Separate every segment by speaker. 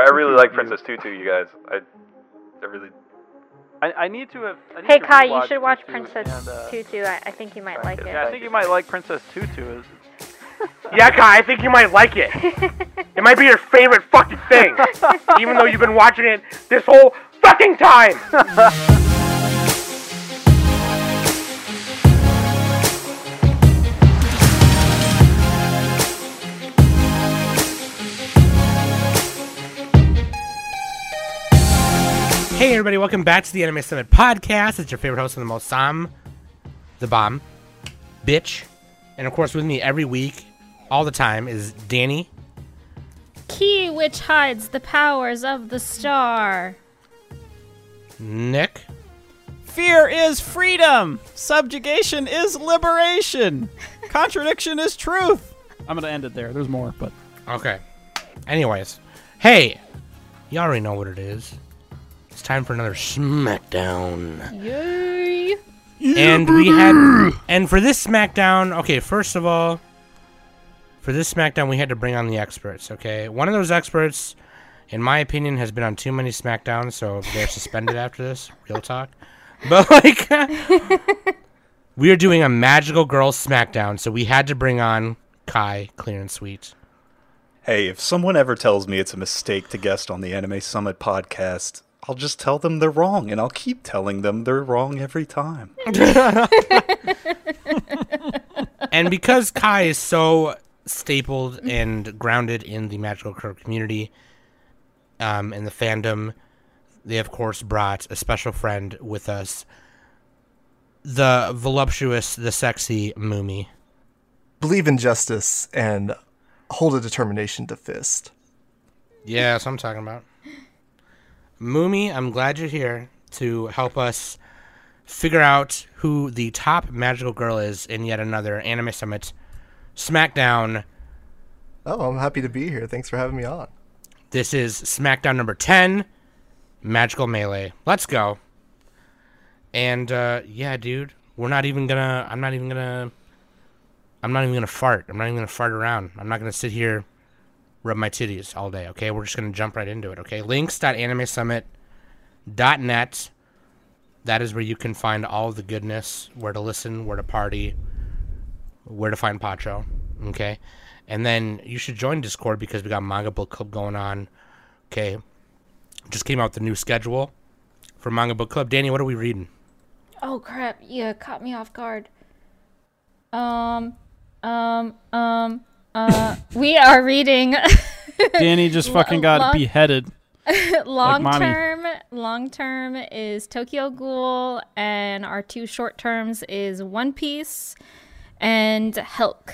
Speaker 1: really like
Speaker 2: confused
Speaker 1: Princess Tutu, you guys. I, I really.
Speaker 2: I, I need to have. I need
Speaker 3: Hey
Speaker 2: to
Speaker 3: Kai, you
Speaker 2: rewatch
Speaker 3: should watch
Speaker 2: Tutu
Speaker 3: Princess
Speaker 2: and, uh,
Speaker 3: Tutu. I, I think you might
Speaker 1: I
Speaker 3: like
Speaker 1: did.
Speaker 2: Yeah, I
Speaker 3: it.
Speaker 2: think you might like Princess Tutu. Is
Speaker 4: Yeah, Kai, I think you might like it. It might be your favorite fucking thing, even though you've been watching it this whole fucking time.
Speaker 5: Hey, everybody, welcome back to the Anime Summit podcast. It's your favorite host of the most, Sam, the bomb, bitch. And of course, with me every week, all the time, is Danny.
Speaker 6: Key which hides the powers of the star.
Speaker 5: Nick.
Speaker 7: Fear is freedom. Subjugation is liberation. Contradiction is truth. I'm going to end it there. There's more, but
Speaker 5: Okay. Anyways, hey, you already know what it is. It's time for another SmackDown.
Speaker 6: Yay!
Speaker 5: and we had, and for this SmackDown, okay, first of all, for this SmackDown, we had to bring on the experts. Okay, one of those experts, in my opinion, has been on too many SmackDowns, so they're suspended after this. Real talk, but like, we are doing a magical girl SmackDown, so we had to bring on Kai Clear and Sweet.
Speaker 8: Hey, if someone ever tells me it's a mistake to guest on the Anime Summit podcast, I'll just tell them they're wrong, and I'll keep telling them they're wrong every time.
Speaker 5: and because Kai is so stapled and grounded in the magical girl community, um, and the fandom, they of course brought a special friend with us, the voluptuous, the sexy Mumi.
Speaker 9: Believe in justice and hold a determination to fist.
Speaker 5: Yeah, that's what I'm talking about. Mumi, I'm glad you're here to help us figure out who the top magical girl is in yet another Anime Summit SmackDown
Speaker 9: Oh, I'm happy to be here. Thanks for having me on.
Speaker 5: This is SmackDown number 10, Magical Melee. Let's go. And uh yeah, dude, we're not even going to I'm not even going to I'm not even going to fart. I'm not even going to fart around. I'm not going to sit here rub my titties all day, okay? We're just going to jump right into it, okay? links.animesummit.net that is where you can find all the goodness, where to listen, where to party, where to find Pacho, okay? And then you should join Discord because we got Manga Book Club going on. Okay. Just came out the new schedule for Manga Book Club. Danny, what are we reading?
Speaker 6: Oh crap! You caught me off guard. Um, um, um. Uh, we are reading
Speaker 7: Danny just fucking
Speaker 6: Long-
Speaker 7: got beheaded.
Speaker 6: long
Speaker 7: mommy.
Speaker 6: term. Long term is Tokyo Ghoul, and our two short terms is One Piece and Helk.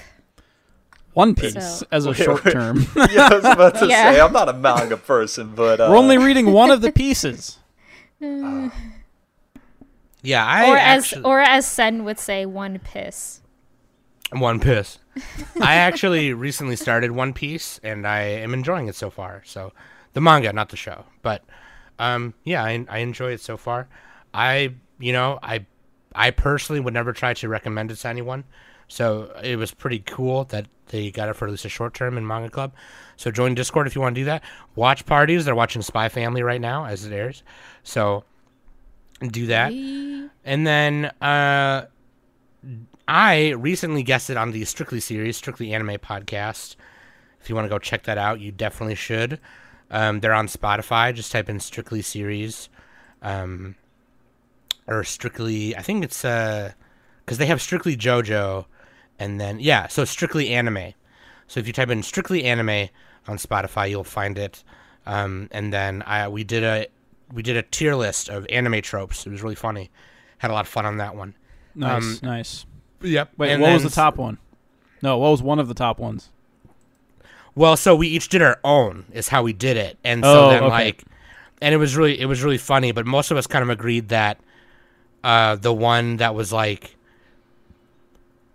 Speaker 7: One piece
Speaker 6: So-
Speaker 7: as a short term.
Speaker 8: yeah, I was about to
Speaker 6: Yeah.
Speaker 8: say, I'm not a manga person, but. Uh,
Speaker 7: We're only reading one of the pieces.
Speaker 5: Yeah, I
Speaker 6: or
Speaker 5: actually,
Speaker 6: as or as Sen would say, One Piss.
Speaker 5: One Piece. I actually recently started One Piece and I am enjoying it so far. So the manga, not the show. But um yeah, I, I enjoy it so far. I you know, I I personally would never try to recommend it to anyone. So it was pretty cool that they got it for at least a short term in Manga Club. So join Discord if you want to do that. Watch parties. They're watching Spy Family right now as it airs. So do that. And then uh, I recently guested on the Strictly series, Strictly Anime podcast. If you want to go check that out, you definitely should. Um, they're on Spotify. Just type in Strictly series, um, or Strictly. I think it's uh, because they have Strictly JoJo, and then yeah, so Strictly Anime. So if you type in Strictly Anime on Spotify, you'll find it. Um, and then I we did a we did a tier list of anime tropes. It was really funny. Had a lot of fun on that one.
Speaker 7: Nice,
Speaker 5: Um,
Speaker 7: nice.
Speaker 5: Yep.
Speaker 7: Wait,
Speaker 5: and
Speaker 7: what was
Speaker 5: then-
Speaker 7: the top one? No, what was one of the top ones?
Speaker 5: Well, so we each did our own is how we did it, and so
Speaker 7: Oh,
Speaker 5: then
Speaker 7: okay.
Speaker 5: like, and it was really it was really funny. But most of us kind of agreed that uh, the one that was like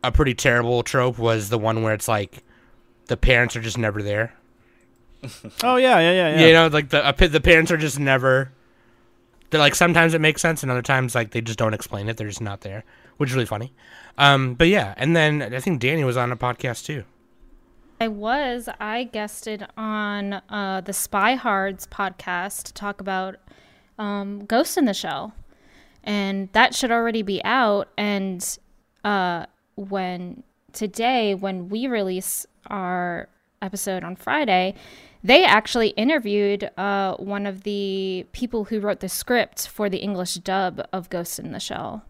Speaker 5: a pretty terrible trope was the one where it's like the parents are just never there.
Speaker 7: Oh yeah, yeah, yeah, yeah.
Speaker 5: You know, like the a, pa- the parents are just never. They're like sometimes it makes sense, and other times like they just don't explain it. They're just not there, which is really funny. Um, but yeah, and then I think Danny was on a podcast too.
Speaker 6: I was. I guested on uh, the Spy Hards podcast to talk about um, Ghost in the Shell, and that should already be out. And uh, when today, when we release our episode on Friday, they actually interviewed uh, one of the people who wrote the script for the English dub of Ghost in the Shell.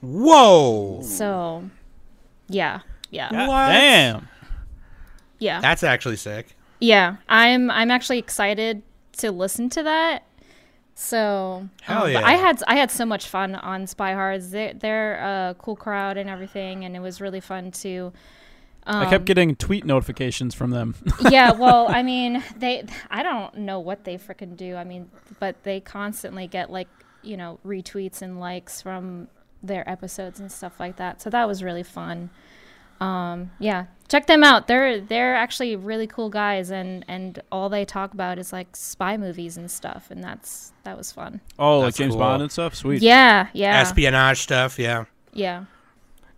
Speaker 5: Whoa!
Speaker 6: So, yeah, yeah,
Speaker 7: Uh,
Speaker 6: yeah.
Speaker 7: Damn.
Speaker 5: That's actually sick.
Speaker 6: Yeah, I'm I'm actually excited to listen to that. So
Speaker 5: Hell
Speaker 6: um, but
Speaker 5: yeah.
Speaker 6: I had I had so much fun on Spy Hards. They, they're a cool crowd and everything, and it was really fun to.
Speaker 7: I kept getting tweet notifications from them.
Speaker 6: yeah, well, I mean, they I don't know what they frickin' do. I mean, but they constantly get like you know retweets and likes from their episodes and stuff like that. So that was really fun. Um, yeah, check them out. They're they're actually really cool guys, and and all they talk about is like spy movies and stuff, and that's that was fun.
Speaker 7: oh, like
Speaker 5: That's
Speaker 7: James
Speaker 5: cool.
Speaker 7: Bond and stuff. Sweet.
Speaker 6: Yeah, yeah,
Speaker 5: Espionage stuff, yeah.
Speaker 6: yeah.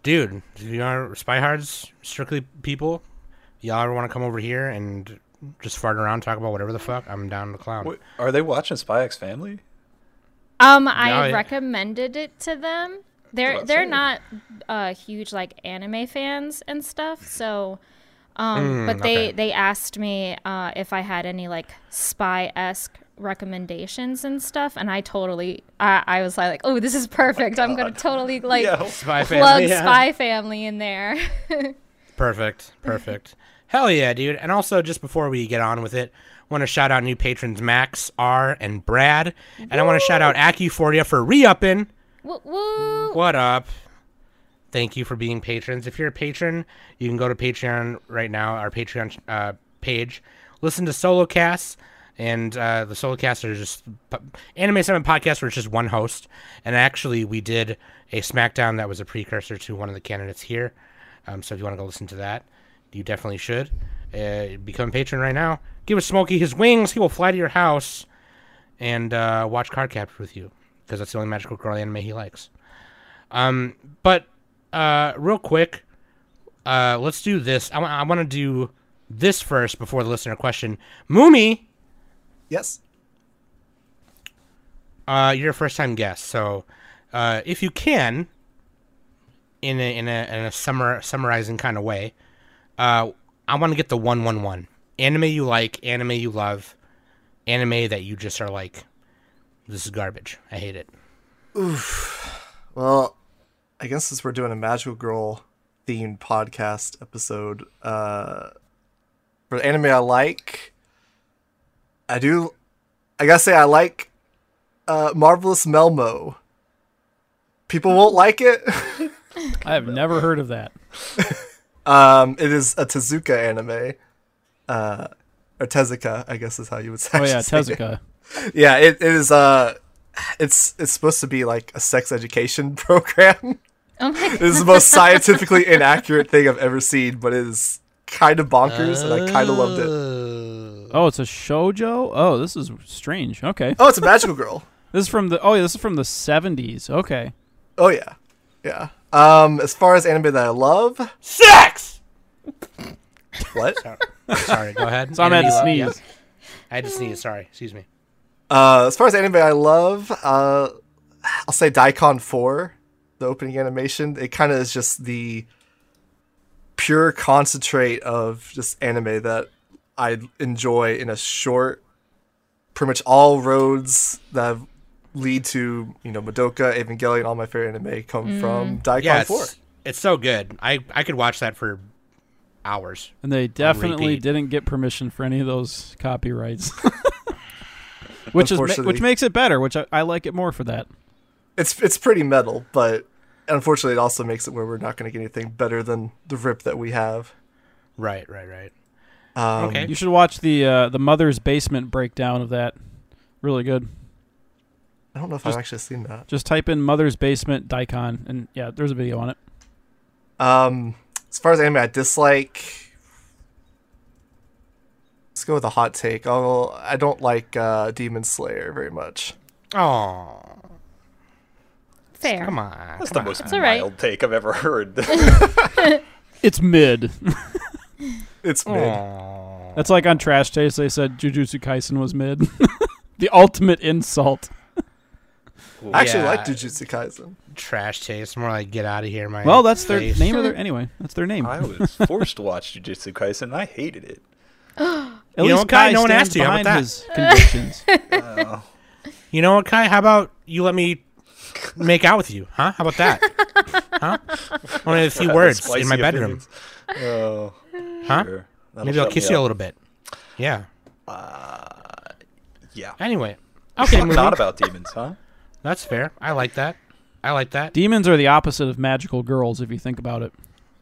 Speaker 5: Dude, if you are spy hards, strictly people, y'all ever want to come over here and just fart around, talk about whatever the fuck, I'm down to clown.
Speaker 8: Wait, are they watching Spy X Family?
Speaker 6: Um, I
Speaker 5: yeah.
Speaker 6: recommended it to them. They're
Speaker 8: That's
Speaker 6: they're
Speaker 8: it.
Speaker 6: not uh, huge like anime fans and stuff, so. Um, but they
Speaker 5: Mm, okay.
Speaker 6: they asked me uh, if I had any like spy esque recommendations and stuff, and I totally I, I was like, oh, this is perfect. I'm gonna totally like
Speaker 5: Spy
Speaker 6: plug
Speaker 5: family, yeah.
Speaker 6: Spy Family in there.
Speaker 5: Perfect, perfect. Hell yeah, dude. And also, just before we get on with it, want to shout out new patrons Max, R, and Brad. And I want to shout out Acufordia for re upping.
Speaker 6: woo, woo.
Speaker 5: What up? Thank you for being patrons. If you're a patron, you can go to Patreon right now, our Patreon uh, page. Listen to solo casts, and uh, the solo casts are just po- anime summit podcast where it's just one host. And actually, we did a SmackDown that was a precursor to one of the candidates here. Um, so if you want to go listen to that, you definitely should uh, become a patron right now. Give a Smokey his wings; he will fly to your house and uh, watch Card Captor with you because that's the only magical girl anime he likes. Um, but uh, real quick, uh, let's do this. I want to do this first before the listener question. Moomy,
Speaker 9: Yes.
Speaker 5: uh, you're a first time guest, so uh, if you can, in a in a in a summar summarizing kind of way, uh, I want to get the one one one anime you like, anime you love, anime that you just are like, this is garbage. I hate it.
Speaker 9: Well, I guess since we're doing a magical girl themed podcast episode, uh, for the anime I like, I do. I gotta say I like uh, Marvelous Melmo. People won't like it.
Speaker 7: I have never heard of that.
Speaker 9: Um, it is a Tezuka anime, uh, or Tezuka, I guess is how you would say.
Speaker 7: Oh yeah,
Speaker 9: say it.
Speaker 7: Tezuka.
Speaker 9: Yeah, it, it is. Uh, it's it's supposed to be like a sex education program.
Speaker 6: Oh my
Speaker 9: This is the most scientifically inaccurate thing I've ever seen, but it is kind of bonkers, and I kind of loved it.
Speaker 5: it.
Speaker 7: Oh, it's a shojo. Oh, this is strange. Okay,
Speaker 9: Oh, it's a magical girl.
Speaker 7: this is from the. Oh yeah, this is from the seventies. Okay.
Speaker 9: Oh yeah, yeah. Um, as far as anime that I love,
Speaker 5: Sex.
Speaker 9: what?
Speaker 5: Sorry, go ahead.
Speaker 7: So I'm at
Speaker 5: Anime
Speaker 7: to
Speaker 5: you love, yeah.
Speaker 7: sneeze.
Speaker 5: I had to sneeze. Sorry. Excuse me.
Speaker 9: Uh, as far as anime I love, uh, I'll say Daikon 4, the opening animation. It kind of is just the pure concentrate of just anime that I enjoy in a short, pretty much all roads that lead to, you know, Madoka, Evangelion, all my favorite anime come from Daikon
Speaker 5: Yeah,
Speaker 9: 4.
Speaker 5: it's, it's so good. I I could watch that for hours.
Speaker 7: And they definitely
Speaker 5: repeat.
Speaker 7: didn't get permission for any of those copyrights. which is ma-
Speaker 9: Unfortunately.
Speaker 7: which makes it better, which I, I like it more for that.
Speaker 9: It's, it's pretty metal, but unfortunately it also makes it where we're not going to get anything better than the rip that we have.
Speaker 5: Right, right, right.
Speaker 9: Um,
Speaker 5: Okay.
Speaker 7: You should watch the uh, the mother's basement breakdown of that. Really good.
Speaker 9: I don't know if I've actually seen that.
Speaker 7: Just type in mother's basement daikon and yeah, there's a video on it.
Speaker 9: Um, as far as anime I dislike, let's go with a hot take. I'll, I don't like uh, Demon Slayer very much.
Speaker 5: Oh,
Speaker 6: Fair.
Speaker 5: come on.
Speaker 8: That's
Speaker 5: come
Speaker 8: the most
Speaker 6: all right.
Speaker 8: mild take I've ever heard.
Speaker 7: It's mid.
Speaker 9: It's mid.
Speaker 7: That's like on Trash Taste. They said Jujutsu Kaisen was mid. the ultimate insult.
Speaker 9: I actually like
Speaker 5: Yeah.
Speaker 9: Jujutsu Kaisen.
Speaker 5: trash taste. More like get out of here, my.
Speaker 7: Well, that's their
Speaker 5: face.
Speaker 7: name of their anyway. That's their name.
Speaker 8: I
Speaker 7: At
Speaker 8: was forced to watch Jujutsu Kaisen. and I hated it.
Speaker 5: You know
Speaker 7: least
Speaker 5: what, Kai?
Speaker 7: Kai
Speaker 5: No one
Speaker 7: stands
Speaker 5: asked you. How
Speaker 7: behind
Speaker 5: about
Speaker 7: his convictions.
Speaker 5: You know what, Kai? How about you let me make out with you? Huh? How about that? huh? Only a few
Speaker 8: Have
Speaker 5: words
Speaker 8: spicy
Speaker 5: in my bedroom.
Speaker 8: opinions. Oh,
Speaker 5: Huh?
Speaker 8: sure. That'll
Speaker 5: Maybe I'll
Speaker 8: shut
Speaker 5: kiss
Speaker 8: me
Speaker 5: you a
Speaker 8: up.
Speaker 5: little bit. Yeah.
Speaker 8: Yeah.
Speaker 5: Anyway. Okay, movie.
Speaker 8: Not about demons, huh?
Speaker 5: That's fair. I like that. I like that.
Speaker 7: Demons are the opposite of magical girls, if you think about it.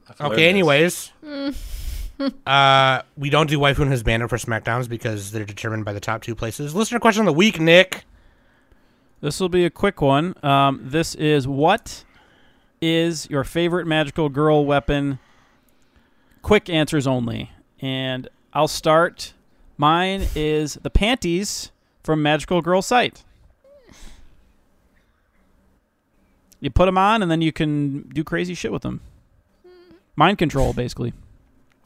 Speaker 8: I've learned
Speaker 5: Okay,
Speaker 8: this.
Speaker 5: anyways. uh, we don't do waifu and husbando for SmackDowns because they're determined by the top two places. Listener question of the week, Nick.
Speaker 7: This will be a quick one. Um, this is what is your favorite magical girl weapon? Quick answers only. And I'll start. Mine is the panties from Magical Girl Sight. You put them on, and then you can do crazy shit with them. Mind control, basically.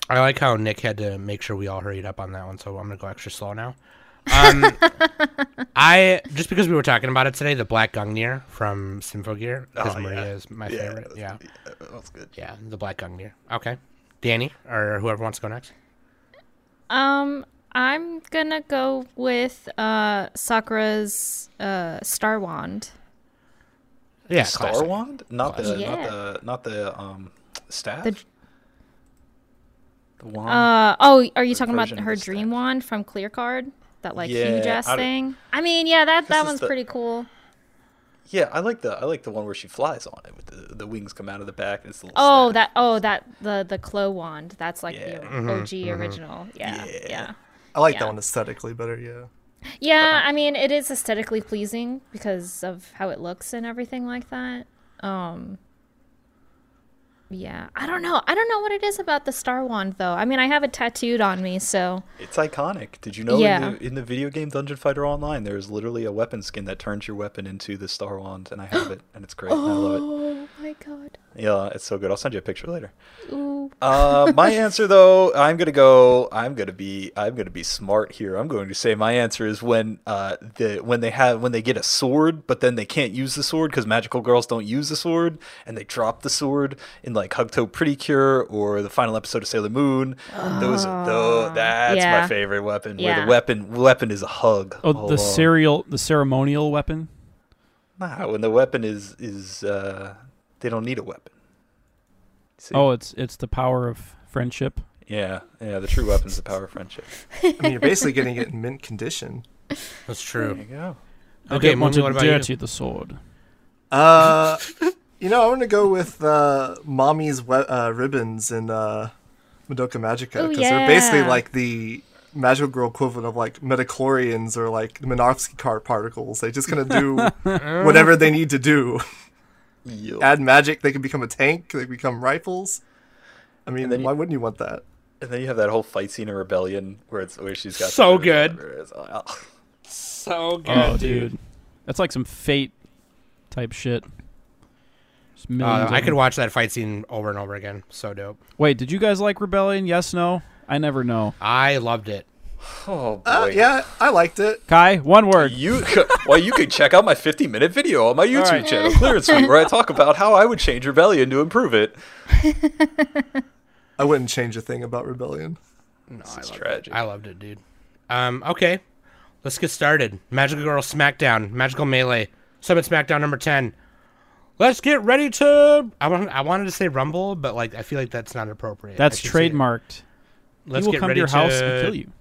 Speaker 5: I like how Nick had to make sure we all hurried up on that one, so I'm gonna go extra slow now. Um, I just because we were talking about it today, the Black Gungnir from Symphogear, because
Speaker 8: Oh,
Speaker 5: Maria
Speaker 8: yeah.
Speaker 5: is my
Speaker 8: Yeah,
Speaker 5: favorite. Yeah,
Speaker 8: That's good.
Speaker 5: yeah, the Black Gungnir. Okay, Danny or whoever wants to go next.
Speaker 6: Um, I'm gonna go with uh Sakura's uh Star Wand.
Speaker 5: Yeah,
Speaker 8: Star
Speaker 5: classic.
Speaker 8: Wand? Not the,
Speaker 6: Yeah.
Speaker 8: not the, not the um, staff.
Speaker 6: The-
Speaker 8: The, wand.
Speaker 6: Uh oh, are you
Speaker 8: Her
Speaker 6: talking about
Speaker 8: version of
Speaker 6: her
Speaker 8: the
Speaker 6: dream
Speaker 8: staff.
Speaker 6: wand from Clear Card? That like
Speaker 8: Yeah,
Speaker 6: huge ass
Speaker 8: I don't-
Speaker 6: thing. I mean, yeah, that that
Speaker 8: is
Speaker 6: one's
Speaker 8: the-
Speaker 6: pretty cool.
Speaker 8: yeah, I like the I like the one where she flies on it with the, the wings come out of the back and it's the little
Speaker 6: Oh,
Speaker 8: staff.
Speaker 6: that oh that the the Clo wand. That's like
Speaker 8: Yeah. mm-hmm,
Speaker 6: the OG original. Yeah, yeah, yeah.
Speaker 9: I like
Speaker 6: Yeah.
Speaker 9: that one aesthetically better. Yeah.
Speaker 6: I mean, it is aesthetically pleasing because of how it looks and everything like that. Um. Yeah, I don't know. I don't know what it is about the Star Wand though. I mean, I have it tattooed on me, so
Speaker 8: It's iconic. Did you know
Speaker 6: Yeah.
Speaker 8: in, the, in the video game Dungeon Fighter Online, there is literally a weapon skin that turns your weapon into the Star Wand, and I have it, and it's great. and I love
Speaker 6: Oh my god.
Speaker 8: it. Yeah, it's so good. I'll send you a picture later.
Speaker 6: Ooh.
Speaker 8: Uh, my answer, though, I'm gonna go. I'm gonna be. I'm gonna be smart here. I'm going to say my answer is when uh the when they have when they get a sword, but then they can't use the sword because magical girls don't use the sword, and they drop the sword in like Hugto Pretty Cure or the final episode of Sailor Moon. Those, though, that's
Speaker 6: Oh, yeah.
Speaker 8: my favorite weapon. Where
Speaker 6: Yeah.
Speaker 8: the weapon weapon is a hug.
Speaker 7: Oh,
Speaker 8: all
Speaker 7: the
Speaker 8: along.
Speaker 7: serial, the ceremonial weapon.
Speaker 8: Nah, when the weapon is is uh they don't need a weapon. See?
Speaker 7: Oh, it's it's the power of friendship.
Speaker 8: yeah, yeah. The true weapon's the power of friendship.
Speaker 9: I mean, you're basically getting it in mint condition.
Speaker 5: That's true.
Speaker 8: There you go.
Speaker 7: I
Speaker 5: Okay,
Speaker 7: don't want
Speaker 5: Mooney,
Speaker 7: to
Speaker 5: what about you?
Speaker 7: dirty the sword.
Speaker 9: Uh, you know, I'm gonna go with uh, mommy's we- uh, ribbons in uh, Madoka Magica
Speaker 6: Ooh,
Speaker 9: because they're basically
Speaker 6: yeah.
Speaker 9: like the magical girl equivalent of like metachlorians or like Minovsky car particles. They just kind of do whatever they need to do.
Speaker 8: Yeah.
Speaker 9: Add magic, they can become a tank. They can become rifles. I mean,
Speaker 8: then you-
Speaker 9: why wouldn't you want that?
Speaker 8: And then you have that whole fight scene in Rebellion where it's where she's got
Speaker 5: So
Speaker 8: the-
Speaker 5: good.
Speaker 8: it's- oh,
Speaker 5: So good,
Speaker 7: Oh, dude. That's like some fate type shit. Just millions of
Speaker 5: Uh, I could
Speaker 7: them.
Speaker 5: watch that fight scene over and over again. So dope.
Speaker 7: Wait, did you guys like Rebellion? Yes, no? I never know.
Speaker 5: I loved it.
Speaker 8: oh, boy.
Speaker 9: Uh, yeah, I liked it.
Speaker 7: Kai, one word.
Speaker 8: You well, you can check out my 50 minute video on my YouTube
Speaker 7: right.
Speaker 8: channel, Clearance Week, where I talk about how I would change Rebellion to improve it.
Speaker 9: I wouldn't change a thing about Rebellion.
Speaker 5: No, I
Speaker 8: It's
Speaker 5: loved
Speaker 8: tragic.
Speaker 5: I loved it, dude. Um, okay, let's get started. Magical Girl SmackDown, Magical Melee, Summit SmackDown number ten. Let's get ready to. I want. I wanted to say Rumble, but like I feel like that's not appropriate. I
Speaker 7: That's
Speaker 5: should say-
Speaker 7: trademarked.
Speaker 5: Let's
Speaker 7: he will
Speaker 5: get
Speaker 7: come
Speaker 5: ready
Speaker 7: to your house
Speaker 5: to
Speaker 7: and kill you.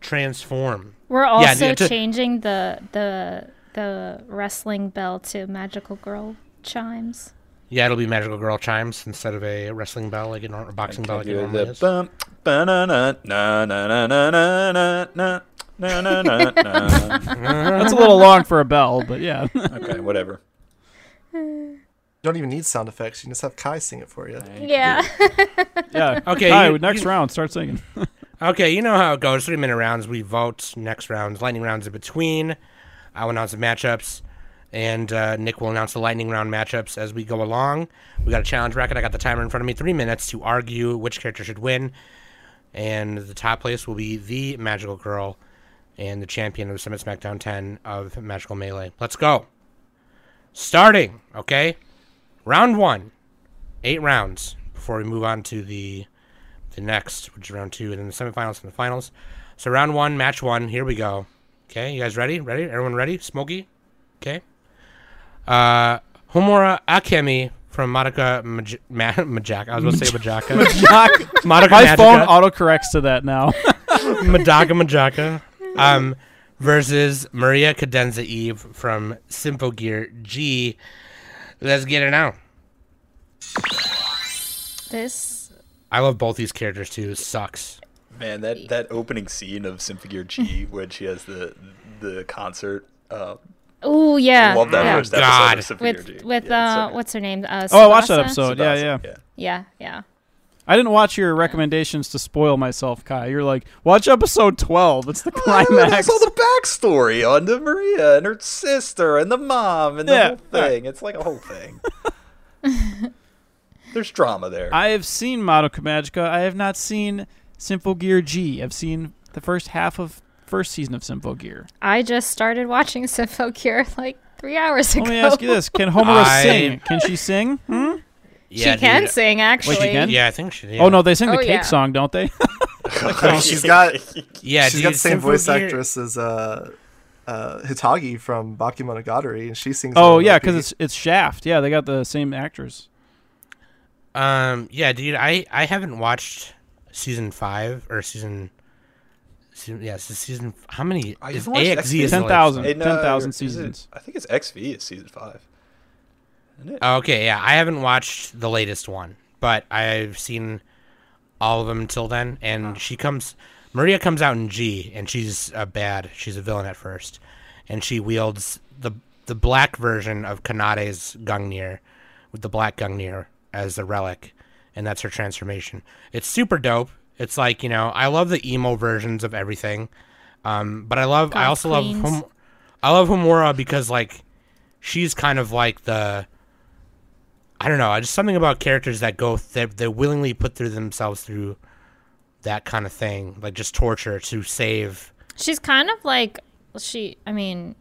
Speaker 5: Transform.
Speaker 6: We're
Speaker 5: yeah,
Speaker 6: also
Speaker 5: to-
Speaker 6: changing the the the wrestling bell to magical girl chimes.
Speaker 5: Yeah, it'll be Magical Girl chimes instead of a wrestling bell, like a, nor- a boxing bell, like it
Speaker 8: Do
Speaker 5: normally
Speaker 8: the
Speaker 5: is.
Speaker 8: bum, ba-na-na, na-na-na-na-na-na, na-na-na-na.
Speaker 7: That's a little long for a bell, but yeah.
Speaker 8: Okay, whatever.
Speaker 9: You don't even need sound effects. You just have Kai sing it for you.
Speaker 6: Yeah.
Speaker 7: yeah.
Speaker 5: Okay,
Speaker 7: Kai,
Speaker 5: you-
Speaker 7: next
Speaker 5: you-
Speaker 7: round, start singing.
Speaker 5: Okay, you know how it goes. Three minute rounds, we vote. Next rounds, lightning rounds in between. I will announce the matchups, and uh, Nick will announce the lightning round matchups as we go along. We got a challenge bracket. I got the timer in front of me. Three minutes to argue which character should win. and the top place will be the Magical Girl and the champion of Summit SmackDown 10 of Magical Melee. Let's go. Starting, okay? Round one, eight rounds before we move on to the the next, which is round two, and then the semifinals and the finals. So round one, match one. Here we go. Okay, you guys ready? Ready? Everyone ready? Smokey? Okay. Uh, Homura Akemi from Madoka Maj- Ma- Majaka. I was going to say Majaka.
Speaker 7: Knock.
Speaker 5: Madoka
Speaker 7: My phone
Speaker 5: Magica.
Speaker 7: autocorrects to that now.
Speaker 5: Madaka Majaka. Um, versus Maria Cadenza Eve from Simple Gear G. Let's get it out.
Speaker 6: This
Speaker 5: I love both these characters too. Sucks.
Speaker 8: Man, that that opening scene of Symphogear G when she has the the concert. Uh,
Speaker 6: Oh yeah.
Speaker 8: Love that
Speaker 6: yeah.
Speaker 8: first
Speaker 5: God.
Speaker 8: episode of Symphogear
Speaker 6: With
Speaker 8: G.
Speaker 6: with
Speaker 8: Yeah,
Speaker 6: uh
Speaker 8: it's,
Speaker 6: what's her name? Uh,
Speaker 7: oh, I watched that
Speaker 6: Tsubasa?
Speaker 7: episode. Yeah, yeah,
Speaker 8: yeah.
Speaker 6: Yeah, yeah.
Speaker 7: I didn't watch your recommendations to spoil myself, Kai. You're like, watch episode 12. It's the climax.
Speaker 8: There's all the backstory on to Maria and her sister and the mom and the
Speaker 7: Yeah,
Speaker 8: whole thing. It's like a whole thing. There's drama there.
Speaker 7: I have seen Madoka Magica. I have not seen Simple Gear G. I've seen the first half of first season of Simple Gear.
Speaker 6: I just started watching Sympho Cure like three hours ago.
Speaker 7: Let me ask you this: Can Homura
Speaker 5: I- Oh,
Speaker 7: sing? Can she sing? Hmm?
Speaker 6: She can sing actually.
Speaker 7: Wait, she can?
Speaker 5: Yeah, I think she. Yeah.
Speaker 7: Oh no, they sing the
Speaker 6: Oh,
Speaker 7: cake
Speaker 6: yeah.
Speaker 7: song, don't they?
Speaker 9: she's got
Speaker 5: Yeah,
Speaker 9: she's got
Speaker 5: dude,
Speaker 9: the same
Speaker 5: Simple
Speaker 9: voice
Speaker 5: Gear-
Speaker 9: actress as uh, uh, Hitagi from Bakemonogatari, and she sings.
Speaker 7: oh
Speaker 9: on
Speaker 7: yeah,
Speaker 9: OP.
Speaker 7: because it's it's Shaft. Yeah, they got the same actors.
Speaker 5: Um, yeah, dude, I I haven't watched season five or season. season yeah, it's season. How many?
Speaker 8: I
Speaker 5: is
Speaker 8: haven't watched
Speaker 5: AXZ is
Speaker 8: X-Men.
Speaker 5: like-
Speaker 7: Ten thousand.
Speaker 8: And, uh,
Speaker 7: Ten thousand
Speaker 8: is it-
Speaker 7: seasons.
Speaker 8: I think it's XV is season five.
Speaker 5: Okay, yeah, I haven't watched the latest one, but I've seen all of them till then. And she comes, Maria comes out in G, and she's uh, bad. She's a villain at first, and she wields the the black version of Kanade's Gungnir, with the black Gungnir as a relic, and that's her transformation. It's super dope. It's like you know, I love the emo versions of everything, um, but I love, I
Speaker 6: Goth
Speaker 5: also
Speaker 6: queens.
Speaker 5: love, Hom- I love Homura because like, she's kind of like the I don't know. Just something about characters that go that they willingly put through themselves through that kind of thing, like just torture to save.
Speaker 6: She's kind of like she. I mean,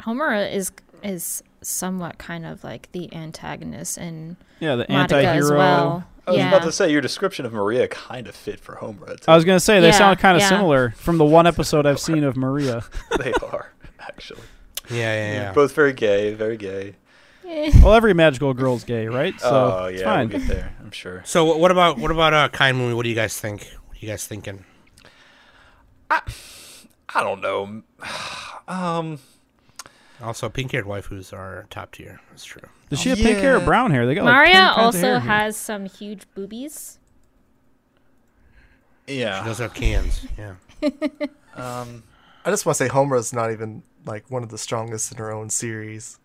Speaker 6: Homura is is somewhat kind of like the antagonist in
Speaker 7: Yeah, the
Speaker 6: Madoka as
Speaker 7: anti-hero.
Speaker 6: well.
Speaker 8: I was
Speaker 6: yeah.
Speaker 8: about to say your description of Maria kind of fit for Homura.
Speaker 7: I was gonna say they
Speaker 6: Yeah,
Speaker 7: sound kind of
Speaker 6: yeah.
Speaker 7: similar from the one episode I've seen of Maria.
Speaker 8: gonna... they are actually
Speaker 5: Yeah, yeah, yeah.
Speaker 8: both very gay, very gay.
Speaker 7: Well, every magical girl's gay, right? So
Speaker 8: oh
Speaker 7: it's
Speaker 8: yeah,
Speaker 7: fine.
Speaker 8: we'll get there. I'm sure.
Speaker 5: So wh- what about what about uh, Kind Moon? What do you guys think? What are you guys thinking?
Speaker 8: I don't know. Um,
Speaker 5: Also, pink-haired waifus are top tier. That's true.
Speaker 7: Does she have pink hair or
Speaker 8: Yeah.
Speaker 7: brown hair? They got like
Speaker 6: Maria
Speaker 7: 10 kinds of hair
Speaker 6: also
Speaker 7: here.
Speaker 6: has some huge boobies.
Speaker 8: yeah.
Speaker 5: Those are cans. Yeah.
Speaker 8: Um,
Speaker 9: I just want to say Homura's not even like one of the strongest in her own series.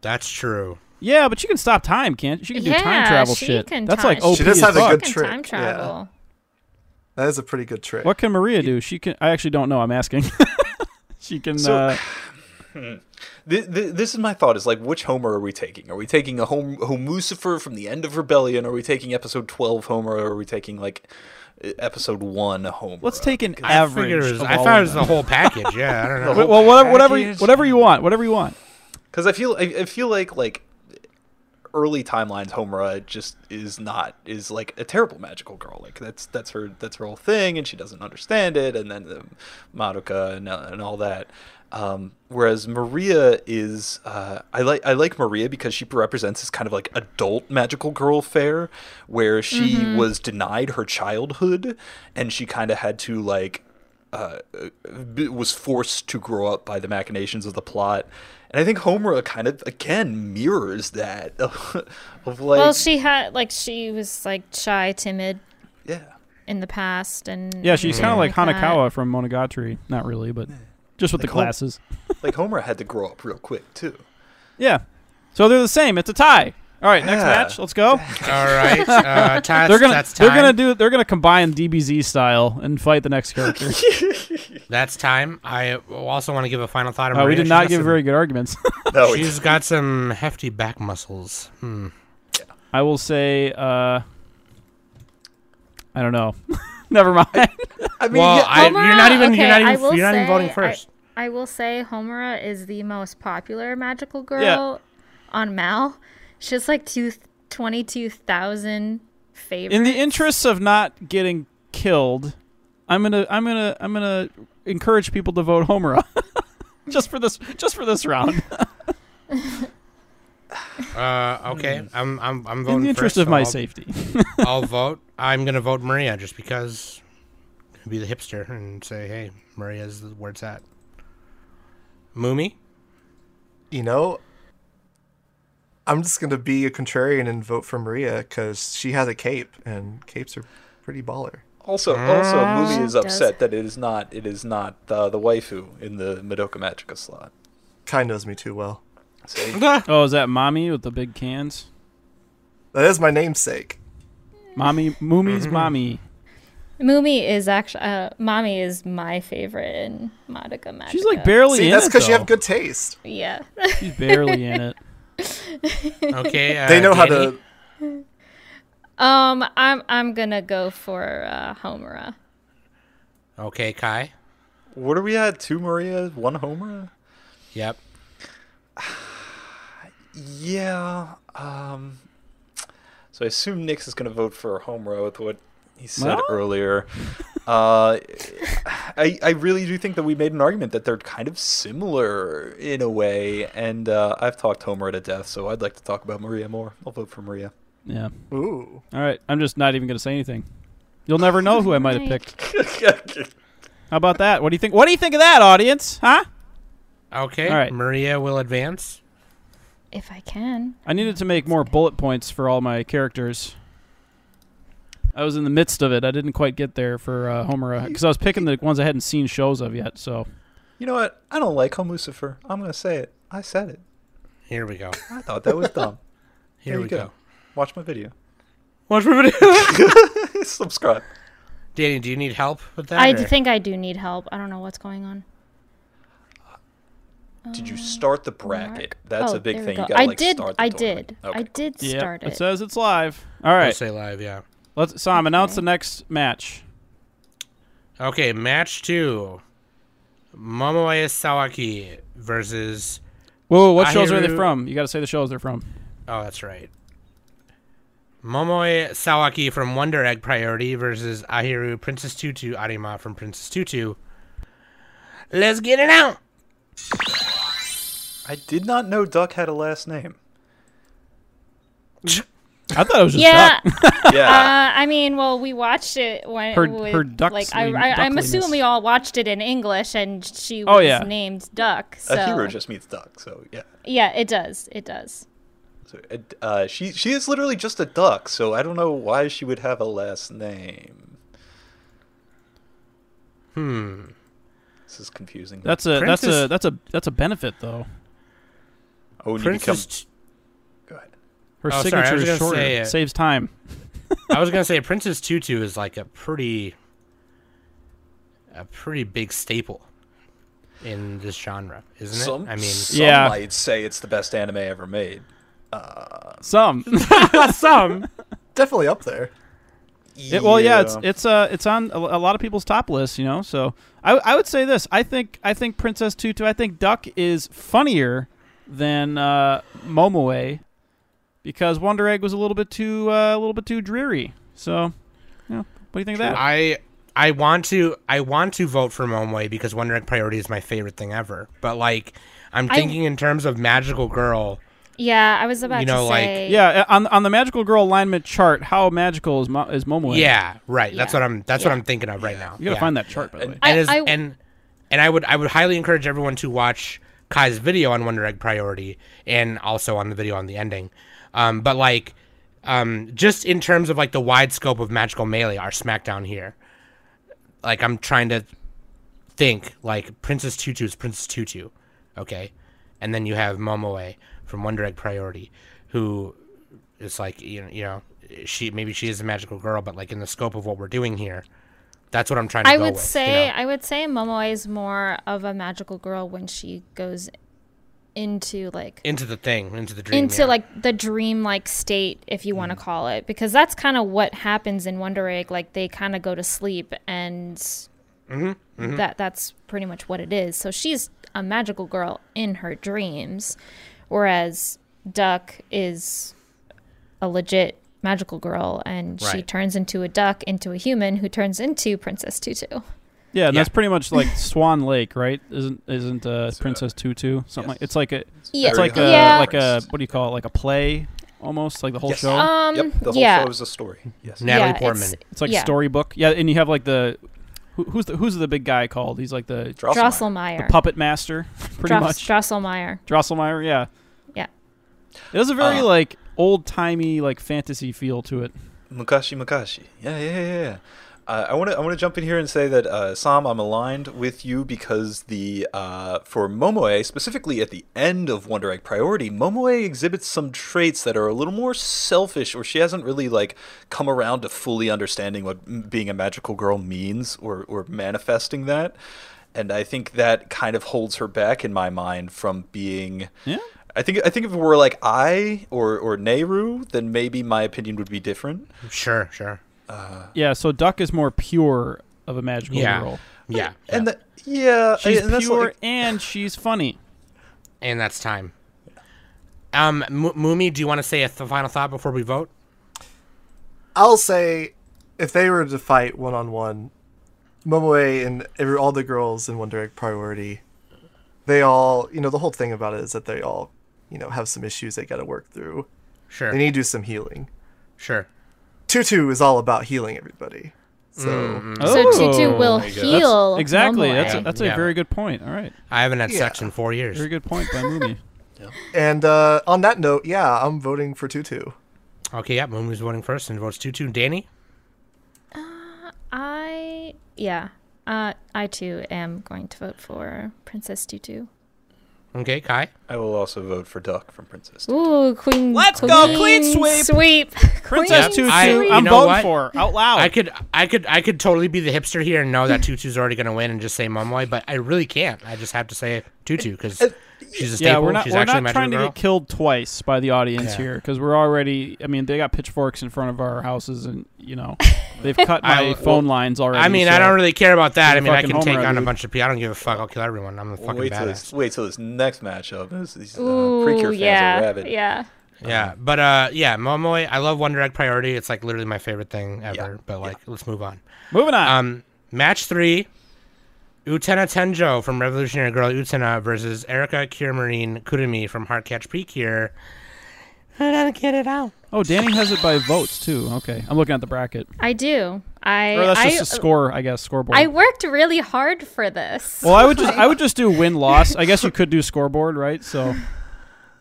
Speaker 5: That's true.
Speaker 7: Yeah, but she can stop time, can't she? She can do time
Speaker 6: Yeah,
Speaker 7: travel
Speaker 6: she
Speaker 7: shit.
Speaker 6: can
Speaker 7: That's
Speaker 6: time-
Speaker 7: like oh, OP
Speaker 9: She does
Speaker 7: as
Speaker 9: have a
Speaker 7: fuck.
Speaker 9: good
Speaker 6: Fucking
Speaker 9: trick,
Speaker 6: time
Speaker 9: yeah.
Speaker 6: travel.
Speaker 9: That is a pretty good trick.
Speaker 7: What can Maria do? She can. I actually don't know. I'm asking. she can.
Speaker 8: So-
Speaker 7: uh,
Speaker 8: th- th- this is my thought: is like, which Homer are we taking? Are we taking a home Homucifer from the end of Rebellion? Are we taking episode twelve Homer? Or are we taking like e- episode one Homer?
Speaker 7: let's take an
Speaker 5: I
Speaker 7: average.
Speaker 5: figured it was.
Speaker 7: of
Speaker 5: I
Speaker 7: all
Speaker 5: thought it
Speaker 7: of
Speaker 5: was
Speaker 7: them.
Speaker 5: the whole package. Yeah, I don't know.
Speaker 8: whole
Speaker 7: well, whatever, whatever, you-
Speaker 8: package.
Speaker 7: whatever you want, whatever you want.
Speaker 8: Because I feel I, I feel like like early timelines Homura just is not is like a terrible magical girl. Like that's that's her that's her whole thing, and she doesn't understand it. And then the Madoka and, uh, and all that. Um, whereas Maria is uh, I like I like Maria because she represents this kind of like adult magical girl fair where she was denied her childhood and she kind of had to like uh, b- was forced to grow up by the machinations of the plot. And I think Homer kind of again mirrors that of, of like
Speaker 6: Well, she had like she was like shy, timid
Speaker 8: yeah.
Speaker 6: in the past, and
Speaker 7: Yeah, she's kind of like
Speaker 6: Like that.
Speaker 7: Hanakawa from Monogatari. Not really, but just with the
Speaker 8: Hol-
Speaker 7: glasses.
Speaker 8: Like Homer had to grow up real quick too.
Speaker 7: Yeah. So they're the same. It's a tie. All right, next
Speaker 8: Yeah.
Speaker 7: match. Let's go.
Speaker 5: All right. Uh, Tats,
Speaker 7: They're gonna
Speaker 5: that's time.
Speaker 7: they're gonna do they're gonna combine DBZ style and fight the next character.
Speaker 5: That's time. I also want to give a final thought. on
Speaker 7: Uh, we
Speaker 5: Maria.
Speaker 7: did
Speaker 5: She's
Speaker 7: not
Speaker 5: got
Speaker 7: give
Speaker 5: some-
Speaker 7: very good arguments.
Speaker 8: No, we-
Speaker 5: She's got some hefty back muscles. Hmm.
Speaker 7: I will say uh, I don't know. Never mind.
Speaker 8: I mean,
Speaker 5: Well,
Speaker 8: yeah,
Speaker 5: I, you're not
Speaker 6: Homura-
Speaker 5: even you're
Speaker 6: okay,
Speaker 5: not even
Speaker 6: I will
Speaker 5: you're not even voting
Speaker 6: say-
Speaker 5: first.
Speaker 6: I, I will say Homura is the most popular magical girl
Speaker 7: Yeah.
Speaker 6: on Mal. She has like two, 22,000 favorites.
Speaker 7: In the interests of not getting killed, I'm gonna I'm gonna I'm gonna encourage people to vote Homura. just for this just for this round.
Speaker 5: Uh, okay,
Speaker 6: Hmm.
Speaker 5: I'm I'm I'm voting
Speaker 7: In the interest
Speaker 5: first,
Speaker 7: of
Speaker 5: so
Speaker 7: my
Speaker 5: I'll-
Speaker 7: safety.
Speaker 5: I'll vote. I'm gonna vote Maria just because. I'll Be the hipster and say, "Hey, Maria's the- where it's at." Moomy.
Speaker 9: You know, I'm just gonna be a contrarian and vote for Maria because she has a cape, and capes are pretty baller.
Speaker 8: also, also, Moomy is
Speaker 6: does.
Speaker 8: upset that it is not it is not uh, the waifu in the Madoka Magica slot.
Speaker 9: Kai knows me too well.
Speaker 8: See?
Speaker 7: Oh, is that mommy with the big cans?
Speaker 9: That is my namesake.
Speaker 7: Mommy Moomy's mommy.
Speaker 6: Mumi is actually, uh, Mommy is my favorite in Madoka Magica.
Speaker 7: She's like barely
Speaker 9: See,
Speaker 7: in
Speaker 9: that's
Speaker 7: it,
Speaker 9: because you have
Speaker 7: Oh, though.
Speaker 9: good taste.
Speaker 6: Yeah.
Speaker 7: She's barely in it.
Speaker 5: Okay, uh,
Speaker 9: They know how
Speaker 5: Danny?
Speaker 9: to.
Speaker 6: um, I'm, I'm gonna go for uh, Homura.
Speaker 5: Okay, Kai.
Speaker 8: What are we at? Two Maria, one Homer.
Speaker 5: Yep.
Speaker 8: Yeah. Um, so I assume Nix is going to vote for Homer with what he said
Speaker 7: Well?
Speaker 8: earlier. uh, I I really do think that we made an argument that they're kind of similar in a way, and uh, I've talked Homer to death, so I'd like to talk about Maria more. I'll vote for Maria.
Speaker 7: Yeah.
Speaker 9: Ooh,
Speaker 7: All right. I'm just not even gonna say anything. You'll never know who I might have picked. How about that? What do you think? What do you think of that, audience? Huh?
Speaker 5: Okay.
Speaker 7: All right.
Speaker 5: Maria will advance.
Speaker 6: If I can.
Speaker 7: I needed to make more bullet points for all my characters. I was in the midst of it. I didn't quite get there for uh, Homer because I was picking the ones I hadn't seen shows of yet. So
Speaker 8: You know what? I don't like Home Lucifer. I'm going to say it. I said it.
Speaker 5: Here we go.
Speaker 8: I thought that was dumb.
Speaker 5: Here
Speaker 8: There
Speaker 5: we
Speaker 8: you
Speaker 5: go.
Speaker 8: go. Watch my video.
Speaker 5: Watch my video.
Speaker 8: Subscribe.
Speaker 5: Danny, do you need help with that?
Speaker 6: I
Speaker 5: or-
Speaker 6: think I do need help. I don't know what's going on.
Speaker 8: Did you start the bracket? That's
Speaker 6: Uh, Oh,
Speaker 8: a big
Speaker 6: there we
Speaker 8: thing.
Speaker 6: go.
Speaker 8: You gotta,
Speaker 6: I
Speaker 8: like,
Speaker 6: did.
Speaker 8: start the
Speaker 6: I
Speaker 8: tournament.
Speaker 6: did.
Speaker 8: Okay.
Speaker 6: I did
Speaker 7: yeah,
Speaker 6: start
Speaker 7: it
Speaker 6: it.
Speaker 7: says it's live. All
Speaker 5: Don't
Speaker 7: right,
Speaker 5: Say live, yeah.
Speaker 7: let's Sam announce the next match.
Speaker 5: Okay, match two. Momoe Sawaki versus.
Speaker 7: Whoa, what shows are they
Speaker 5: Ahiru-
Speaker 7: from? You got to say the shows they're from.
Speaker 5: Oh, that's right. Momoe Sawaki from Wonder Egg Priority versus Ahiru Princess Tutu Arima from Princess Tutu. Let's get it out.
Speaker 8: I did not know Duck had a last name.
Speaker 7: I thought it was just
Speaker 6: yeah, uh,
Speaker 8: Yeah.
Speaker 6: I mean, well, we watched it when
Speaker 7: Her-
Speaker 6: with,
Speaker 7: her ducks-
Speaker 6: like I,
Speaker 7: lean-
Speaker 6: I, I'm assuming
Speaker 7: duckliness.
Speaker 6: we all watched it in English, and she was
Speaker 7: Oh, yeah.
Speaker 6: named Duck. So
Speaker 8: a hero just means duck, so yeah.
Speaker 6: yeah, it does, it does.
Speaker 8: So, uh, uh, she she is literally just a duck, so I don't know why she would have a last name.
Speaker 5: Hmm.
Speaker 8: This is confusing.
Speaker 7: That's a that's a
Speaker 5: Princess-
Speaker 7: that's a that's a benefit though.
Speaker 8: oh, when you become
Speaker 5: Princess. T-
Speaker 8: go ahead.
Speaker 7: Her
Speaker 5: Oh, sorry, I
Speaker 7: signature
Speaker 5: was
Speaker 7: is
Speaker 5: gonna
Speaker 7: shorter.
Speaker 5: say it.
Speaker 7: Saves time.
Speaker 5: I was gonna say Princess Tutu is like a pretty, a pretty big staple in this genre, isn't it?
Speaker 8: Some
Speaker 5: I mean,
Speaker 8: some
Speaker 7: Yeah.
Speaker 8: might say it's the best anime ever made.
Speaker 7: Some.
Speaker 5: some.
Speaker 9: definitely up there.
Speaker 7: It, well, yeah, it's it's uh it's on a, a lot of people's top lists, you know. So I I would say this. I think I think Princess Tutu. I think Duck is funnier than uh, Momoe because Wonder Egg was a little bit too uh, a little bit too dreary. So, you know, what do you think of that?
Speaker 5: I I want to I want to vote for Momoe because Wonder Egg Priority is my favorite thing ever. But like, I'm
Speaker 6: I-
Speaker 5: thinking in terms of magical girl.
Speaker 6: Yeah, I was about
Speaker 5: You
Speaker 6: to
Speaker 5: know, like-
Speaker 6: say.
Speaker 7: yeah, uh, on on the magical girl alignment chart, how magical is Mo- is Momoe?
Speaker 5: Yeah, right. That's
Speaker 6: Yeah.
Speaker 5: what I'm. That's what I'm thinking of right now.
Speaker 7: you gotta
Speaker 5: Yeah.
Speaker 7: find that chart by the way.
Speaker 6: I-
Speaker 5: and, is,
Speaker 6: I-
Speaker 5: and and I would I would highly encourage everyone to watch Kai's video on Wonder Egg Priority and also on the video on the ending. Um, but like, um, just in terms of like the wide scope of Magical Melee, our SmackDown here, like I'm trying to think like Princess Tutu is Princess Tutu, okay, and then you have Momoe from Wonder Egg Priority, who is like you know, you know she maybe she is a magical girl, but like in the scope of what we're doing here. That's what I'm trying to
Speaker 6: I
Speaker 5: go
Speaker 6: would
Speaker 5: with, you
Speaker 6: say
Speaker 5: know?
Speaker 6: I would say Momoe is more of a magical girl when she goes into like
Speaker 5: into the thing, into the dream.
Speaker 6: into
Speaker 5: yeah.
Speaker 6: like the dream like state if you want
Speaker 7: Mm.
Speaker 6: to call it because that's kind of what happens in wonder egg like they kind of go to sleep and
Speaker 7: Mm-hmm,
Speaker 6: that that's pretty much what it is so she's a magical girl in her dreams whereas duck is a legit magical girl and she
Speaker 5: Right.
Speaker 6: turns into a duck into a human who turns into princess tutu
Speaker 7: Yeah, and
Speaker 5: Yeah.
Speaker 7: that's pretty much like Swan Lake, right? Isn't isn't uh, Princess Tutu something? Like, it's like a
Speaker 6: yeah
Speaker 7: it's like a
Speaker 6: yeah
Speaker 7: like a what do you call it? Like a play almost, like the whole show.
Speaker 6: um
Speaker 8: yep, the whole
Speaker 6: yeah
Speaker 8: show is a story. Yes.
Speaker 5: Natalie
Speaker 6: yeah,
Speaker 5: Portman.
Speaker 6: it's,
Speaker 7: it's like
Speaker 6: yeah.
Speaker 7: storybook. Yeah, and you have like the who, who's the who's the big guy called? He's like the
Speaker 8: Drosselmeyer.
Speaker 6: drosselmeyer
Speaker 7: puppet master, pretty
Speaker 6: Dross-
Speaker 7: much.
Speaker 6: drosselmeyer
Speaker 7: Drosselmeyer, yeah.
Speaker 6: Yeah.
Speaker 7: It has a very
Speaker 8: Uh,
Speaker 7: like old timey like fantasy feel to it.
Speaker 8: Mukashi Mukashi. Yeah, yeah, yeah, yeah. Uh, I want to I want to jump in here and say that uh, Sam, I'm aligned with you because the uh, for Momoe specifically at the end of Wonder Egg Priority, Momoe exhibits some traits that are a little more selfish, or she hasn't really like come around to fully understanding what m- being a magical girl means, or or manifesting that. And I think that kind of holds her back in my mind from being.
Speaker 7: Yeah.
Speaker 8: I think I think if it were like I or or Nehru, then maybe my opinion would be different.
Speaker 5: Sure, sure.
Speaker 7: Yeah, so Duck is more pure of a magical
Speaker 5: Yeah.
Speaker 7: girl.
Speaker 5: Yeah.
Speaker 8: and that yeah,
Speaker 7: She's
Speaker 8: and that's
Speaker 7: pure
Speaker 8: like-
Speaker 7: and she's funny.
Speaker 5: and that's time. Um, M- Mumi, do you want to say a th- final thought before we vote?
Speaker 9: I'll say if they were to fight one on one, Momoe and every, all the girls in Wonder Egg Priority, they all, you know, the whole thing about it is that they all, you know, have some issues they got to work through.
Speaker 5: Sure,
Speaker 9: They need to do some healing.
Speaker 5: sure.
Speaker 9: Tutu is all about healing everybody. So
Speaker 6: So Tutu
Speaker 7: Oh.
Speaker 6: will heal.
Speaker 7: Exactly.
Speaker 6: Momoe.
Speaker 7: That's a, that's
Speaker 5: Yeah.
Speaker 7: a very good point. All right.
Speaker 5: I haven't had
Speaker 9: Yeah.
Speaker 5: sex in four years.
Speaker 7: Very good point by Moomy.
Speaker 9: and uh, on that note, yeah, I'm voting for Tutu.
Speaker 5: Okay, yeah. Mumi's voting first and votes two two. Danny.
Speaker 6: I yeah. Uh, I too am going to vote for Princess Tutu.
Speaker 5: Okay, Kai.
Speaker 8: I will also vote for Duck from Princess.
Speaker 6: Ooh, Queen.
Speaker 7: Let's
Speaker 6: queen
Speaker 7: go, queen sweep. Princess
Speaker 5: Yep,
Speaker 7: Tutu,
Speaker 5: I- you
Speaker 7: I'm
Speaker 5: know
Speaker 7: voting
Speaker 5: what?
Speaker 7: for out loud.
Speaker 5: I could, I could, I could totally be the hipster here and know that Tutu's already going to win and just say Momoy, but I really can't. I just have to say Tutu because she's a staple.
Speaker 7: Uh, yeah, we're not
Speaker 5: she's
Speaker 7: we're
Speaker 5: actually a
Speaker 7: not
Speaker 5: magical
Speaker 7: trying to
Speaker 5: girl.
Speaker 7: get killed twice by the audience
Speaker 5: Yeah.
Speaker 7: here because we're already. I mean, they got pitchforks in front of our houses, and you know, they've cut my
Speaker 5: I-
Speaker 7: phone lines already.
Speaker 5: I mean, I
Speaker 7: so-
Speaker 5: don't really care about that.
Speaker 7: She's
Speaker 5: I
Speaker 7: a
Speaker 5: mean, I
Speaker 7: fucking
Speaker 5: can take
Speaker 7: homer,
Speaker 5: on a
Speaker 7: dude.
Speaker 5: bunch of people. I don't give a fuck. I'll kill everyone. I'm a fucking
Speaker 8: wait till
Speaker 5: badass.
Speaker 8: this, wait till this next matchup. This, these uh,
Speaker 6: Ooh,
Speaker 8: Precure fans
Speaker 6: yeah,
Speaker 8: are rabid.
Speaker 6: yeah.
Speaker 7: Uh-huh.
Speaker 5: Yeah, but uh, yeah, Momoy. I love Wonder Egg Priority. It's like literally my favorite thing ever. But like, let's move on.
Speaker 7: Moving on.
Speaker 5: Um, match three, Utena Tenjo from Revolutionary Girl Utena versus Erica Kirimarine Kurumi from Heartcatch Precure. I don't get it out.
Speaker 7: oh, Danny has it by votes too. Okay, I'm looking at the bracket.
Speaker 6: I do. I
Speaker 7: Or that's
Speaker 6: I, uh,
Speaker 7: just a score, I guess, scoreboard.
Speaker 6: I worked really hard for this.
Speaker 7: well, I would just I would just do win loss. I guess you could do scoreboard, right? So,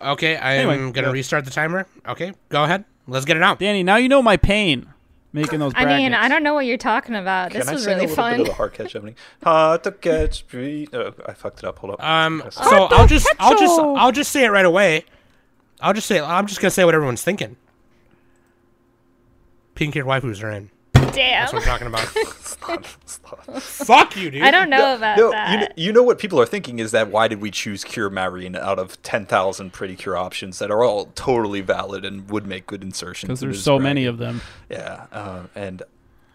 Speaker 5: Okay, I'm
Speaker 7: Anyway,
Speaker 5: gonna
Speaker 7: yeah.
Speaker 5: restart the timer. Okay, go ahead. Let's get it out.
Speaker 7: Danny, now you know my pain making those.
Speaker 6: I
Speaker 7: Brackets.
Speaker 6: mean, I don't know what you're talking about.
Speaker 8: Can
Speaker 6: This
Speaker 8: I
Speaker 6: was
Speaker 8: sing a
Speaker 6: really
Speaker 8: little
Speaker 6: fun.
Speaker 8: bit of the hard catch opening? Hard to catch. Pre- oh, I fucked it up. Hold
Speaker 7: Uh,
Speaker 8: up.
Speaker 5: Um, so I'll just, I'll just, I'll just say it right away. I'll just say, I'm just gonna say what everyone's thinking. Pink-haired waifus are in.
Speaker 6: Damn.
Speaker 5: That's what I'm talking about.
Speaker 8: Stop, stop.
Speaker 5: Fuck you, dude.
Speaker 6: I don't know about
Speaker 8: no,
Speaker 6: that.
Speaker 8: you, kn- you know what people are thinking is that why did we choose Cure Marine out of 10,000 pretty cure options that are all totally valid and would make good insertions?
Speaker 7: because
Speaker 8: in
Speaker 7: there's
Speaker 8: this
Speaker 7: so many
Speaker 8: bracket?
Speaker 7: of them.
Speaker 8: Yeah. Um, and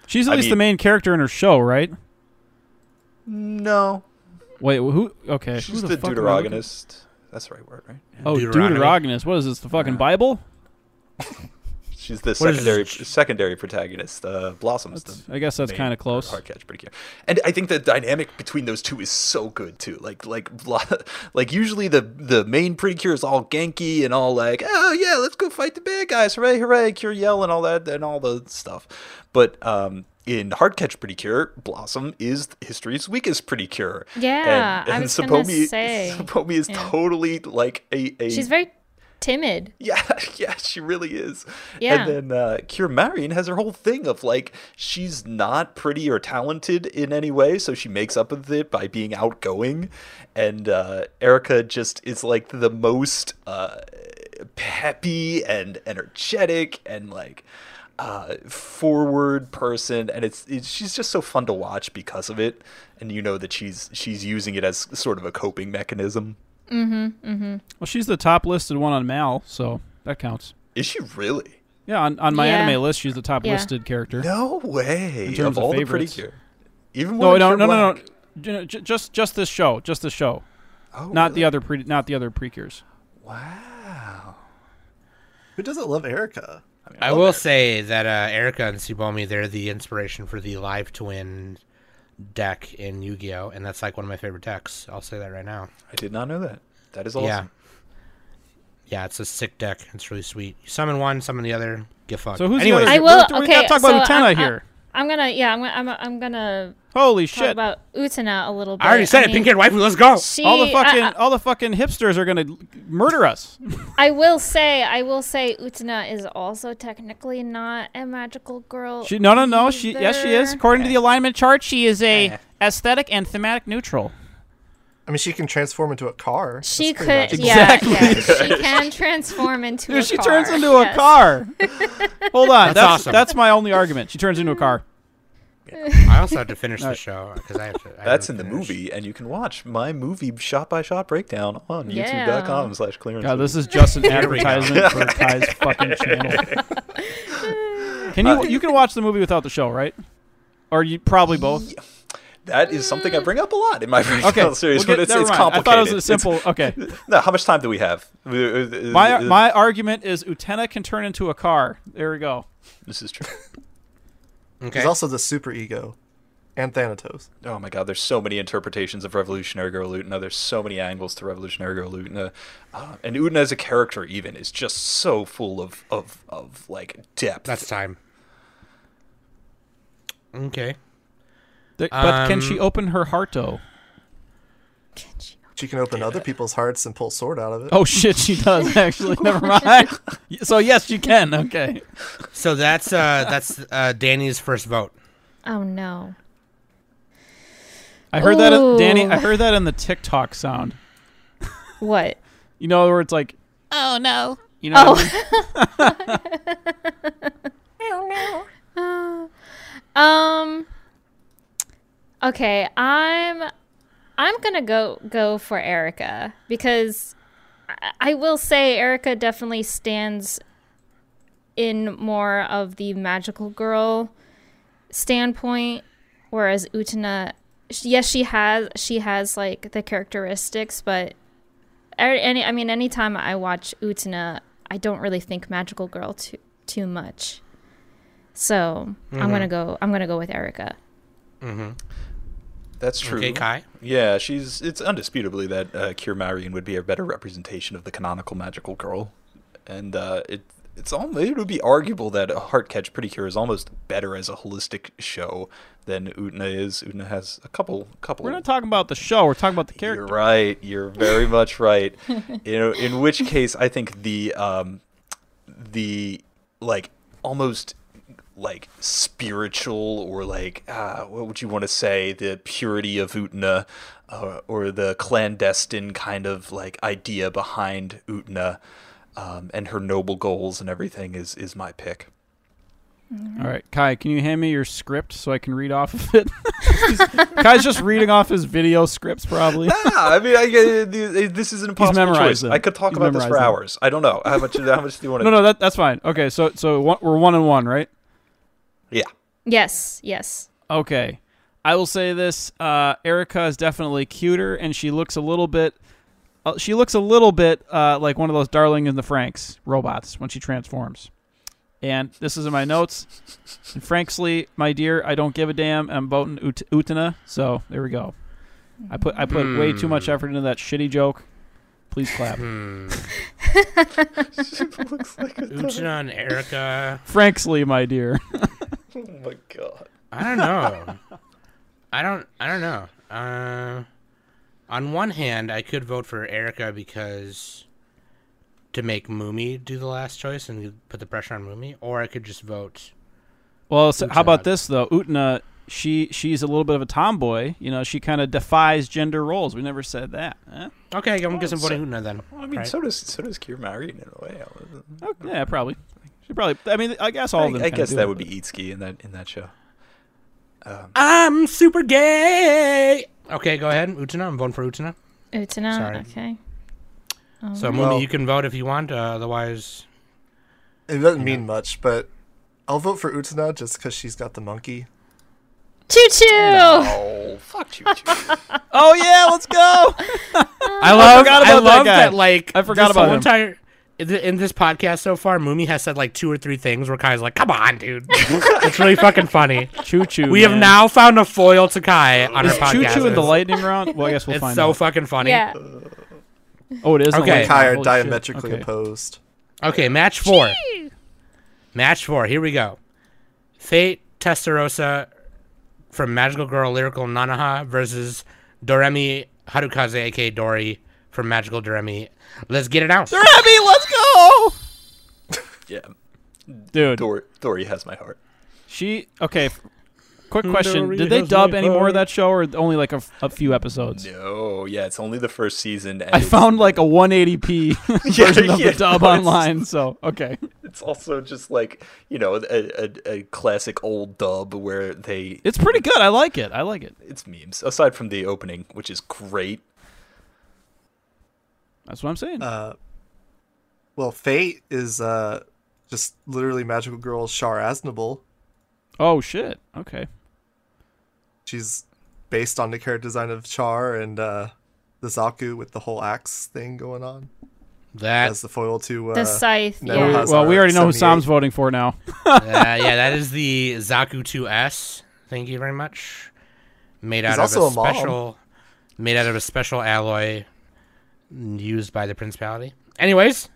Speaker 7: She's at
Speaker 8: I
Speaker 7: least the
Speaker 8: mean-
Speaker 7: main character in her show, right?
Speaker 8: no,
Speaker 7: Wait, who? Okay,
Speaker 8: she's
Speaker 7: who
Speaker 8: the,
Speaker 7: fuck am I looking-
Speaker 8: deuteragonist. That's the right word, right?
Speaker 7: Oh,
Speaker 5: Deuteronomy.
Speaker 7: Deuteronomy. What is this? The fucking Bible?
Speaker 8: She's
Speaker 5: What
Speaker 8: the
Speaker 5: is
Speaker 8: secondary
Speaker 5: this?
Speaker 8: secondary protagonist. Uh, Blossoms.
Speaker 7: That's-
Speaker 8: the
Speaker 7: I guess that's
Speaker 8: main
Speaker 7: kind of close.
Speaker 8: Hard catch, pretty cute. And I think the dynamic between those two is so good too. Like like Blo- like usually the the main pretty cure is all ganky and all like oh yeah let's go fight the bad guys hooray hooray cure yell and all that and all the stuff. But um. In Hard Catch Pretty Cure, Blossom is history's weakest pretty cure.
Speaker 6: Yeah,
Speaker 8: and,
Speaker 6: I
Speaker 8: and
Speaker 6: was gonna
Speaker 8: Sapomi,
Speaker 6: say.
Speaker 8: Sapomi is totally like a, a
Speaker 6: She's very timid.
Speaker 8: yeah, yeah, she really is.
Speaker 6: Yeah.
Speaker 8: And then uh, Kier Marion has her whole thing of like she's not pretty or talented in any way, so she makes up with it by being outgoing. And uh, Erica just is like the most uh, peppy and energetic and like uh, forward person, and it's, it's she's just so fun to watch because of it. And you know that she's she's using it as sort of a coping mechanism.
Speaker 7: Well, she's the top listed one on Mal, so that counts.
Speaker 8: Is she really?
Speaker 7: Yeah, on, on my
Speaker 6: Yeah.
Speaker 7: anime list, she's the top
Speaker 6: Yeah.
Speaker 7: listed character.
Speaker 8: No way.
Speaker 7: In terms
Speaker 8: of all
Speaker 7: of
Speaker 8: the pretty
Speaker 7: favorites.
Speaker 8: cure. Even
Speaker 7: No,
Speaker 8: when
Speaker 7: no,
Speaker 8: Cure
Speaker 7: no, no, no.
Speaker 8: Black?
Speaker 7: Ju- ju- Just, just this show, just this show.
Speaker 8: Oh,
Speaker 7: Not
Speaker 8: really?
Speaker 7: the other pre, not the other precures.
Speaker 8: Wow.
Speaker 9: Who doesn't love Erica?
Speaker 5: I will say that uh, Erica and Tsubomi, they're the inspiration for the live twin deck in Yu Gi Oh! And that's like one of my favorite decks. I'll say that right now.
Speaker 8: I did not know that. That is awesome.
Speaker 5: Yeah. Yeah, it's a sick deck. It's really sweet. You summon one, summon the other, get fucked.
Speaker 7: So who's
Speaker 5: Anyways,
Speaker 7: the other?
Speaker 6: I will-
Speaker 7: we
Speaker 6: okay,
Speaker 7: gotta talk about
Speaker 6: so
Speaker 7: Utena
Speaker 6: I'm-
Speaker 7: here.
Speaker 6: I'm gonna yeah, I'm gonna I'm, I'm gonna
Speaker 7: Holy
Speaker 6: talk
Speaker 7: shit!
Speaker 6: about Utana a little bit.
Speaker 5: I already said it.
Speaker 6: mean,
Speaker 5: Pink haired waifu, let's go.
Speaker 6: She,
Speaker 7: all the fucking, oh.
Speaker 6: I,
Speaker 7: all the fucking hipsters are gonna murder us.
Speaker 6: I I will say, I will say, Utana is also technically not a magical girl.
Speaker 7: She, no, no, no. She, yes, she is.
Speaker 6: either.
Speaker 7: According
Speaker 8: Eh.
Speaker 7: to the alignment chart, she is
Speaker 6: Eh.
Speaker 7: a aesthetic and thematic neutral.
Speaker 9: I mean, she can transform into a car.
Speaker 6: She
Speaker 9: That's pretty
Speaker 6: could,
Speaker 9: magical.
Speaker 6: yeah,
Speaker 7: Exactly.
Speaker 6: yeah, She can transform into a
Speaker 7: she
Speaker 6: car.
Speaker 7: turns into
Speaker 6: yes.
Speaker 7: a car. Hold on, that's
Speaker 5: That's
Speaker 7: that's,
Speaker 5: awesome.
Speaker 7: my only argument. She turns into a car.
Speaker 5: I also have to finish the show because I have to. I
Speaker 8: That's in
Speaker 5: haven't
Speaker 8: the
Speaker 5: finished.
Speaker 8: movie, and you can watch my movie shot by shot breakdown on
Speaker 6: Yeah.
Speaker 8: youtube.com slash clearance.
Speaker 7: God, this is just an
Speaker 5: Here we go.
Speaker 7: advertisement for Kai's fucking channel. Can
Speaker 5: Uh,
Speaker 7: you you can watch the movie without the show, right? Or you probably both.
Speaker 8: That is something I bring up a lot in my breakdown
Speaker 7: Okay,
Speaker 8: series,
Speaker 7: we'll
Speaker 8: but
Speaker 7: get-
Speaker 8: it's,
Speaker 7: never
Speaker 8: it's
Speaker 7: mind. I
Speaker 8: complicated.
Speaker 7: thought it was a
Speaker 8: It's-
Speaker 7: simple. Okay,
Speaker 8: No, how much time do we have?
Speaker 7: my my argument is Utena can turn into a car. There we go.
Speaker 8: This is true.
Speaker 5: Okay.
Speaker 9: There's also the super ego and Thanatos.
Speaker 8: Oh my god, there's so many interpretations of Revolutionary Girl Utena. There's so many angles to Revolutionary Girl Utena. Uh, and Utena as a character even is just so full of of, of like depth.
Speaker 5: That's time. Okay.
Speaker 7: Th- but can
Speaker 5: Um,
Speaker 7: she open her heart though?
Speaker 9: She can open other people's hearts and pull sword out of it.
Speaker 7: Oh shit, she does actually. Never mind. So yes, she can. Okay.
Speaker 5: So that's uh that's uh Danny's first vote.
Speaker 6: Oh no.
Speaker 7: I heard that, in- Danny.
Speaker 6: Ooh.
Speaker 7: I heard that in the TikTok sound.
Speaker 6: What?
Speaker 7: You know, where it's like,
Speaker 6: Oh no.
Speaker 7: you know, what I mean?
Speaker 6: Oh. Um. Okay, I'm. I'm gonna go go for Erica because I, I will say Erica definitely stands in more of the magical girl standpoint, whereas Utana, sh- yes, she has she has like the characteristics, but er- any I mean, anytime I watch Utana, I don't really think magical girl too too much. So I'm gonna go. I'm gonna go with Erica.
Speaker 8: That's true.
Speaker 5: Okay, Kai.
Speaker 8: Yeah, she's it's undisputably that uh, Kier Marion would be a better representation of the canonical magical girl, and uh, it it's almost it would be arguable that Heartcatch Pretty Cure is almost better as a holistic show than Utna is. Utna has a couple couple.
Speaker 7: we're not talking about the show. We're talking about the
Speaker 8: You're
Speaker 7: character.
Speaker 8: right. You're very much right. you know, in which case, I think the um, the like almost like spiritual or like uh, what would you want to say the purity of Utna uh, or the clandestine kind of like idea behind Utna um, and her noble goals and everything is is my pick.
Speaker 7: All right, Kai, can you hand me your script so I can read off of it? He's- Kai's just reading off his video scripts, probably.
Speaker 8: yeah, Ah, I mean, I, I, this is an impossible
Speaker 7: memorized
Speaker 8: choice.
Speaker 7: them.
Speaker 8: I could talk
Speaker 7: He's
Speaker 8: about this for
Speaker 7: memorized them.
Speaker 8: hours. I don't know how much. How much do you want to?
Speaker 7: No, no, that, that's fine. Okay, so so one, we're one and one, right?
Speaker 8: Yeah.
Speaker 6: Yes, yes.
Speaker 7: Okay, I will say this: uh, Erica is definitely cuter, and she looks a little bit. Uh, she looks a little bit uh, like one of those Darling in the Franks robots when she transforms. And this is in my notes. And frankly, my dear, I don't give a damn. I'm voting Ut- Utana, so there we go. I put I put way too much effort into that shitty joke. Please clap.
Speaker 5: Hmm. Uchina and Erica.
Speaker 7: frankly, my dear.
Speaker 8: Oh my god.
Speaker 5: I don't know. I don't. I don't know. Uh, on one hand, I could vote for Erica because to make Moomy do the last choice and put the pressure on Moomy, or I could just vote.
Speaker 7: Well, so how about
Speaker 5: Utana.
Speaker 7: this though? Utana, she she's a little bit of a tomboy. You know, she kind of defies gender roles. We never said that. eh?
Speaker 5: Okay, I'm guessing
Speaker 8: so-
Speaker 5: voting Utna then.
Speaker 8: I mean,
Speaker 5: right?
Speaker 8: so does so does Kier Marion in a way.
Speaker 7: Oh, yeah, probably. She probably. I mean, I guess all of them.
Speaker 8: I, I
Speaker 7: kinda
Speaker 8: guess
Speaker 7: do
Speaker 8: that
Speaker 7: it,
Speaker 8: would be
Speaker 7: but-
Speaker 8: Eatski in that in that show.
Speaker 5: I'm super gay. Okay, go ahead, Utana. I'm voting for Utana.
Speaker 6: Utana.
Speaker 5: Sorry.
Speaker 6: Okay.
Speaker 5: So, Mumi,
Speaker 9: Well-
Speaker 5: you can vote if you want. Uh, otherwise,
Speaker 9: It doesn't mean much, but I'll vote for Utana just because she's got the monkey.
Speaker 6: Choo choo!
Speaker 8: Oh, fuck you. Jude.
Speaker 7: Oh yeah, let's go.
Speaker 5: I love. I,
Speaker 7: forgot about that
Speaker 5: love
Speaker 7: guy.
Speaker 5: that, Like
Speaker 7: I forgot
Speaker 5: this
Speaker 7: about
Speaker 5: whole
Speaker 7: him.
Speaker 5: entire. In th- in this podcast so far, Mumi has said like two or three things where Kai's like, "Come on, dude." it's really fucking funny.
Speaker 7: Choo choo.
Speaker 5: We have now found a foil to Kai on our
Speaker 7: Is
Speaker 5: podcast.
Speaker 7: Choo Choo in the
Speaker 5: It's-
Speaker 7: lightning round? Well, I guess we'll
Speaker 5: It's
Speaker 7: find
Speaker 5: so
Speaker 7: out.
Speaker 5: fucking funny.
Speaker 6: Yeah.
Speaker 7: oh, it is. in the
Speaker 5: Okay.
Speaker 9: Kai
Speaker 7: lightning round.
Speaker 9: are
Speaker 7: Holy shit.
Speaker 9: diametrically
Speaker 7: Okay.
Speaker 9: opposed.
Speaker 5: Okay, match four. Match four. Here we go. Fate Testarossa from Magical Girl Lyrical Nanaha versus Doremi Harukaze, aka Dori from Magical Doremi. Let's get it out.
Speaker 7: Remy, let's go,
Speaker 8: yeah,
Speaker 7: dude.
Speaker 8: Dory, Dory has my heart.
Speaker 7: She okay. f- Quick question:
Speaker 5: Dory
Speaker 7: Did they
Speaker 5: has
Speaker 7: dub
Speaker 5: my
Speaker 7: any more
Speaker 5: heart.
Speaker 7: of that show, or only like a, f- a few episodes?
Speaker 8: No, yeah, it's only the first season. And
Speaker 7: I
Speaker 8: it's-
Speaker 7: found like a 180p version of
Speaker 8: yeah,
Speaker 7: the dub
Speaker 8: no, it's-
Speaker 7: online. So okay,
Speaker 8: It's also just like you know a, a, a classic old dub where they
Speaker 7: it's pretty good. I like it. I like it.
Speaker 8: it's memes aside from the opening, which is great.
Speaker 7: That's what I'm saying.
Speaker 8: Uh,
Speaker 9: Uh, Well, Fate is uh, just literally magical girl Shar Aznable.
Speaker 7: oh shit. Okay.
Speaker 9: She's based on the character design of Char and uh, the Zaku with the whole axe thing going on as
Speaker 5: That's
Speaker 9: the foil to uh,
Speaker 6: The scythe.
Speaker 9: no,
Speaker 6: yeah.
Speaker 9: it has-
Speaker 7: well, we already know who
Speaker 9: 78.
Speaker 7: Sam's voting for now.
Speaker 5: uh, yeah, that is the Zaku 2S. Thank you very much. Made out
Speaker 9: He's
Speaker 5: of
Speaker 9: also
Speaker 5: a
Speaker 9: a mom.
Speaker 5: special made out of a special alloy used by the principality. Anyways,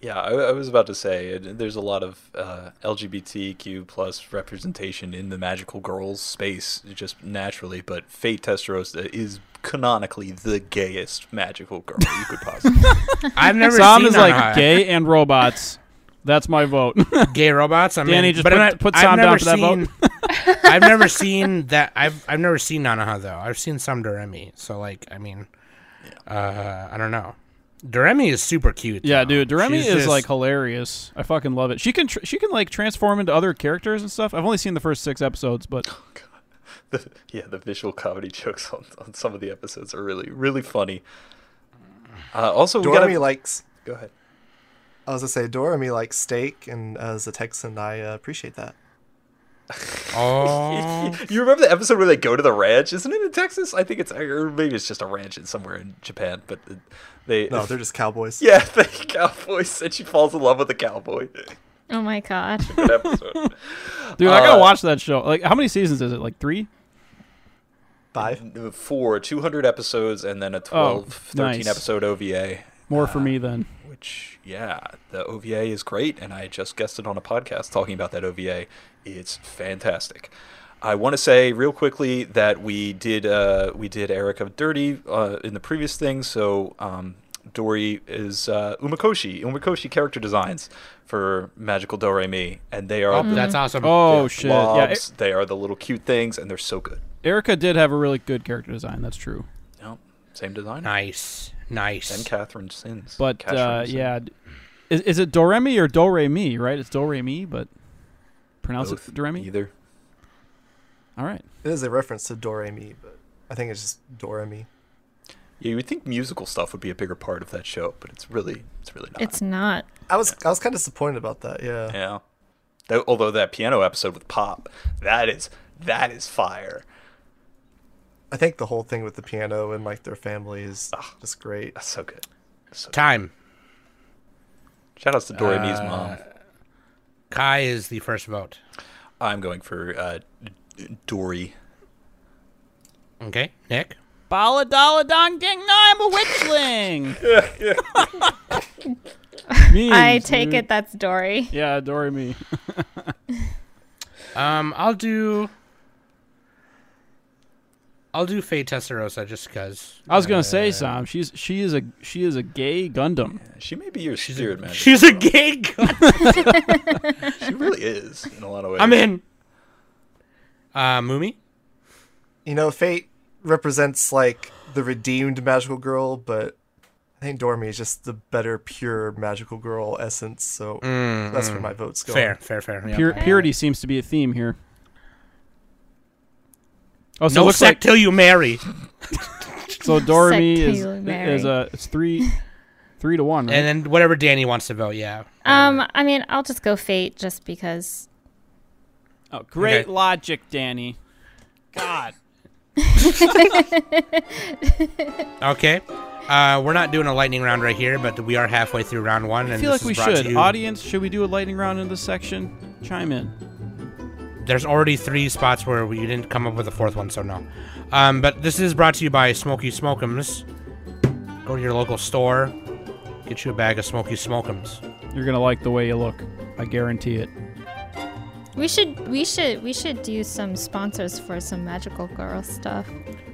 Speaker 8: Yeah, I, I was about to say it, there's a lot of uh, LGBTQ plus representation in the magical girls space just naturally, but Fate Testarossa is canonically the gayest magical girl you could possibly.
Speaker 5: I've never
Speaker 7: Sam
Speaker 5: seen
Speaker 7: is
Speaker 5: Nanaha.
Speaker 7: like gay and robots. That's my vote.
Speaker 5: gay robots. I mean,
Speaker 7: Danny, just
Speaker 5: but
Speaker 7: put-
Speaker 5: I'm not,
Speaker 7: put
Speaker 5: I've
Speaker 7: Sam down
Speaker 5: never
Speaker 7: for that
Speaker 5: seen,
Speaker 7: vote.
Speaker 5: I've never seen that. I've I've never seen Nanaha though. I've seen some Doremi. So like, I mean, uh, I don't know. Doremi is super cute.
Speaker 7: yeah,
Speaker 5: though.
Speaker 7: dude, Doremi
Speaker 5: She's
Speaker 7: is
Speaker 5: just-
Speaker 7: like hilarious. I fucking love it. She can tr- she can like transform into other characters and stuff. I've only seen the first six episodes, but
Speaker 8: the, yeah, the visual comedy jokes on, on some of the episodes are really really funny. Uh, also, we
Speaker 9: Doremi
Speaker 8: gotta
Speaker 9: likes.
Speaker 8: go ahead.
Speaker 9: I was gonna say Doremi likes steak, and as a Texan, I uh, appreciate that.
Speaker 5: oh,
Speaker 8: You remember the episode where they go to the ranch? Isn't it in Texas? I think it's or maybe it's just a ranch in somewhere in Japan. But uh, they
Speaker 9: No, they're just cowboys.
Speaker 8: yeah, the cowboy said she falls in love with the cowboy.
Speaker 6: Oh my god.
Speaker 8: Good episode.
Speaker 7: dude, I
Speaker 8: Uh,
Speaker 7: gotta watch that show. Like, how many seasons is it? Like three?
Speaker 9: Five.
Speaker 8: Four, 200 episodes, and then a 12, 13
Speaker 7: nice.
Speaker 8: episode OVA.
Speaker 7: More for me then.
Speaker 8: Which, yeah, the OVA is great, and I just guessed it on a podcast talking about that OVA. It's fantastic. I want to say real quickly that we did uh, we did Erica Dirty uh, in the previous thing, so um, Dory is uh, Umakoshi, Umakoshi character designs for Magical Doremi, and they are the
Speaker 5: that's awesome.
Speaker 7: Oh shit. Yeah, E-
Speaker 8: blobs, they are the little cute things, and they're so good.
Speaker 7: Erica did have a really good character design. That's true.
Speaker 8: Yep, same designer.
Speaker 5: Nice, nice.
Speaker 8: And Catherine Sins.
Speaker 7: But
Speaker 8: Catherine
Speaker 7: uh,
Speaker 8: Sins.
Speaker 7: yeah, d- is, is it Doremi or Doremi? Right, it's Doremi, but pronounce
Speaker 8: Both,
Speaker 7: it Doremi.
Speaker 8: Either.
Speaker 7: All right,
Speaker 9: It is a reference to Doremi, but I think it's just Doremi.
Speaker 8: Yeah, you would think musical stuff would be a bigger part of that show, but it's really, it's really not.
Speaker 6: It's not.
Speaker 9: I was I was kind of disappointed about that. Yeah.
Speaker 8: yeah. Though- although that piano episode with Pop, that is that is fire.
Speaker 9: I think the whole thing with the piano and like their family is just great.
Speaker 8: That's so good. So good.
Speaker 5: Time.
Speaker 8: Shout outs to Dory Me's
Speaker 7: Uh,
Speaker 8: mom.
Speaker 5: Kai is the first vote.
Speaker 8: I'm going for uh, D- Dory.
Speaker 5: Okay, Nick.
Speaker 7: Bala Dala Dong Ding. No, I'm a witchling. Memes,
Speaker 6: I take
Speaker 7: dude.
Speaker 6: it that's Dory.
Speaker 7: Yeah, Doremi.
Speaker 5: Um, I'll do. I'll do Fate Testarossa just because.
Speaker 7: I was gonna say, Sam. She's she is a she is a gay Gundam.
Speaker 8: She may be your spirit man. She
Speaker 5: She's a gay. Girl.
Speaker 8: really is in a lot of ways.
Speaker 5: I'm in. Uh, Mumi.
Speaker 9: You know, Fate represents like the redeemed magical girl, but I think Doremi is just the better pure magical girl essence. So that's where my vote's going.
Speaker 5: Fair, fair, fair. yeah.
Speaker 7: Pure, purity seems to be a theme here. Oh, so it
Speaker 5: no
Speaker 7: looks
Speaker 5: sex
Speaker 7: like
Speaker 5: till you marry.
Speaker 7: so Doremi is
Speaker 6: Sectarian.
Speaker 7: is a it's three Three to one, right?
Speaker 5: And then whatever Danny wants to vote, yeah.
Speaker 6: Um, I mean, I'll just go fate just because.
Speaker 7: oh, great
Speaker 5: Okay.
Speaker 7: logic, Danny. God.
Speaker 5: Okay. Uh, we're not doing a lightning round right here, but we are halfway through round one.
Speaker 7: I
Speaker 5: and
Speaker 7: feel like
Speaker 5: this
Speaker 7: we
Speaker 5: is brought to
Speaker 7: should.
Speaker 5: you-
Speaker 7: Audience, should we do a lightning round in this section? Chime in.
Speaker 5: There's already three spots where we didn't come up with a fourth one, so no. Um, but this is brought to you by Smoky Smokums. Go to your local store, get you a bag of Smoky Smokums.
Speaker 7: You're gonna like the way you look. I guarantee it.
Speaker 6: We should, we should, we should do some sponsors for some magical girl stuff.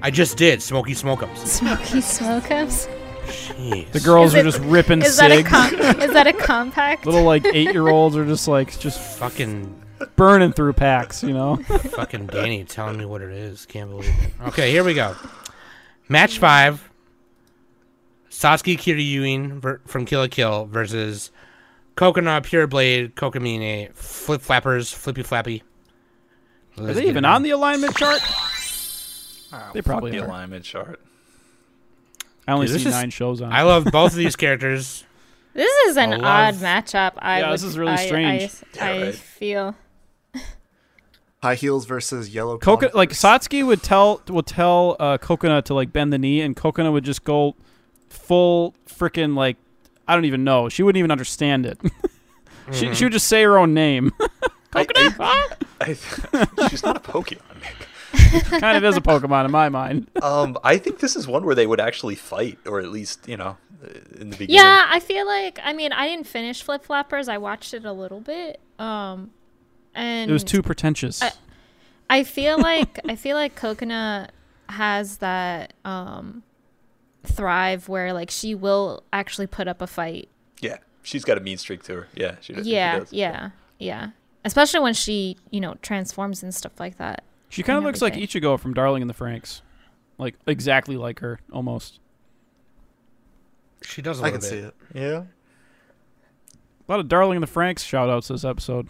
Speaker 5: I just did Smoky Smokums.
Speaker 6: Smoky Smokums.
Speaker 5: Jeez.
Speaker 7: The
Speaker 6: Is
Speaker 7: girls are
Speaker 6: it-
Speaker 7: just ripping
Speaker 6: Is that a
Speaker 7: cigs.
Speaker 6: com- is that a compact?
Speaker 7: Little like eight year olds are just like just
Speaker 5: fucking
Speaker 7: burning through packs, you know.
Speaker 5: fucking Danny telling me what it is. Can't believe it. Okay, here we go. Match five. Sasuke Kiryuin ver- from Kill a Kill versus Coconut Pure Blade Kokamine Flip Flappers Flippy Flappy.
Speaker 7: Are they even on the alignment chart? They probably
Speaker 8: Ah, The
Speaker 7: are.
Speaker 8: alignment chart.
Speaker 7: I only
Speaker 5: Dude, this
Speaker 7: see
Speaker 5: is-
Speaker 7: nine shows on.
Speaker 5: I love both of these characters.
Speaker 6: This is an
Speaker 5: A lot
Speaker 6: odd
Speaker 5: of-
Speaker 6: matchup. I
Speaker 7: Yeah,
Speaker 6: would,
Speaker 7: this is really
Speaker 6: I- I-
Speaker 7: strange.
Speaker 6: I,
Speaker 8: right.
Speaker 6: feel.
Speaker 9: High heels versus yellow.
Speaker 7: Coconut, like
Speaker 9: converse.
Speaker 7: Satsuki would tell would tell uh, Coconut to like bend the knee, and Coconut would just go full freaking like I don't even know. She wouldn't even understand it.
Speaker 8: Mm-hmm.
Speaker 7: she she would just say her own name. Coconut, Ah!
Speaker 8: I, she's not a Pokemon. Nick.
Speaker 7: kind of is a Pokemon in my mind.
Speaker 8: Um, I think this is one where they would actually fight, or at least you know, uh, in the beginning.
Speaker 6: Yeah, I feel like. I mean, I didn't finish Flip Flappers. I watched it a little bit. Um, and
Speaker 8: Mm.
Speaker 7: It was too pretentious.
Speaker 6: I feel like I feel like Coconut has that um thrive where like she will actually put up a fight.
Speaker 8: Yeah, she's got a mean streak to her. Yeah, she, d- she
Speaker 6: yeah,
Speaker 8: does.
Speaker 6: yeah, yeah. Especially when she, you know, transforms and stuff like that.
Speaker 7: she kind of
Speaker 6: and
Speaker 7: looks like
Speaker 6: everything.
Speaker 7: Ichigo from Darling in the Franks, like exactly like her almost.
Speaker 5: She does a
Speaker 9: I
Speaker 5: little bit.
Speaker 9: can see it.
Speaker 8: Yeah,
Speaker 7: A lot of Darling in the Franks shout outs this episode.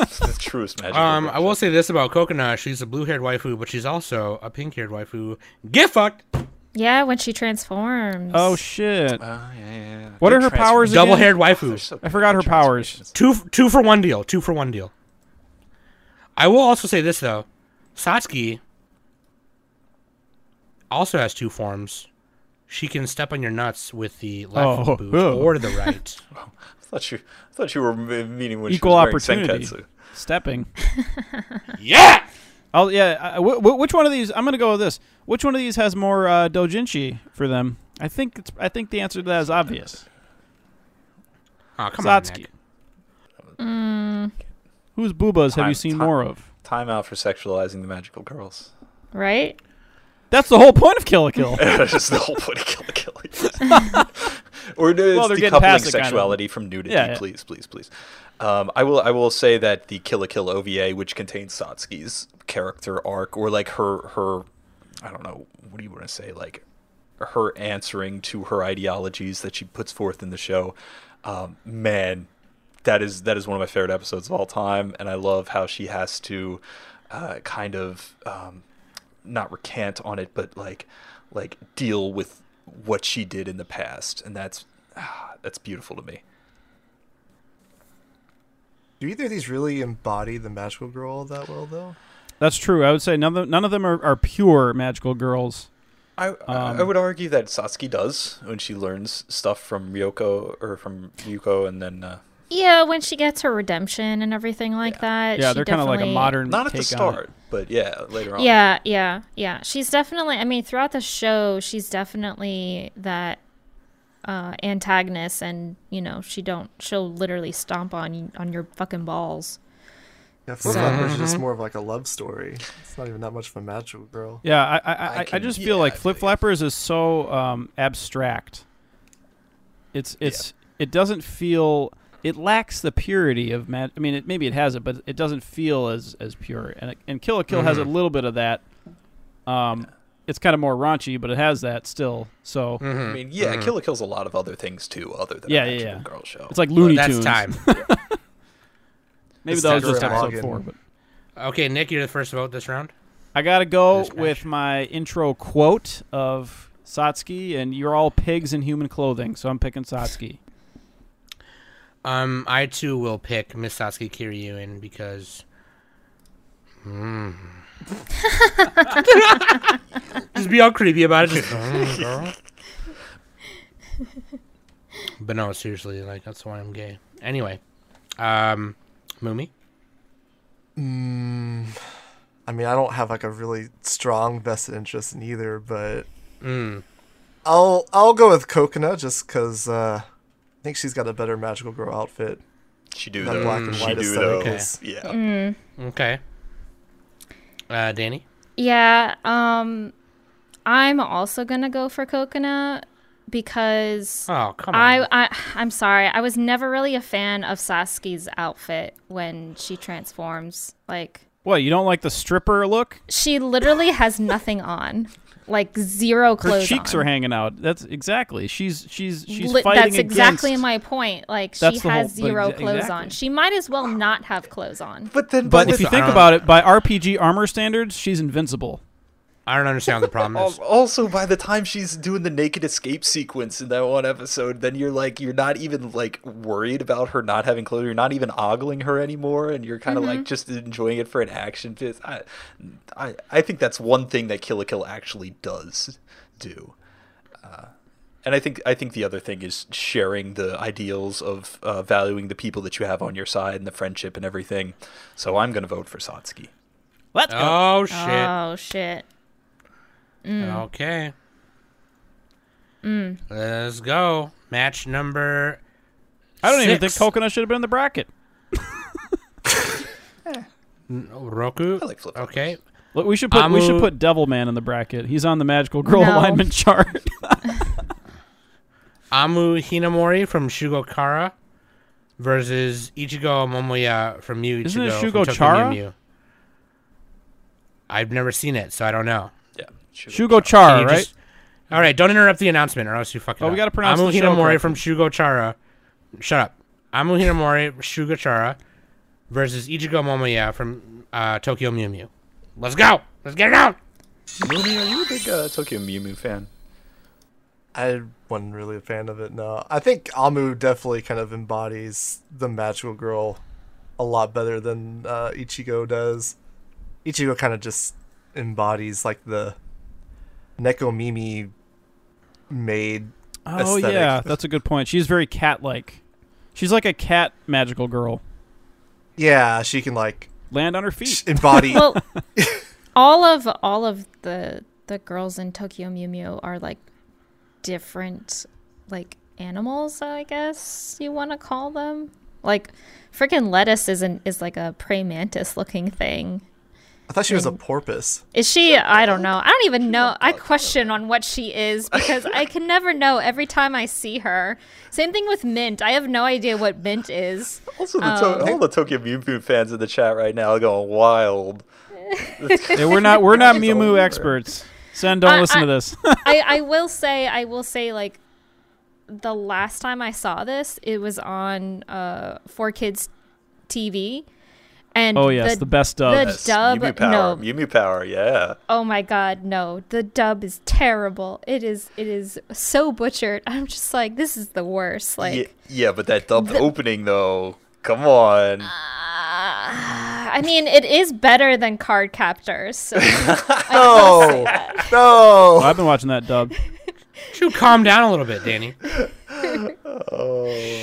Speaker 8: it's the truest magic.
Speaker 5: Um, I will say this about Coconut: she's a blue-haired waifu, but she's also a pink-haired waifu. Get fucked.
Speaker 6: Yeah, when she transforms.
Speaker 7: Oh shit!
Speaker 8: Uh, yeah, yeah, yeah.
Speaker 7: What
Speaker 8: They're
Speaker 7: are her
Speaker 8: transfer-
Speaker 7: powers again?
Speaker 5: Double-haired
Speaker 8: They're
Speaker 5: waifu.
Speaker 8: so
Speaker 7: I
Speaker 8: good
Speaker 7: forgot her
Speaker 8: at
Speaker 7: powers.
Speaker 8: transformations.
Speaker 5: Two two for one deal. Two for one deal. I will also say this though, Satsuki also has two forms. She can step on your nuts with the left
Speaker 7: Oh,
Speaker 5: boot
Speaker 7: ew.
Speaker 5: or the right.
Speaker 8: I thought you, I thought you were m- meaning when
Speaker 7: Equal
Speaker 8: she was
Speaker 7: opportunity.
Speaker 8: Wearing senketsu.
Speaker 7: Stepping.
Speaker 5: yeah.
Speaker 7: I'll, yeah. I, w- w- which one of these? I'm gonna go with this. Which one of these has more uh, dojinshi for them? I think it's. I think the answer to that is obvious.
Speaker 5: Oh come on,
Speaker 7: Satsuki.
Speaker 5: Nick.
Speaker 7: Whose boobas have
Speaker 8: Time-
Speaker 7: you seen
Speaker 8: time.
Speaker 7: more of?
Speaker 8: Time out for sexualizing the magical girls.
Speaker 6: right?
Speaker 7: That's the whole point of Kill a Kill.
Speaker 8: That's just the whole point of Kill la Kill. or no, it's
Speaker 7: Well, they're getting
Speaker 8: decoupling
Speaker 7: past it, kinda.
Speaker 8: sexuality from nudity,
Speaker 7: Yeah, yeah.
Speaker 8: please, please, please. Um, I will, I will say that the Kill la Kill OVA, which contains Satsuki's character arc, or like her, her, I don't know, what do you want to say, like her answering to her ideologies that she puts forth in the show. Um, man, that is that is one of my favorite episodes of all time, and I love how she has to uh, kind of um, not recant on it, but like like deal with what she did in the past, and that's ah, that's beautiful to me.
Speaker 9: Do either of these really embody the magical girl all that well, though?
Speaker 7: That's true. I would say none of them, none of them are, are pure magical girls.
Speaker 8: I
Speaker 7: Um,
Speaker 8: I would argue that Satsuki does when she learns stuff from Ryoko or from Yuko, and then uh,
Speaker 6: Yeah, when she gets her redemption and everything like that.
Speaker 7: Yeah,
Speaker 6: she
Speaker 7: they're kind of like a
Speaker 6: definitely-
Speaker 7: modern.
Speaker 8: not at the
Speaker 7: take on it.
Speaker 8: start, but yeah, later on.
Speaker 6: Yeah, yeah, yeah. She's definitely. I mean, throughout the show, she's definitely that uh, antagonist, and you know, she don't. She'll literally stomp on y- on your fucking balls.
Speaker 9: Yeah, Flip Flappers is just more of like a love story. It's not even that much of a magical girl.
Speaker 7: Yeah, I I, I, I,
Speaker 8: can-
Speaker 7: just
Speaker 8: yeah,
Speaker 7: feel like
Speaker 8: I
Speaker 7: Flip
Speaker 8: believe.
Speaker 7: Flappers is so um, abstract. It's it's it doesn't feel it lacks the purity of mag- I mean, it, maybe it has it, but it doesn't feel as as pure. And it- and Kill a Kill has a little bit of that. Um, it's kind of more raunchy, but it has that still. So
Speaker 5: Mm. Mm-hmm.
Speaker 8: I mean, yeah, Kill la Kill's a lot of other things too, other than
Speaker 7: Mm-hmm. Yeah,
Speaker 8: a
Speaker 7: yeah,
Speaker 8: magical
Speaker 7: yeah.
Speaker 8: girl show.
Speaker 7: it's like Looney
Speaker 5: That's
Speaker 7: Tunes.
Speaker 5: time.
Speaker 7: Maybe
Speaker 9: It's
Speaker 7: that was
Speaker 9: time
Speaker 7: just
Speaker 9: for a
Speaker 7: episode
Speaker 9: login.
Speaker 7: four, but
Speaker 5: Okay, Nick, you're the first to vote this round.
Speaker 7: I gotta go
Speaker 5: Dispatch.
Speaker 7: with my intro quote of Satsuki, and you're all pigs in human clothing, so I'm picking Satsuki.
Speaker 5: Um, I too will pick Misatsuki Kiryuin because. hmm. Mm. just be all creepy about it. Just, "Mm, girl." but no, seriously, like that's why I'm gay. Anyway, um, Mumi.
Speaker 9: I mean, I don't have like a really strong vested interest in either, but
Speaker 5: Mm.
Speaker 9: I'll I'll go with Coconut just because uh, I think she's got a better magical girl outfit.
Speaker 8: She do
Speaker 9: That
Speaker 8: though.
Speaker 9: black and
Speaker 8: she
Speaker 9: white
Speaker 8: do
Speaker 9: aesthetic
Speaker 8: though.
Speaker 9: is-
Speaker 8: Yeah.
Speaker 5: Okay. Uh, Danny.
Speaker 6: Yeah, um I'm also going to go for coconut because
Speaker 5: Oh come on.
Speaker 6: I, I I'm sorry. I was never really a fan of Sasuke's outfit when she transforms. Like
Speaker 7: What, you don't like the stripper look?
Speaker 6: she literally has nothing on. Like zero
Speaker 7: Her
Speaker 6: clothes
Speaker 7: cheeks
Speaker 6: on.
Speaker 7: are hanging out. That's exactly. She's she's she's
Speaker 6: Li-
Speaker 7: fighting
Speaker 6: that's exactly
Speaker 7: against-
Speaker 6: my point. Like
Speaker 7: That's
Speaker 6: she
Speaker 7: the whole-
Speaker 6: has
Speaker 7: but
Speaker 6: zero
Speaker 7: exa-
Speaker 6: clothes
Speaker 7: exactly.
Speaker 6: on. She might as well not have clothes on.
Speaker 8: But then,
Speaker 5: But
Speaker 8: by
Speaker 5: if
Speaker 8: the
Speaker 5: you
Speaker 8: time-
Speaker 7: Think
Speaker 5: Um,
Speaker 7: about it. By RPG armor standards, she's invincible.
Speaker 5: I don't understand what the problem is.
Speaker 8: Al- Also, by the time she's doing the naked escape sequence in that one episode, then you're like, you're not even like worried about her not having clothes. You're not even ogling her anymore, and you're kind of like just enjoying it for an action. bit. I, I, I think that's one thing that Kill a Kill actually does do. Uh, And I think I think the other thing is sharing the ideals of uh, valuing the people that you have on your side and the friendship and everything. So I'm going to vote for Satsuki.
Speaker 7: Let's go.
Speaker 5: Oh shit.
Speaker 6: Oh shit.
Speaker 5: Okay. Let's go. Match number.
Speaker 7: I don't even think
Speaker 5: six.
Speaker 7: coconut should have been in the bracket.
Speaker 5: Roku.
Speaker 8: I like flip
Speaker 5: Okay.
Speaker 7: Look, we should put we should
Speaker 5: Amu-
Speaker 7: put Devil Man in the bracket. He's on the magical girl
Speaker 6: No.
Speaker 7: alignment chart.
Speaker 5: Amu Hinamori from Shugokara versus Ichigo Momoya from Mew.
Speaker 7: Isn't it
Speaker 5: from Tokyo
Speaker 7: Shugokara?
Speaker 5: Mew Mew. I've never seen it, so I don't know.
Speaker 8: Yeah.
Speaker 7: Shugo
Speaker 5: Can
Speaker 7: Char,
Speaker 5: you
Speaker 7: right?
Speaker 5: just- All right, don't interrupt the announcement, or else you fuck it
Speaker 7: Oh, we
Speaker 5: up.
Speaker 7: gotta pronounce
Speaker 5: Amu
Speaker 7: the show
Speaker 5: Hinamori from Shugochara. Shut up. Amu Hinamori Shugochara versus Ichigo Momoya from uh, Tokyo Mew Mew. Let's go. Let's get it out.
Speaker 8: Mooney, are you a big uh, Tokyo Mew Mew fan?
Speaker 9: I wasn't really a fan of it. No, I think Amu definitely kind of embodies the magical girl a lot better than uh, Ichigo does. Ichigo kind of just embodies like the Neko Mimi maid.
Speaker 7: Oh
Speaker 9: aesthetic.
Speaker 7: yeah, that's a good point. She's very cat like. She's like a cat magical girl.
Speaker 9: Yeah, she can like
Speaker 7: Land on her feet.
Speaker 9: embody.
Speaker 6: Well, all of all of the the girls in Tokyo Mew Mew are like different like animals, I guess you want to call them. Like freaking lettuce is an, is like a prey mantis looking thing.
Speaker 9: I thought she was a porpoise.
Speaker 6: Is she? I don't know. I don't even know. I question on what she is because I can never know every time I see her. Same thing with mint. I have no idea what mint is.
Speaker 8: Also, the to-
Speaker 6: Um,
Speaker 8: all the Tokyo Mew Mew fans in the chat right now are going wild.
Speaker 7: Yeah, we're not we're not
Speaker 8: It's
Speaker 7: Mew Mew
Speaker 8: over.
Speaker 7: experts. Sen, don't
Speaker 6: I-
Speaker 7: listen
Speaker 6: I-
Speaker 7: to this.
Speaker 6: I, I will say, I will say, like, the last time I saw this, it was on uh, Four Kids TV, and
Speaker 7: oh yes, the, best dub.
Speaker 6: the- Dub-
Speaker 8: Mew Mew power.
Speaker 6: no.
Speaker 8: Mew Mew power. Yeah.
Speaker 6: oh my god, no, the dub is terrible. It is, it is so butchered. I'm just like, this is the worst. Like,
Speaker 8: Ye- yeah, but that dubbed opening though. Come on.
Speaker 6: Ah. I mean, it is better than Card Captors. So
Speaker 9: No,
Speaker 7: Oh,
Speaker 9: no.
Speaker 7: I've been watching that dub.
Speaker 5: Why don't you calm down a little bit, Danny?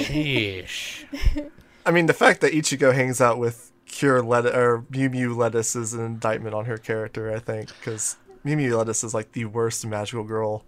Speaker 5: Sheesh.
Speaker 9: I mean, the fact that Ichigo hangs out with Cure Let or Mew Mew Lettuce is an indictment on her character. I think because Mew Mew Lettuce is like the worst magical girl.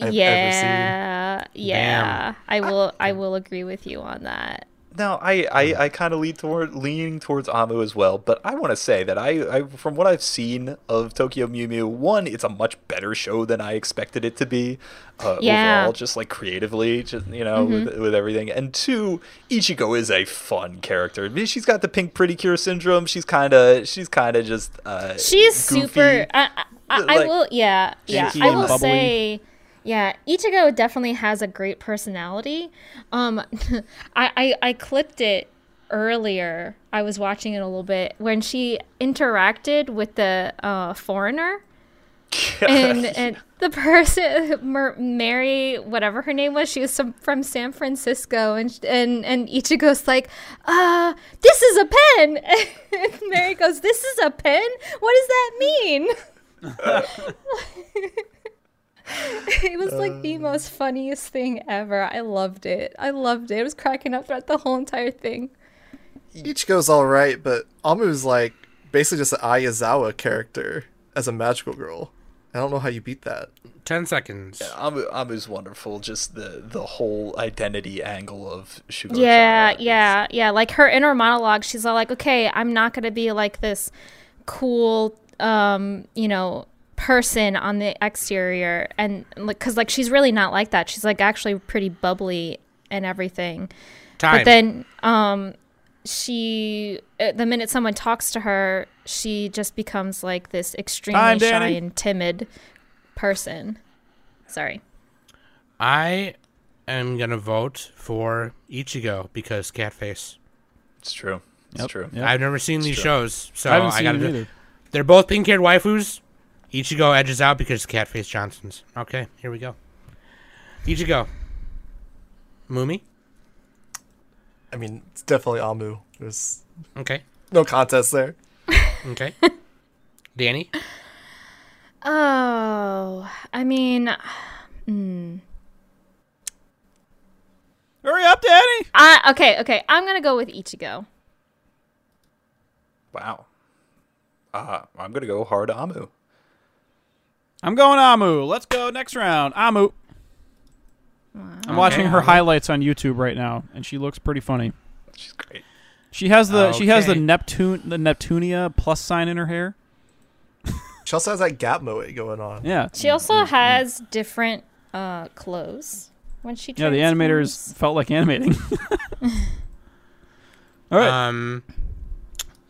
Speaker 9: I've ever seen.
Speaker 6: yeah, yeah, I will, I will agree with you on that.
Speaker 8: No, I, I, I kind of lean toward leaning towards Amu as well, but I want to say that I, I from what I've seen of Tokyo Mew Mew, one, it's a much better show than I expected it to be. Uh,
Speaker 6: Yeah. Mm-hmm.
Speaker 8: Overall, just like creatively, just you know, with, with everything. And two, Ichigo is a fun character. I mean, she's got the pink pretty cure syndrome. She's kind of she's kind of just uh,
Speaker 6: She's
Speaker 8: goofy.
Speaker 6: super. uh, I, I,
Speaker 8: But,
Speaker 6: I
Speaker 8: like,
Speaker 6: will. Yeah, yeah.
Speaker 7: cheeky
Speaker 6: I
Speaker 7: and
Speaker 6: will
Speaker 7: bubbly.
Speaker 6: say. Yeah, Ichigo definitely has a great personality. Um, I, I I clipped it earlier. I was watching it a little bit when she interacted with the uh, foreigner. and, and the person Mer- Mary whatever her name was she was some, from San Francisco and sh- and and Ichigo's like uh this is a pen and Mary goes this is a pen what does that mean it was like the most funniest thing ever I loved it I loved it I was cracking up throughout the whole entire thing
Speaker 9: Ichigo's all right, but Amu's like basically just an Ayazawa character as a magical girl. I don't know how you beat that.
Speaker 5: Ten seconds.
Speaker 8: Amu, Amu's wonderful. Just the the whole identity angle of Shugoro.
Speaker 6: Yeah, yeah, yeah. Like her inner monologue, she's all like, "Okay, I'm not gonna be like this cool, um, you know, person on the exterior," and like, cause like she's really not like that. She's like actually pretty bubbly and everything.
Speaker 5: Time.
Speaker 6: But then, um, she uh, the minute someone talks to her, she just becomes like this extremely
Speaker 7: Time,
Speaker 6: shy
Speaker 7: Danny.
Speaker 6: and timid person. Sorry.
Speaker 5: I am gonna vote for Ichigo because Catface.
Speaker 8: It's true. It's true.
Speaker 7: Yep.
Speaker 5: I've never seen these shows, so
Speaker 7: I
Speaker 5: I,
Speaker 7: haven't seen
Speaker 5: gotta
Speaker 7: it
Speaker 5: do-
Speaker 7: either.
Speaker 5: They're both pink-haired waifus. Ichigo edges out because Catface Johnson's. Okay, here we go. Ichigo. Mumi.
Speaker 9: I mean, it's definitely Amu. There's
Speaker 5: Okay.
Speaker 9: no contest there.
Speaker 5: Okay. Danny.
Speaker 6: Oh, I mean,
Speaker 7: Hurry up, Danny.
Speaker 6: I okay, okay. I'm gonna go with Ichigo.
Speaker 8: Wow. Uh, I'm gonna go hard Amu.
Speaker 7: I'm going Amu. Let's go next round. Amu. I'm watching her highlights on YouTube right now, and she looks pretty funny.
Speaker 8: She's great.
Speaker 7: She has the she has the
Speaker 5: Okay.
Speaker 7: Neptune the Neptunia plus sign in her hair.
Speaker 9: She also has that gap moe going on.
Speaker 7: Yeah,
Speaker 6: She
Speaker 7: mm,
Speaker 6: also has different uh clothes when she.
Speaker 7: yeah. The animators
Speaker 6: transforms.
Speaker 7: felt like animating. All right,
Speaker 5: Um.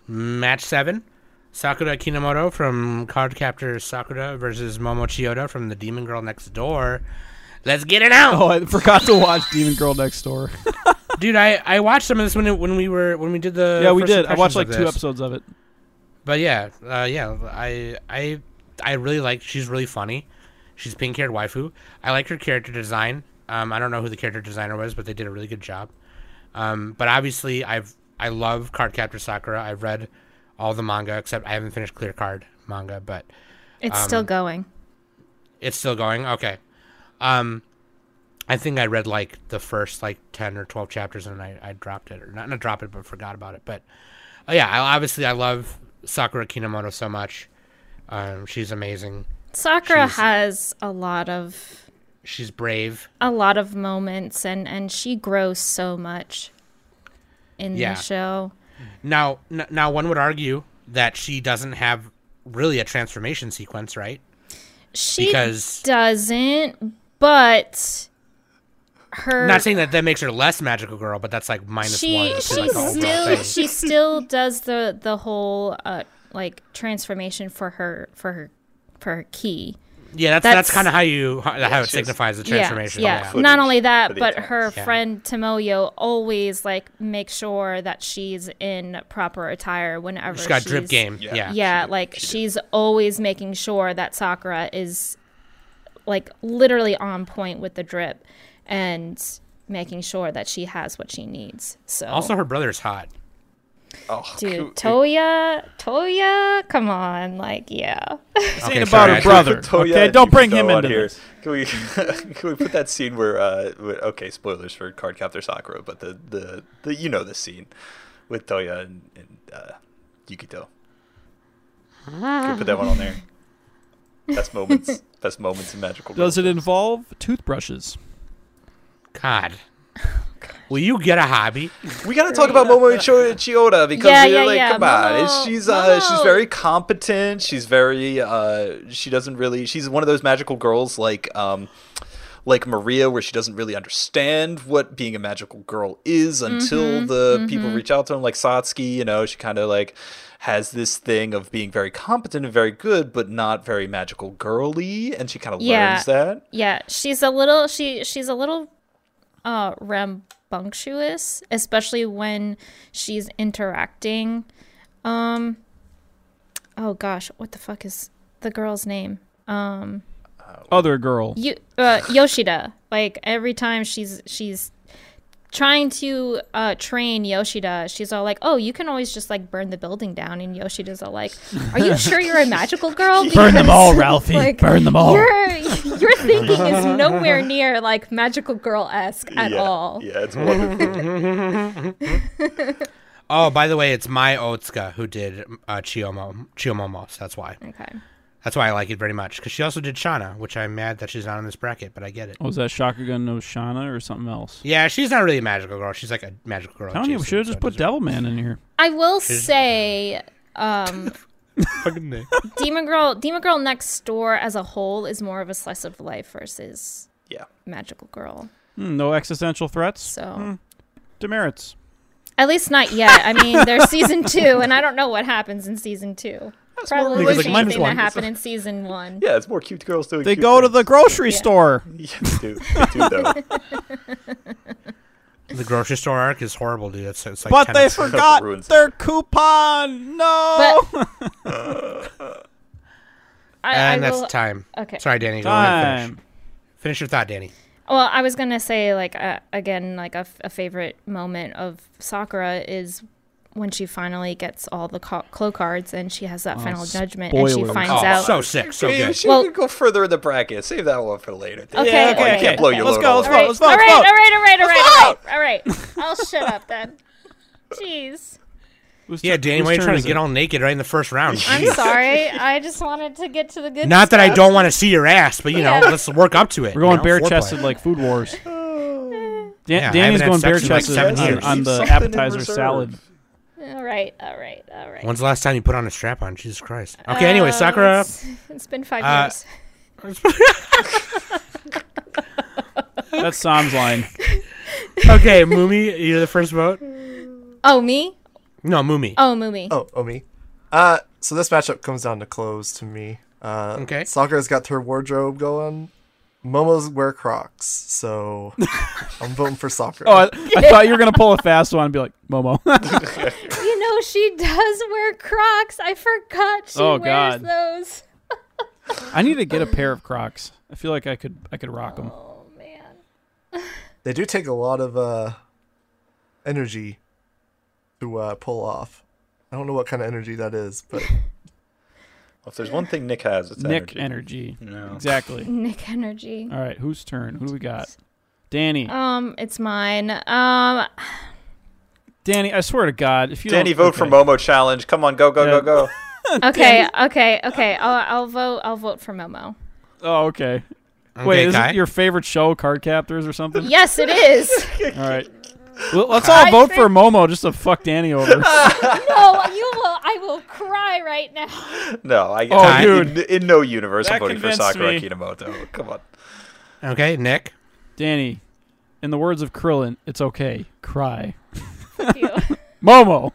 Speaker 5: Match seven. Sakura Kinomoto from Cardcaptor Sakura versus Momo Chiyoda from The Demon Girl Next Door. Let's get it out.
Speaker 7: Oh, I forgot to watch Demon Girl Next Door.
Speaker 5: dude i i watched some of this when it, when we were when we did the
Speaker 7: Oh, yeah, we
Speaker 5: first
Speaker 7: did. I
Speaker 5: impressions
Speaker 7: watched like
Speaker 5: of
Speaker 7: two
Speaker 5: this.
Speaker 7: episodes of it.
Speaker 5: but yeah uh yeah i i i really like she's really funny she's pink haired waifu i like her character design um i don't know who the character designer was but they did a really good job um but obviously i've i love cardcaptor sakura i've read all the manga except i haven't finished clear card manga but
Speaker 6: It's
Speaker 7: um,
Speaker 6: still going.
Speaker 5: it's still going. Okay. Um, I think I read like the first like ten or twelve chapters and I, I dropped it or not not drop it but forgot about it. But uh, yeah, I, obviously I love Sakura Kinomoto so much. Um, she's amazing.
Speaker 6: Sakura
Speaker 5: she's-
Speaker 6: has a lot of
Speaker 5: She's brave.
Speaker 6: a lot of moments, and and she grows so much in
Speaker 5: Yeah.
Speaker 6: the show.
Speaker 5: Now n- now one would argue that she doesn't have really a transformation sequence, right?
Speaker 6: She
Speaker 5: Because-
Speaker 6: doesn't, but her
Speaker 5: Not saying that that makes her less magical girl, but that's like minus one.
Speaker 6: she
Speaker 5: to,
Speaker 6: she
Speaker 5: like, the overall
Speaker 6: still
Speaker 5: thing.
Speaker 6: she still does the the whole uh like transformation for her for her for her key.
Speaker 5: yeah, that's that's,
Speaker 6: that's-
Speaker 5: kind of how you how, how it
Speaker 8: she's-
Speaker 5: signifies the
Speaker 6: Yeah,
Speaker 5: transformation.
Speaker 6: Yeah,
Speaker 8: yeah.
Speaker 6: not only that,
Speaker 8: Footage
Speaker 6: but
Speaker 8: for the
Speaker 6: her
Speaker 5: Yeah.
Speaker 6: friend Timoyo always like makes sure that she's in proper attire whenever
Speaker 5: She's got
Speaker 6: she's,
Speaker 5: drip game.
Speaker 8: Yeah.
Speaker 5: yeah.
Speaker 6: Yeah, like she's always making sure that Sakura is like literally on point with the drip and making sure that she has what she needs. So
Speaker 5: Also, her brother's hot.
Speaker 8: Oh, who-
Speaker 6: dude, Toya, Toya, come on, like yeah.
Speaker 7: This
Speaker 5: Okay,
Speaker 7: ain't
Speaker 5: sorry,
Speaker 7: about
Speaker 5: I
Speaker 7: her
Speaker 5: took
Speaker 7: brother.
Speaker 8: Toya
Speaker 7: okay,
Speaker 8: and
Speaker 7: don't bring
Speaker 8: Yukiko
Speaker 7: him
Speaker 8: on
Speaker 7: into
Speaker 8: here.
Speaker 7: this.
Speaker 8: Can we can we put that scene where uh where- okay spoilers for Cardcaptor Sakura, but the the, the you know the scene with Toya and, and uh, Yukito. Can we put that one on there? Best moments, best moments in magical.
Speaker 7: Does it
Speaker 8: Girl.
Speaker 7: involve toothbrushes?
Speaker 5: God. Will you get a hobby?
Speaker 8: We gotta talk about Momo Chi- Chiyoda because
Speaker 6: Yeah,
Speaker 8: we
Speaker 6: yeah,
Speaker 8: like,
Speaker 6: yeah,
Speaker 8: come on, it's-
Speaker 6: Momo-
Speaker 8: she's uh, she's
Speaker 6: Momo.
Speaker 8: very competent. She's very uh, she doesn't really. She's one of those magical girls like um, like Maria, where she doesn't really understand what being a magical girl is until
Speaker 6: Mm-hmm,
Speaker 8: the people reach out to them. Like Satsuki, you know, she kind of like has this thing of being very competent and very good, but not very magical girly, and she kind of
Speaker 6: Yeah.
Speaker 8: learns that.
Speaker 6: Yeah, she's a little she she's a little uh rambunctious, especially when she's interacting. Um Oh gosh, what the fuck is the girl's name?
Speaker 7: Other girl.
Speaker 6: you uh, Yoshida. Like every time she's she's trying to uh, train Yoshida, she's all like, "Oh, you can always just like burn the building down," and Yoshida's all like, "Are you sure you're a magical girl?
Speaker 7: Burn them all,
Speaker 6: Because,
Speaker 7: Ralphie.
Speaker 6: like,
Speaker 7: Burn them all.
Speaker 6: Your your thinking is nowhere near like magical girl esque at
Speaker 8: yeah,
Speaker 6: all.
Speaker 8: Yeah, it's wonderful.
Speaker 5: Oh, by the way, it's my Otsuka who did uh, Chiyomo, Chiyomomo. So that's why.
Speaker 6: Okay.
Speaker 5: That's why I like it very much because she also did Shana, which I'm mad that she's not in this bracket, but I get it.
Speaker 7: Oh, was that Shakugan no Shana or something else?
Speaker 5: Yeah, she's not really a magical girl. She's like a magical girl.
Speaker 7: I don't know. We
Speaker 5: adjacent,
Speaker 7: should have
Speaker 5: so
Speaker 7: just
Speaker 5: it
Speaker 7: put
Speaker 5: doesn't-
Speaker 7: Devilman in here.
Speaker 6: I will say, um,
Speaker 5: Fucking name.
Speaker 6: Demon Girl, Demon Girl next door as a whole is more of a slice of life versus
Speaker 8: yeah.
Speaker 6: magical girl.
Speaker 7: Hmm, no existential threats.
Speaker 6: So.
Speaker 8: Hmm.
Speaker 7: Demerits.
Speaker 6: At least not yet. I mean, there's season two, and I don't know what happens in season two.
Speaker 8: more
Speaker 6: Probably
Speaker 8: realistic.
Speaker 6: the
Speaker 8: Like,
Speaker 6: same
Speaker 8: minus
Speaker 6: thing
Speaker 8: one.
Speaker 6: that happened in season one.
Speaker 8: Yeah, it's more cute girls doing.
Speaker 7: They
Speaker 8: cute
Speaker 7: go to the
Speaker 8: things.
Speaker 7: grocery store.
Speaker 8: Yeah, they do. They do though.
Speaker 5: The grocery store arc is horrible, dude. It's, it's like
Speaker 7: But
Speaker 5: 10
Speaker 7: they
Speaker 5: episodes.
Speaker 7: forgot
Speaker 8: Ruins it.
Speaker 7: their coupon. No.
Speaker 6: But I, I
Speaker 5: And that's
Speaker 6: will,
Speaker 5: time.
Speaker 6: okay.
Speaker 5: Sorry, Danny. Go ahead and
Speaker 7: Time.
Speaker 5: finish. Finish your thought, Danny.
Speaker 6: well, I was gonna say like uh, again, like a, f- a favorite moment of Sakura is when she finally gets all the co- clo cards and she has
Speaker 8: Oh,
Speaker 6: that final judgment and she
Speaker 7: spoilers.
Speaker 6: finds
Speaker 5: Oh,
Speaker 6: out.
Speaker 5: so sick, so
Speaker 8: Maybe we
Speaker 5: good.
Speaker 8: should
Speaker 6: Well-
Speaker 8: go further in the bracket. Save that one for later. Dave.
Speaker 6: Okay,
Speaker 8: I can't
Speaker 6: okay.
Speaker 8: blow your
Speaker 7: Let's
Speaker 8: load
Speaker 7: go,
Speaker 8: all
Speaker 7: let's
Speaker 8: at
Speaker 7: go.
Speaker 8: once.
Speaker 6: all right, all
Speaker 7: vote.
Speaker 6: right, all right, all right, all right, all right. I'll shut up then. Jeez.
Speaker 7: Whose
Speaker 5: Yeah,
Speaker 7: turn-
Speaker 5: Danny,
Speaker 7: whose
Speaker 5: why are you
Speaker 7: turn
Speaker 5: trying
Speaker 7: is
Speaker 5: to
Speaker 7: it?
Speaker 5: get all naked right in the first round?
Speaker 6: I'm sorry. I just wanted to get to the good.
Speaker 5: Not that I
Speaker 6: stuff.
Speaker 5: don't want to see your ass, but you know,
Speaker 6: Yeah.
Speaker 5: let's work up to it.
Speaker 7: We're going
Speaker 5: you know,
Speaker 7: bare
Speaker 5: foreplay.
Speaker 7: chested like Food Wars. Dan-
Speaker 5: I haven't
Speaker 7: Danny's
Speaker 5: had
Speaker 7: going bare
Speaker 5: sex in, like,
Speaker 7: chested
Speaker 5: seven
Speaker 7: on,
Speaker 5: years.
Speaker 7: on
Speaker 8: Keep
Speaker 7: the
Speaker 8: something in
Speaker 7: appetizer
Speaker 8: reserve.
Speaker 7: salad.
Speaker 6: All right, all right, all right. Um,
Speaker 5: When's the last time you put on a strap on? Jesus Christ.
Speaker 6: Uh,
Speaker 5: Okay, anyway, Sakura.
Speaker 6: It's- it's been five
Speaker 5: uh,
Speaker 6: years.
Speaker 7: That's Sam's line.
Speaker 5: okay, Mumi, you're the first vote.
Speaker 6: Oh, me?
Speaker 5: No,
Speaker 7: Uh,
Speaker 5: Mumi.
Speaker 6: Oh, Mumi.
Speaker 9: Oh, oh me. Uh, so this matchup comes down to clothes to me. Uh,
Speaker 5: Okay.
Speaker 9: Sakura's got her wardrobe going. Momo's wear Crocs, so I'm voting for Sakura.
Speaker 7: Oh, I, I thought you were gonna pull a fast one and be like Momo.
Speaker 6: You know, she does wear Crocs. I forgot she
Speaker 7: Oh,
Speaker 6: wears
Speaker 7: God.
Speaker 6: those.
Speaker 7: I need to get a pair of Crocs. I feel like I could I could rock them.
Speaker 6: Oh, man.
Speaker 9: they do take a lot of uh, energy to uh, pull off. I don't know what kind of energy that is, but
Speaker 8: If there's one thing Nick has, it's
Speaker 7: Nick
Speaker 8: energy.
Speaker 7: energy.
Speaker 8: No.
Speaker 7: Exactly.
Speaker 6: Nick Energy.
Speaker 5: Uh.
Speaker 7: All right, whose turn? Who do we got? Danny.
Speaker 6: Um, it's mine. Um,
Speaker 7: Danny, I swear to God, if you
Speaker 8: Danny,
Speaker 7: don't,
Speaker 8: vote for Momo challenge. Come on, go, go,
Speaker 7: Yeah.
Speaker 8: go, go.
Speaker 6: okay, okay, okay. I'll, I'll vote. I'll vote for Momo.
Speaker 7: Oh, okay.
Speaker 5: Okay,
Speaker 7: Wait, is
Speaker 5: Kai?
Speaker 7: it your favorite show, Card Captors or something?
Speaker 6: Yes, it is.
Speaker 7: All right. Well, let's all
Speaker 6: I
Speaker 7: vote
Speaker 6: think-
Speaker 7: for Momo just to fuck Danny over.
Speaker 6: no, you will. I will cry right now.
Speaker 8: No, I.
Speaker 7: Oh,
Speaker 8: I-
Speaker 7: dude.
Speaker 8: in, in no universe, I'm
Speaker 7: That
Speaker 8: voting for
Speaker 7: convinced
Speaker 8: Sakura
Speaker 7: me.
Speaker 8: Kinomoto. Come on.
Speaker 5: Okay, Nick.
Speaker 7: Danny, in the words of Krillin, it's okay. Cry.
Speaker 6: Fuck you.
Speaker 7: Momo.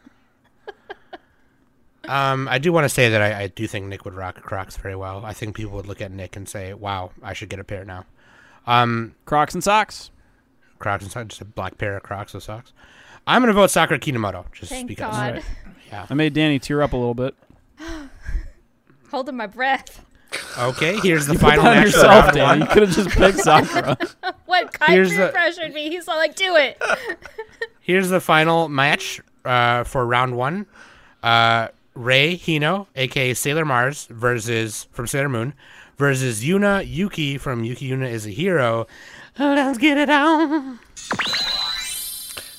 Speaker 5: Um, I do want to say that I, I do think Nick would rock Crocs very well. I think people would look at Nick and say, "Wow, I should get a pair now." Um,
Speaker 7: Crocs and socks.
Speaker 5: Crocs and socks, just a black pair of Crocs with socks. I'm gonna vote Sakura Kinomoto just
Speaker 6: Thank
Speaker 5: because.
Speaker 6: God.
Speaker 7: Alright.
Speaker 5: Yeah.
Speaker 7: I made Danny tear up a little bit.
Speaker 6: Holding my breath.
Speaker 5: Okay, here's the
Speaker 7: Put
Speaker 5: final
Speaker 7: that on
Speaker 5: match. of
Speaker 7: yourself,
Speaker 5: round one.
Speaker 7: Danny. You could have just picked Sakura.
Speaker 6: What? Kai
Speaker 5: Here's
Speaker 6: peer
Speaker 5: the-
Speaker 6: pressured me. He's all like, "Do it."
Speaker 5: Here's the final match uh, for round one. Uh, Ray Hino, aka Sailor Mars, versus from Sailor Moon, versus Yuna Yuki from Yuki Yuna is a Hero. Let's get it on.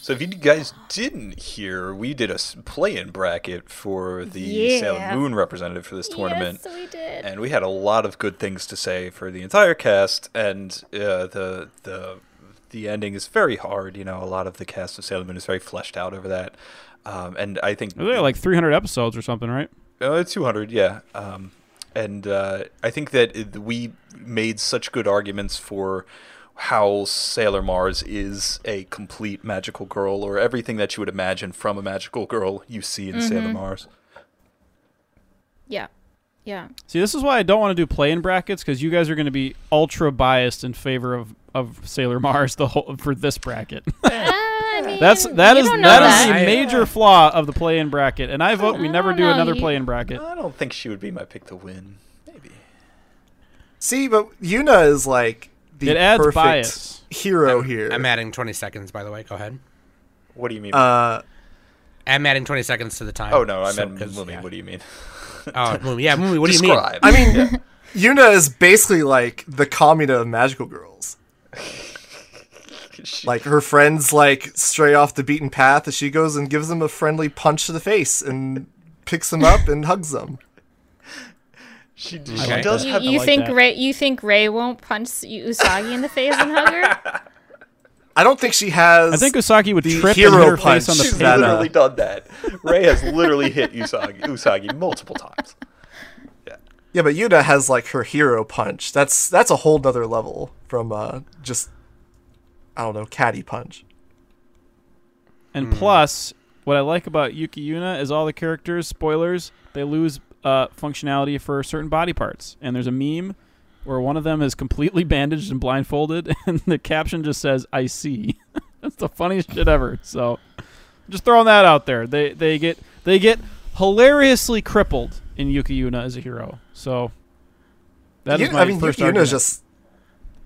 Speaker 8: So if you guys didn't hear, we did a s- play-in bracket for the
Speaker 6: Yeah.
Speaker 8: Sailor Moon representative for this tournament.
Speaker 6: Yes, we did.
Speaker 8: and we had a lot of good things to say for the entire cast and uh, the the the ending is very hard you know a lot of the cast of Sailor Moon is very fleshed out over that um, and I think
Speaker 7: There are like 300 episodes or something, right?
Speaker 8: uh, 200 yeah um, and uh, I think that it- we made such good arguments for how Sailor Mars is a complete magical girl or everything that you would imagine from a magical girl you see in Sailor Mars
Speaker 6: Yeah. Yeah.
Speaker 7: See, this is why I don't want to do play in brackets because you guys are going to be ultra biased in favor of, of Sailor Mars the whole for this bracket.
Speaker 6: I mean,
Speaker 7: That's that
Speaker 6: you
Speaker 7: is
Speaker 6: don't know
Speaker 7: that is
Speaker 5: that.
Speaker 7: the
Speaker 5: I-
Speaker 7: major flaw of the play in bracket, and I vote we
Speaker 6: I
Speaker 7: never
Speaker 6: don't
Speaker 7: do
Speaker 6: know,
Speaker 7: another
Speaker 6: you-
Speaker 7: play in bracket.
Speaker 8: I don't think she would be my pick to win maybe
Speaker 9: See, but Yuna is like the
Speaker 7: It adds
Speaker 9: perfect
Speaker 7: bias.
Speaker 9: hero here.
Speaker 5: I'm adding 20 seconds, by the way. Go ahead.
Speaker 8: What do you mean?
Speaker 9: uh,
Speaker 5: I'm adding 20 seconds to the time.
Speaker 8: oh no, I
Speaker 5: So-
Speaker 8: meant
Speaker 5: 'cause-
Speaker 8: Mumi.
Speaker 5: yeah.
Speaker 8: What do you mean?
Speaker 5: Oh, Mumi. Yeah, Mumi, what
Speaker 8: Describe.
Speaker 9: I mean, Yuna is basically like the Kamina of magical girls. like her friends like stray off the beaten path, and she goes and gives them a friendly punch to the face and picks them up and hugs them.
Speaker 8: she, she
Speaker 5: like
Speaker 8: does
Speaker 6: You,
Speaker 8: have
Speaker 6: you
Speaker 7: like
Speaker 6: think
Speaker 7: that.
Speaker 6: Ray? You think Ray won't punch you- Usagi in the face and hug her?
Speaker 9: I don't think she has.
Speaker 7: I think Usagi would
Speaker 9: the
Speaker 7: trip and hit
Speaker 9: hero
Speaker 7: her face
Speaker 9: punch
Speaker 7: on the
Speaker 8: She's
Speaker 9: that, uh,
Speaker 8: literally done that. Ray has literally hit Usagi, Usagi multiple times.
Speaker 9: yeah, but Yuna has like her hero punch. That's that's a whole nother level from uh, just I don't know caddy punch.
Speaker 7: And
Speaker 9: Hmm.
Speaker 7: plus, what I like about Yuki Yuna is all the characters, spoilers, they lose uh, functionality for certain body parts. And there's a meme where one of them is completely bandaged and blindfolded, and the caption just says, I see. That's the funniest shit ever. So just throwing that out there. They they get they get hilariously crippled in Yuki Yuna as a hero. So that is
Speaker 9: Yuna-
Speaker 7: my
Speaker 9: I mean,
Speaker 7: first
Speaker 9: Yuki Yuna's
Speaker 7: argument.
Speaker 9: just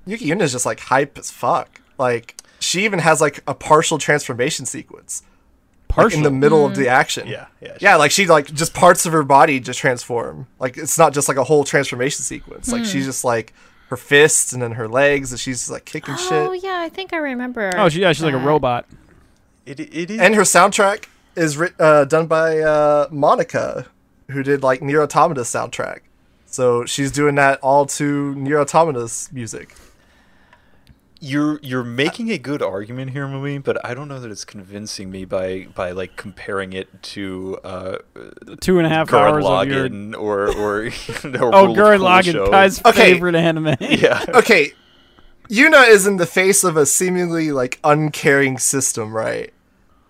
Speaker 9: Yuki Yuna's just like hype as fuck. Like she even has like a partial transformation sequence like,
Speaker 7: partial.
Speaker 9: in the middle of the action.
Speaker 8: Yeah, yeah,
Speaker 9: yeah. Like she like just parts of her body just transform. Like it's not just like a whole transformation sequence. Like she's just like her fists and then her legs, and she's just like kicking
Speaker 6: oh
Speaker 9: shit.
Speaker 6: yeah, I think I remember.
Speaker 7: oh, she, yeah, she's like a
Speaker 6: that.
Speaker 7: robot.
Speaker 8: It, it is.
Speaker 9: And her soundtrack is writ- uh, done by uh, Monica, who did like Near Automata's soundtrack. So she's doing that all to Near Automata's music.
Speaker 8: you're you're making a good argument here, Mumi, but I don't know that it's convincing me by by like comparing it to uh,
Speaker 7: Two and a half
Speaker 8: Gurren
Speaker 7: hours of your
Speaker 8: Lagann or or
Speaker 7: Oh, Gurren Lagann, Kai's
Speaker 9: Okay.
Speaker 7: favorite anime.
Speaker 8: Yeah,
Speaker 9: okay, Yuna is in the face of a seemingly like uncaring system, right?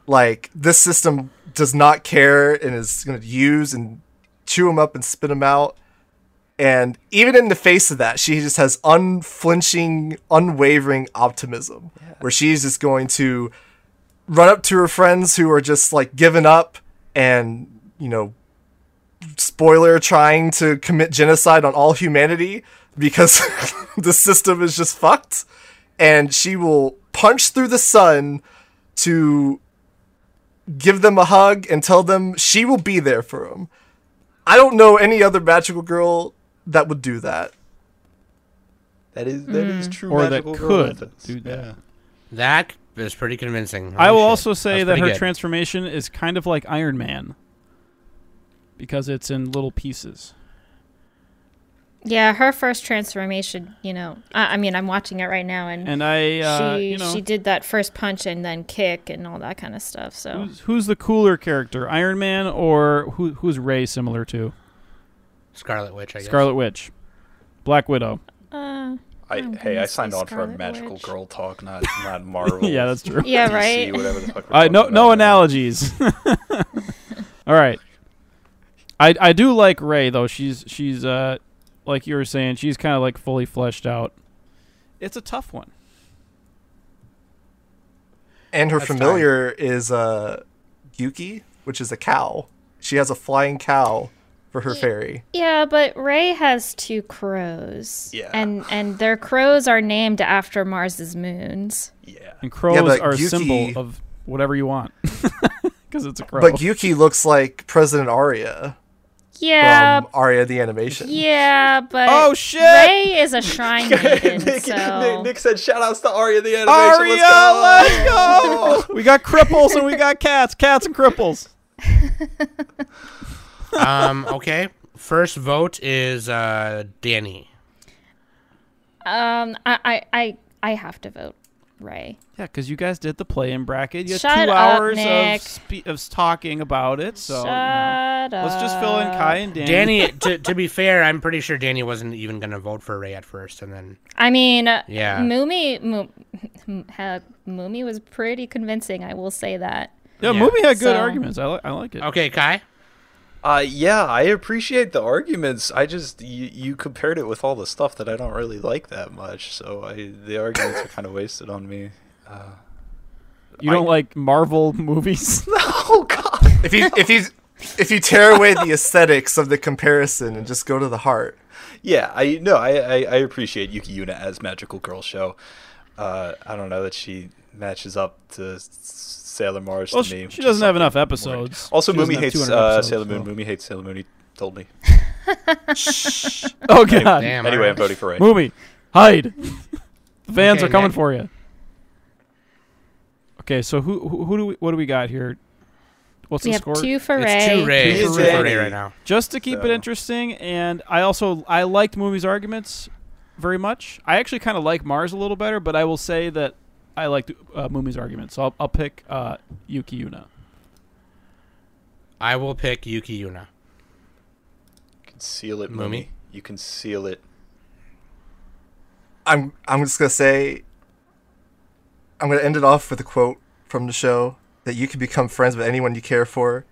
Speaker 9: Like this system does not care and is going to use and chew him up and spit him out. And even in the face of that, she just has unflinching, unwavering optimism, where she's just going to run up to her friends who are just like giving up and you know spoiler trying to commit genocide on all humanity because the system is just fucked and she will punch through the sun to give them a hug and tell them she will be there for them i don't know any other magical girl that would do that
Speaker 8: that is that is true.
Speaker 7: Or that
Speaker 8: magical girl
Speaker 7: could
Speaker 8: methods.
Speaker 7: do that.
Speaker 8: Yeah.
Speaker 5: That is pretty convincing. Holy
Speaker 7: I will
Speaker 5: shit.
Speaker 7: also say
Speaker 5: That's
Speaker 7: that
Speaker 5: pretty
Speaker 7: her
Speaker 5: good.
Speaker 7: transformation is kind of like Iron Man because it's in little pieces.
Speaker 6: Yeah, her first transformation. You know, I, I mean, I'm watching it right now, and,
Speaker 7: And I, uh,
Speaker 6: she
Speaker 7: you know,
Speaker 6: she did that first punch and then kick and all that kind of stuff. So
Speaker 7: who's, who's the cooler character, Iron Man or who, who's Ray similar to?
Speaker 5: Scarlet Witch, I guess.
Speaker 7: Scarlet Witch, Black Widow.
Speaker 6: uh,
Speaker 8: I,
Speaker 6: I'm
Speaker 8: hey, I
Speaker 6: gonna
Speaker 8: signed
Speaker 6: say
Speaker 8: on for a
Speaker 6: Scarlet
Speaker 8: magical
Speaker 6: Witch.
Speaker 8: girl talk, not not Marvel.
Speaker 7: yeah, that's true.
Speaker 6: yeah,
Speaker 8: DC,
Speaker 6: right.
Speaker 8: Whatever the fuck. we're
Speaker 7: Uh, no,
Speaker 8: talking
Speaker 7: no
Speaker 8: about.
Speaker 7: analogies. All right. I I do like Ray though. She's she's uh like you were saying, she's kind of like fully fleshed out. It's a tough one.
Speaker 9: and her
Speaker 5: That's
Speaker 9: familiar is uh yuki which is a cow she has a flying cow for her fairy
Speaker 6: Yeah, but Ray has two crows.
Speaker 8: Yeah.
Speaker 6: And and their crows are named after Mars's moons.
Speaker 8: Yeah,
Speaker 7: And crows
Speaker 9: but
Speaker 7: are
Speaker 9: Yuki-
Speaker 7: a symbol of whatever you want. Because it's a crow.
Speaker 9: but yuki looks like president aria
Speaker 6: Yeah.
Speaker 9: from aria the animation
Speaker 6: yeah, but
Speaker 7: Oh, shit!
Speaker 6: Ray is a shrine maiden,
Speaker 8: Nick,
Speaker 6: so
Speaker 8: Nick, Nick said, "Shout outs to Arya the animation."
Speaker 7: Aria,
Speaker 8: Let's go.
Speaker 7: let's go! we got cripples and we got cats. Cats and cripples.
Speaker 5: um, okay. First vote is uh, Danny.
Speaker 6: um I, I I I have to vote Ray.
Speaker 7: Yeah, because you guys did the play in bracket. You had
Speaker 6: Shut
Speaker 7: two
Speaker 6: up,
Speaker 7: hours
Speaker 6: Nick.
Speaker 7: of spe- of talking about it. So you
Speaker 6: Shut
Speaker 7: know. Oh, let's just fill in
Speaker 6: up.
Speaker 7: Kai and Danny.
Speaker 5: Danny, to, to be fair, I'm pretty sure Danny wasn't even going to vote for Ray at first, and then
Speaker 6: I mean, uh,
Speaker 5: Yeah.
Speaker 6: Moomy Mo- heck, Moomy was pretty convincing, I will say that.
Speaker 7: Yeah,
Speaker 5: Yeah.
Speaker 7: movie had good
Speaker 6: So-
Speaker 7: arguments. I, li- I like it.
Speaker 5: okay, Kai.
Speaker 8: Uh, yeah, I appreciate the arguments. I just you, you compared it with all the stuff that I don't really like that much, so I the arguments are kind of wasted on me.
Speaker 7: You don't like Marvel movies?
Speaker 8: Oh God!
Speaker 9: if you if you if you tear away the aesthetics of the comparison and just go to the heart
Speaker 8: yeah, I no, I, I I appreciate Yuki Yuna as magical girl show. Uh, I don't know that she matches up to S- Sailor Mars
Speaker 7: Well,
Speaker 8: to me.
Speaker 7: she,
Speaker 8: which
Speaker 7: she
Speaker 8: is
Speaker 7: doesn't have
Speaker 8: something
Speaker 7: enough
Speaker 8: more.
Speaker 7: episodes.
Speaker 8: Also,
Speaker 7: She doesn't
Speaker 8: Moomy
Speaker 7: have
Speaker 8: hates
Speaker 7: 200
Speaker 8: uh,
Speaker 7: episodes,
Speaker 8: Sailor Moon.
Speaker 7: so-
Speaker 8: Moomy hates Sailor Moon. He told me.
Speaker 9: Shh.
Speaker 7: Oh god,
Speaker 5: Damn.
Speaker 8: anyway, I'm
Speaker 5: alright.
Speaker 8: voting for Ray.
Speaker 7: Moomy, hide. the fans
Speaker 5: Okay,
Speaker 7: are coming
Speaker 5: Nick.
Speaker 7: for you. Okay, so who who, who do we, what do we got here? What's
Speaker 6: we
Speaker 7: the
Speaker 6: have
Speaker 7: score?
Speaker 6: two for
Speaker 5: It's
Speaker 6: Ray.
Speaker 5: two Ray.
Speaker 8: Two
Speaker 5: It's
Speaker 8: for
Speaker 5: two
Speaker 8: Ray.
Speaker 5: for Ray right now.
Speaker 7: Just to keep
Speaker 8: So-
Speaker 7: it interesting, and I also I liked Moomy's arguments very much. I actually kind of like Mars a little better, but I will say that I liked uh, Moomy's arguments. So I'll, I'll pick uh, Yuki Yuna.
Speaker 5: I will pick Yuki Yuna.
Speaker 8: Conceal it,
Speaker 5: Moomy.
Speaker 8: Moomy. You conceal it.
Speaker 9: I'm I'm just gonna say I'm gonna end it off with a quote from the show that you can become friends with anyone you care for.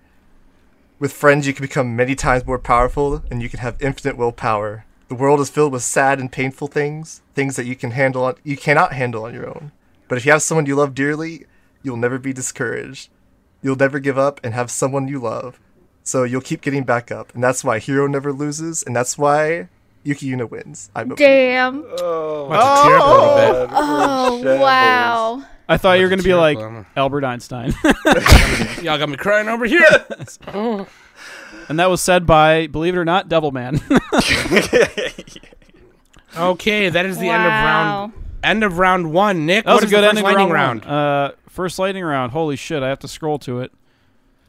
Speaker 9: With friends you can become many times more powerful and you can have infinite willpower. The world is filled with sad and painful things, things that you can handle on, you cannot handle on your own. But if you have someone you love dearly, you'll never be discouraged. You'll never give up and have someone you love. So you'll keep getting back up, and that's why Hero never loses, and that's why Yuki Yuna wins. I vote for Yuki.
Speaker 6: Damn.
Speaker 8: Oh,
Speaker 5: About to tear up a little bit.
Speaker 8: Uh,
Speaker 6: Oh, wow.
Speaker 7: I thought you were gonna be like
Speaker 5: Terrible.
Speaker 7: Albert Einstein,
Speaker 5: Y'all got me crying over here.
Speaker 7: and that was said by, believe it or not, Devil Man.
Speaker 5: okay, that is the end of round end of round one. Nick,
Speaker 7: That
Speaker 5: what
Speaker 7: was a
Speaker 5: is the
Speaker 7: good
Speaker 5: first
Speaker 7: ending
Speaker 5: lightning
Speaker 7: round.
Speaker 5: round?
Speaker 7: Uh, first lightning round. Holy shit! I have to scroll to it.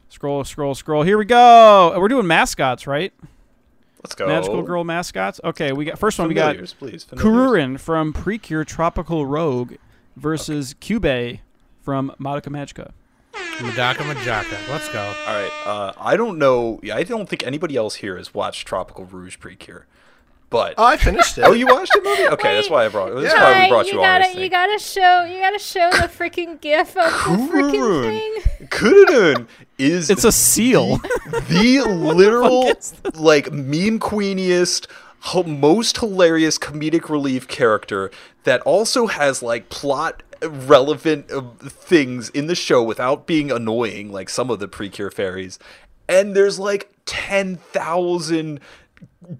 Speaker 7: Scroll, scroll, scroll. Here we go. Uh, We're doing mascots, right?
Speaker 8: Let's go.
Speaker 7: Magical girl mascots. Okay, we got first one. We got
Speaker 8: Familiars, please. familiars.
Speaker 7: Kururin from Precure Tropical Rogue versus Cube from Madoka Magica.
Speaker 5: Madaka Majaka. Let's go.
Speaker 8: All right. Uh, I don't know. I don't think anybody else here has watched Tropical Rouge Precure, but
Speaker 9: Oh, I finished it.
Speaker 8: oh, you watched it, movie? Okay, that's why I brought. That's why we
Speaker 6: Ty,
Speaker 8: brought
Speaker 6: you,
Speaker 8: you, on.
Speaker 6: gotta
Speaker 8: this
Speaker 6: you
Speaker 8: thing.
Speaker 6: gotta show you gotta show the freaking gif of the freaking
Speaker 8: Kurun.
Speaker 6: thing.
Speaker 8: Kurun is
Speaker 7: It's a seal.
Speaker 8: the literal like meme queeniest ho- most hilarious comedic relief character that also has like plot relevant uh, things in the show without being annoying like some of the precure fairies and there's like 10,000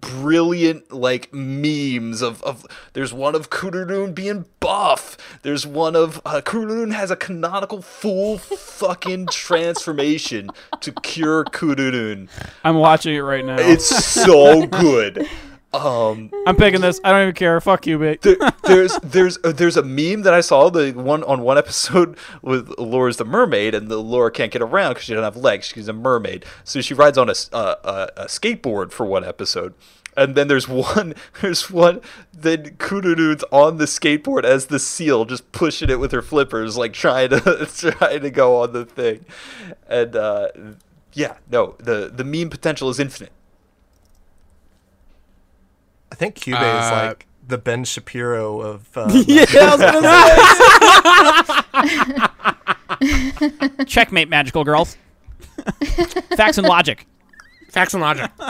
Speaker 8: brilliant like memes of, of there's one of Kudurun being buff there's one of uh, Kudurun has a canonical full fucking transformation to cure Kudurun
Speaker 7: I'm watching it right now.
Speaker 8: it's so good um
Speaker 7: I'm picking this. I don't even care. Fuck you, bitch.
Speaker 8: there, there's there's uh, there's a meme that I saw the one on one episode with Laura's the mermaid and the Laura can't get around because she doesn't have legs. She's a mermaid, so she rides on a, s- uh, a, a skateboard for one episode. And then there's one there's one that Kududude's on the skateboard as the seal, just pushing it with her flippers, like trying to trying to go on the thing. And uh, yeah, no, the the meme potential is infinite.
Speaker 9: I think Cube is
Speaker 5: Uh,
Speaker 9: like the Ben Shapiro of. Uh,
Speaker 7: Checkmate, magical girls. Facts and logic.
Speaker 5: Facts and logic.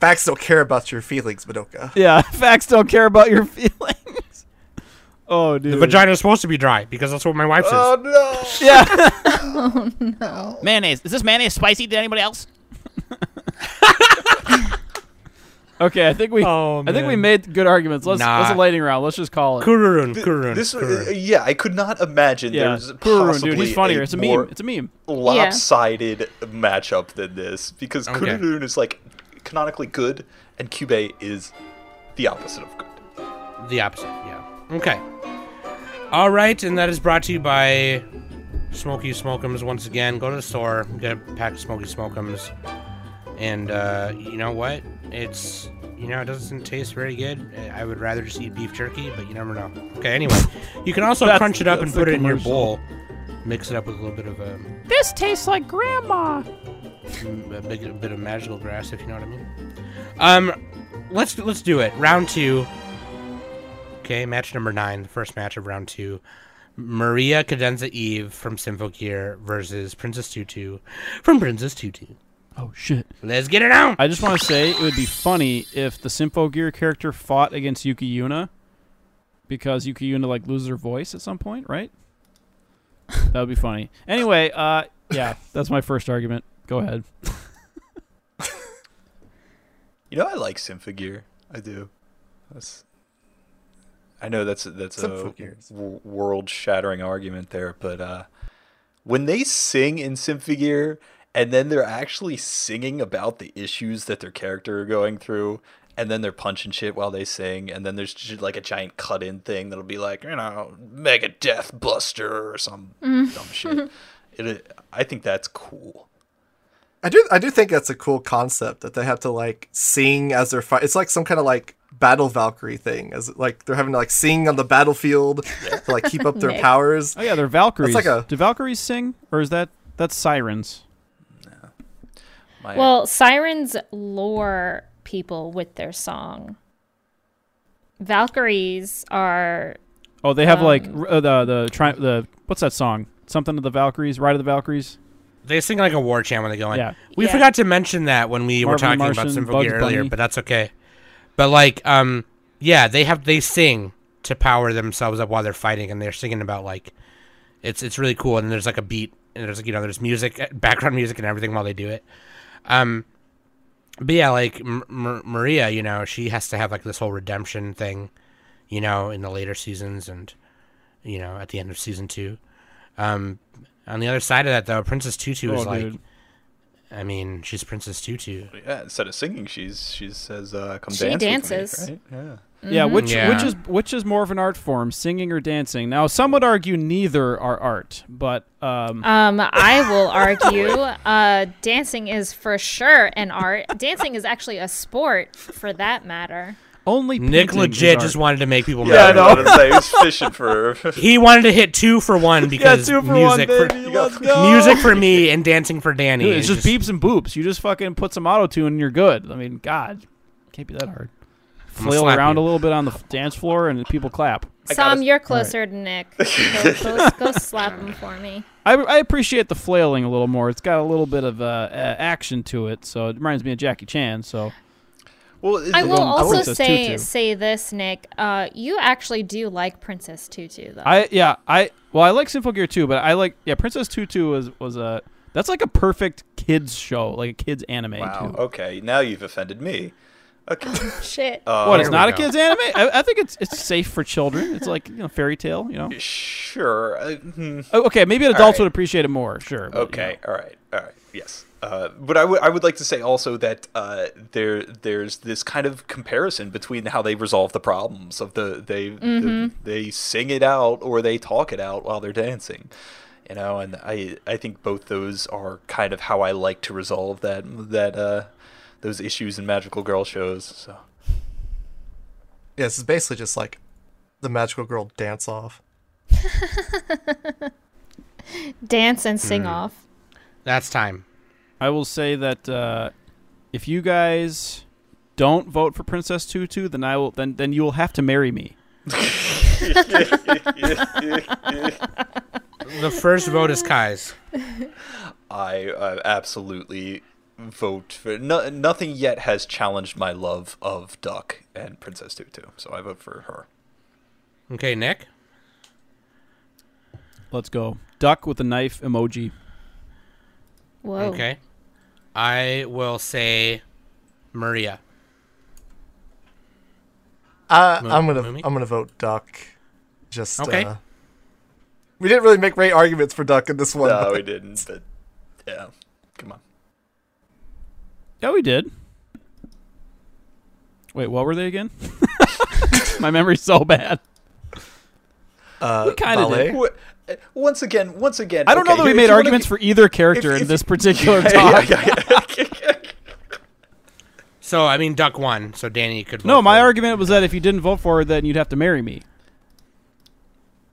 Speaker 9: Facts don't care about your feelings, Madoka.
Speaker 7: Yeah, facts don't care about your feelings. Oh, dude.
Speaker 5: The vagina is supposed to be dry because that's what my wife says.
Speaker 8: Oh,
Speaker 7: Oh,
Speaker 8: no!
Speaker 7: Yeah. oh no. Mayonnaise. Is this mayonnaise spicy to anybody else? okay, I think we.
Speaker 5: Oh,
Speaker 7: I think we
Speaker 5: man.
Speaker 7: made good arguments. Let's
Speaker 5: Nah.
Speaker 7: let's a lightning round. Let's just call it.
Speaker 5: Kururun, Kururun.
Speaker 8: This,
Speaker 5: Kururun.
Speaker 8: uh, yeah, I could not imagine
Speaker 7: yeah,
Speaker 8: there's
Speaker 7: Kurun,
Speaker 8: possibly
Speaker 7: dude, he's funnier.
Speaker 8: a
Speaker 7: It's a
Speaker 8: more
Speaker 7: meme. It's a meme.
Speaker 8: lopsided matchup than this because
Speaker 5: Okay.
Speaker 8: Kururun is like canonically good and Kyubei is the opposite of good.
Speaker 5: The opposite, yeah. Okay. All right, and that is brought to you by Smoky Smokums once again. Go to the store, get a pack of Smoky Smokums, and uh, you know what? It's you know it doesn't taste very good. I would rather just eat beef jerky, but you never know. Okay, anyway, you can also
Speaker 7: That's-
Speaker 5: crunch it up and
Speaker 7: that's the
Speaker 5: put it in your
Speaker 7: commercial.
Speaker 5: bowl, mix it up with a little bit of um,
Speaker 7: This tastes like grandma.
Speaker 5: m- a big a bit of magical grass, if you know what I mean. Um, let's let's do it. Round two. Okay, match number nine, the first match of round two. Maria Cadenza Eve from Symphogear versus Princess Tutu from Princess Tutu.
Speaker 7: Oh shit!
Speaker 5: Let's get it on.
Speaker 7: I just want to say it would be funny if the Simpo Gear character fought against Yuki Yuna, because Yuki Yuna like loses her voice at some point, right? That would be funny. Anyway, uh, yeah, that's my first argument. Go ahead.
Speaker 8: You know, I like Symphogear. I do. That's. I know that's that's
Speaker 9: Some
Speaker 8: a
Speaker 9: folk ears.
Speaker 8: w- world-shattering argument there, but uh, when they sing in Symphogear and then they're actually singing about the issues that their character are going through, and then they're punching shit while they sing, and then there's just like a giant cut-in thing that'll be like, you know, Mega Death Buster or some dumb shit. It, I think that's cool.
Speaker 9: I do I do think that's a cool concept that they have to like sing as they're fight. It's like some kind of like battle Valkyrie thing, as like they're having to like sing on the battlefield to like keep up their
Speaker 6: Nick.
Speaker 9: powers.
Speaker 7: Oh yeah, they're Valkyries.
Speaker 9: like a-
Speaker 7: Do Valkyries sing, or is that that's sirens?
Speaker 8: My,
Speaker 6: Well, sirens lure people with their song. Valkyries are
Speaker 7: Oh, they have like r- uh, the the tri- the what's that song? Something of the Valkyries, Ride of the Valkyries.
Speaker 5: They sing like a war chant when they go in.
Speaker 7: Yeah.
Speaker 5: We
Speaker 6: Yeah.
Speaker 5: forgot to mention that when we were
Speaker 7: Marvin the
Speaker 5: talking
Speaker 7: Martian,
Speaker 5: about Symphogear
Speaker 7: Bugs
Speaker 5: earlier,
Speaker 7: Bunny.
Speaker 5: but that's okay. But like, um, yeah, they have they sing to power themselves up while they're fighting, and they're singing about like, it's it's really cool, and there's like a beat, and there's like you know there's music, background music, and everything while they do it. Um, but yeah, like M- M- Maria, you know, she has to have like this whole redemption thing, you know, in the later seasons, and you know at the end of season two. Um, on the other side of that, though, Princess Tutu
Speaker 7: Oh,
Speaker 5: is like.
Speaker 7: dude.
Speaker 5: I mean, she's Princess Tutu.
Speaker 8: yeah, instead of singing, she's she says, uh, "Come
Speaker 6: She
Speaker 8: dance with me,"
Speaker 6: dances.
Speaker 8: right? Yeah.
Speaker 7: Yeah, which
Speaker 5: Yeah.
Speaker 7: which is which is more of an art form, singing or dancing? Now, some would argue neither are art, but um,
Speaker 6: Um, I will argue uh, dancing is for sure an art. Dancing is actually a sport, for that matter.
Speaker 7: only
Speaker 5: Nick
Speaker 7: painting
Speaker 5: legit
Speaker 7: is
Speaker 5: just
Speaker 7: art.
Speaker 5: wanted to make people
Speaker 8: Yeah, I
Speaker 5: mad.
Speaker 8: know. What I'm saying. He's fishing for
Speaker 5: He wanted to hit two for one because
Speaker 7: two for
Speaker 5: music,
Speaker 7: one,
Speaker 5: for,
Speaker 7: baby,
Speaker 8: let's
Speaker 5: music for me and dancing for Danny.
Speaker 7: Dude, it's
Speaker 5: and
Speaker 7: just beeps and boops. You just fucking put some auto tune and you're good. I mean, God, can't be that hard.
Speaker 5: gonna
Speaker 7: Flail
Speaker 5: slap
Speaker 7: around
Speaker 5: you.
Speaker 7: a little bit on the f- dance floor and people clap.
Speaker 6: Sam, you're closer to Nick. Go, go, go slap him for me.
Speaker 7: I, I appreciate the flailing a little more. It's got a little bit of uh, uh, action to it, so it reminds me of Jackie Chan. So
Speaker 8: Well, is Oh,
Speaker 6: I will
Speaker 7: going
Speaker 6: also
Speaker 7: Princess
Speaker 6: say
Speaker 7: Tutu.
Speaker 6: say this, Nick. Uh, you actually do like Princess Tutu, though.
Speaker 7: I yeah I well I like Sinful Gear too, but I like yeah Princess Tutu was was a that's like a perfect kids show, like a kids anime.
Speaker 8: Wow.
Speaker 7: Too.
Speaker 8: Okay, now you've offended me. Okay.
Speaker 6: Shit.
Speaker 8: Uh,
Speaker 7: What? It's
Speaker 5: Oh, Here we
Speaker 7: not a
Speaker 5: go.
Speaker 7: kids anime. I, I think it's it's safe for children. It's like you know fairy tale. You know.
Speaker 8: Sure. uh, hmm.
Speaker 7: Oh, okay, maybe
Speaker 8: right.
Speaker 7: adults would appreciate it more. Sure.
Speaker 5: Oh.
Speaker 7: but, you
Speaker 8: Okay. All right. All right. Yes. Uh, but I would I would like to say also that uh, there there's this kind of comparison between how they resolve the problems of the they
Speaker 7: Mm-hmm.
Speaker 8: the, they sing it out or they talk it out while they're dancing. You know, and I I think both those are kind of how I like to resolve that that uh, those issues in magical girl shows. So
Speaker 9: Yeah, this is basically just like the magical girl dance off.
Speaker 6: Dance and
Speaker 7: Hmm.
Speaker 6: sing off.
Speaker 5: That's time.
Speaker 7: I will say that uh, if you guys don't vote for Princess Tutu, then I will then then you will have to marry me.
Speaker 5: The first vote is Kai's.
Speaker 8: I uh, absolutely vote for no, nothing yet has challenged my love of Duck and Princess Tutu, so I vote for her.
Speaker 5: Okay, Nick.
Speaker 7: Let's go. Duck with a knife emoji.
Speaker 6: Whoa.
Speaker 5: Okay. I will say Maria.
Speaker 9: Uh,
Speaker 5: Mo-
Speaker 9: I'm gonna
Speaker 5: Moomy?
Speaker 9: I'm gonna vote Duck. Just
Speaker 5: Okay.
Speaker 9: Uh, we didn't really make great arguments for Duck in this one.
Speaker 8: No,
Speaker 9: but-
Speaker 8: we didn't, but yeah, come on.
Speaker 7: Yeah, we did. Wait, what were they again? My memory's so bad.
Speaker 9: uh,
Speaker 7: we kinda
Speaker 9: ballet?
Speaker 7: did.
Speaker 8: Wh- uh, Once again, once again.
Speaker 7: I don't know
Speaker 8: okay,
Speaker 7: that we
Speaker 8: if
Speaker 7: made
Speaker 8: you wanna
Speaker 7: arguments
Speaker 8: g-
Speaker 7: for either character
Speaker 8: if-
Speaker 7: in
Speaker 8: if-
Speaker 7: this particular
Speaker 8: Yeah,
Speaker 7: talk.
Speaker 8: yeah, yeah, yeah.
Speaker 5: So I mean, Duck won. So Danny could.
Speaker 7: No,
Speaker 5: vote
Speaker 7: my
Speaker 5: for-
Speaker 7: argument was that if you didn't vote for her, then you'd have to marry me.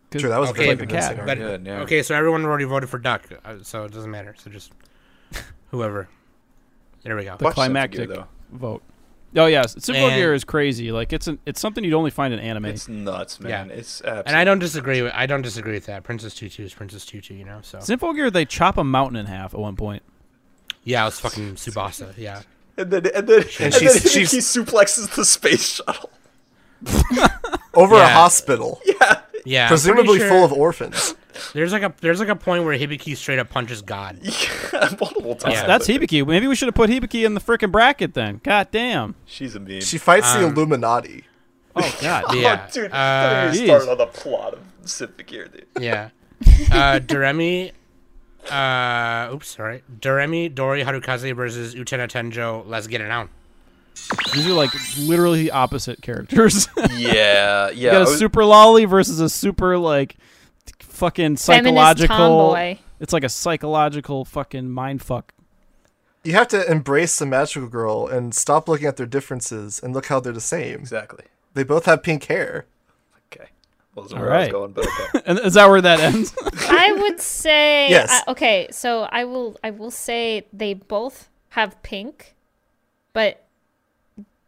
Speaker 7: 'Cause-
Speaker 9: Sure, that was a
Speaker 5: Okay,
Speaker 9: very
Speaker 5: but-
Speaker 9: convincing
Speaker 7: but-
Speaker 5: But,
Speaker 9: argument.
Speaker 8: Good, yeah.
Speaker 5: Okay, so everyone already voted for Duck, uh, so it doesn't matter. So just whoever. There we go.
Speaker 7: the
Speaker 8: Watch Symphogear,
Speaker 7: climactic
Speaker 8: though.
Speaker 7: vote. Oh yes, Symphogear
Speaker 5: And-
Speaker 7: is crazy. Like it's an, it's something you'd only find in anime.
Speaker 8: It's nuts, man.
Speaker 5: Yeah.
Speaker 8: It's absolutely.
Speaker 5: And I don't disagree. With, I don't disagree with that. Princess Tutu is Princess Tutu, you know. So
Speaker 7: Symphogear, they chop a mountain in half at one point.
Speaker 5: yeah, it was fucking Subasa. Yeah.
Speaker 8: And then and then and,
Speaker 9: she's-
Speaker 8: then
Speaker 9: she's-
Speaker 8: he suplexes the space shuttle.
Speaker 9: Over a
Speaker 5: Yeah.
Speaker 9: hospital,
Speaker 5: Yeah. I'm pretty
Speaker 9: presumably
Speaker 5: sure-
Speaker 9: full of orphans.
Speaker 5: There's like a there's like a point where Hibiki straight up punches God.
Speaker 8: multiple times.
Speaker 5: Yeah,
Speaker 7: That's Hibiki. Maybe we should have put Hibiki in the frickin' bracket then. God damn.
Speaker 8: She's a meme.
Speaker 9: She fights the Illuminati.
Speaker 7: Oh God.
Speaker 5: Yeah,
Speaker 8: oh, dude,
Speaker 5: uh,
Speaker 8: don't even start
Speaker 7: Jeez.
Speaker 8: on the plot of Pacific here, dude.
Speaker 5: yeah. Uh, Doremi, uh, oops, sorry. Doremi Dori Harukaze versus Utena Tenjo. Let's get it on.
Speaker 7: These are like literally opposite characters. you
Speaker 8: Yeah, yeah.
Speaker 7: got
Speaker 8: I
Speaker 7: a
Speaker 8: was-
Speaker 7: super lolly versus a super like fucking
Speaker 6: Feminist
Speaker 7: psychological.
Speaker 6: tomboy.
Speaker 7: It's like a psychological fucking mind fuck.
Speaker 9: You have to embrace the magical girl and stop looking at their differences and look how they're the same.
Speaker 8: exactly.
Speaker 9: They both have pink hair.
Speaker 8: Okay. Wasn't where I was
Speaker 7: right.
Speaker 8: going, but okay.
Speaker 7: And is that where that ends?
Speaker 6: I would say
Speaker 9: Yes.
Speaker 6: I- okay, so I will I will say they both have pink, but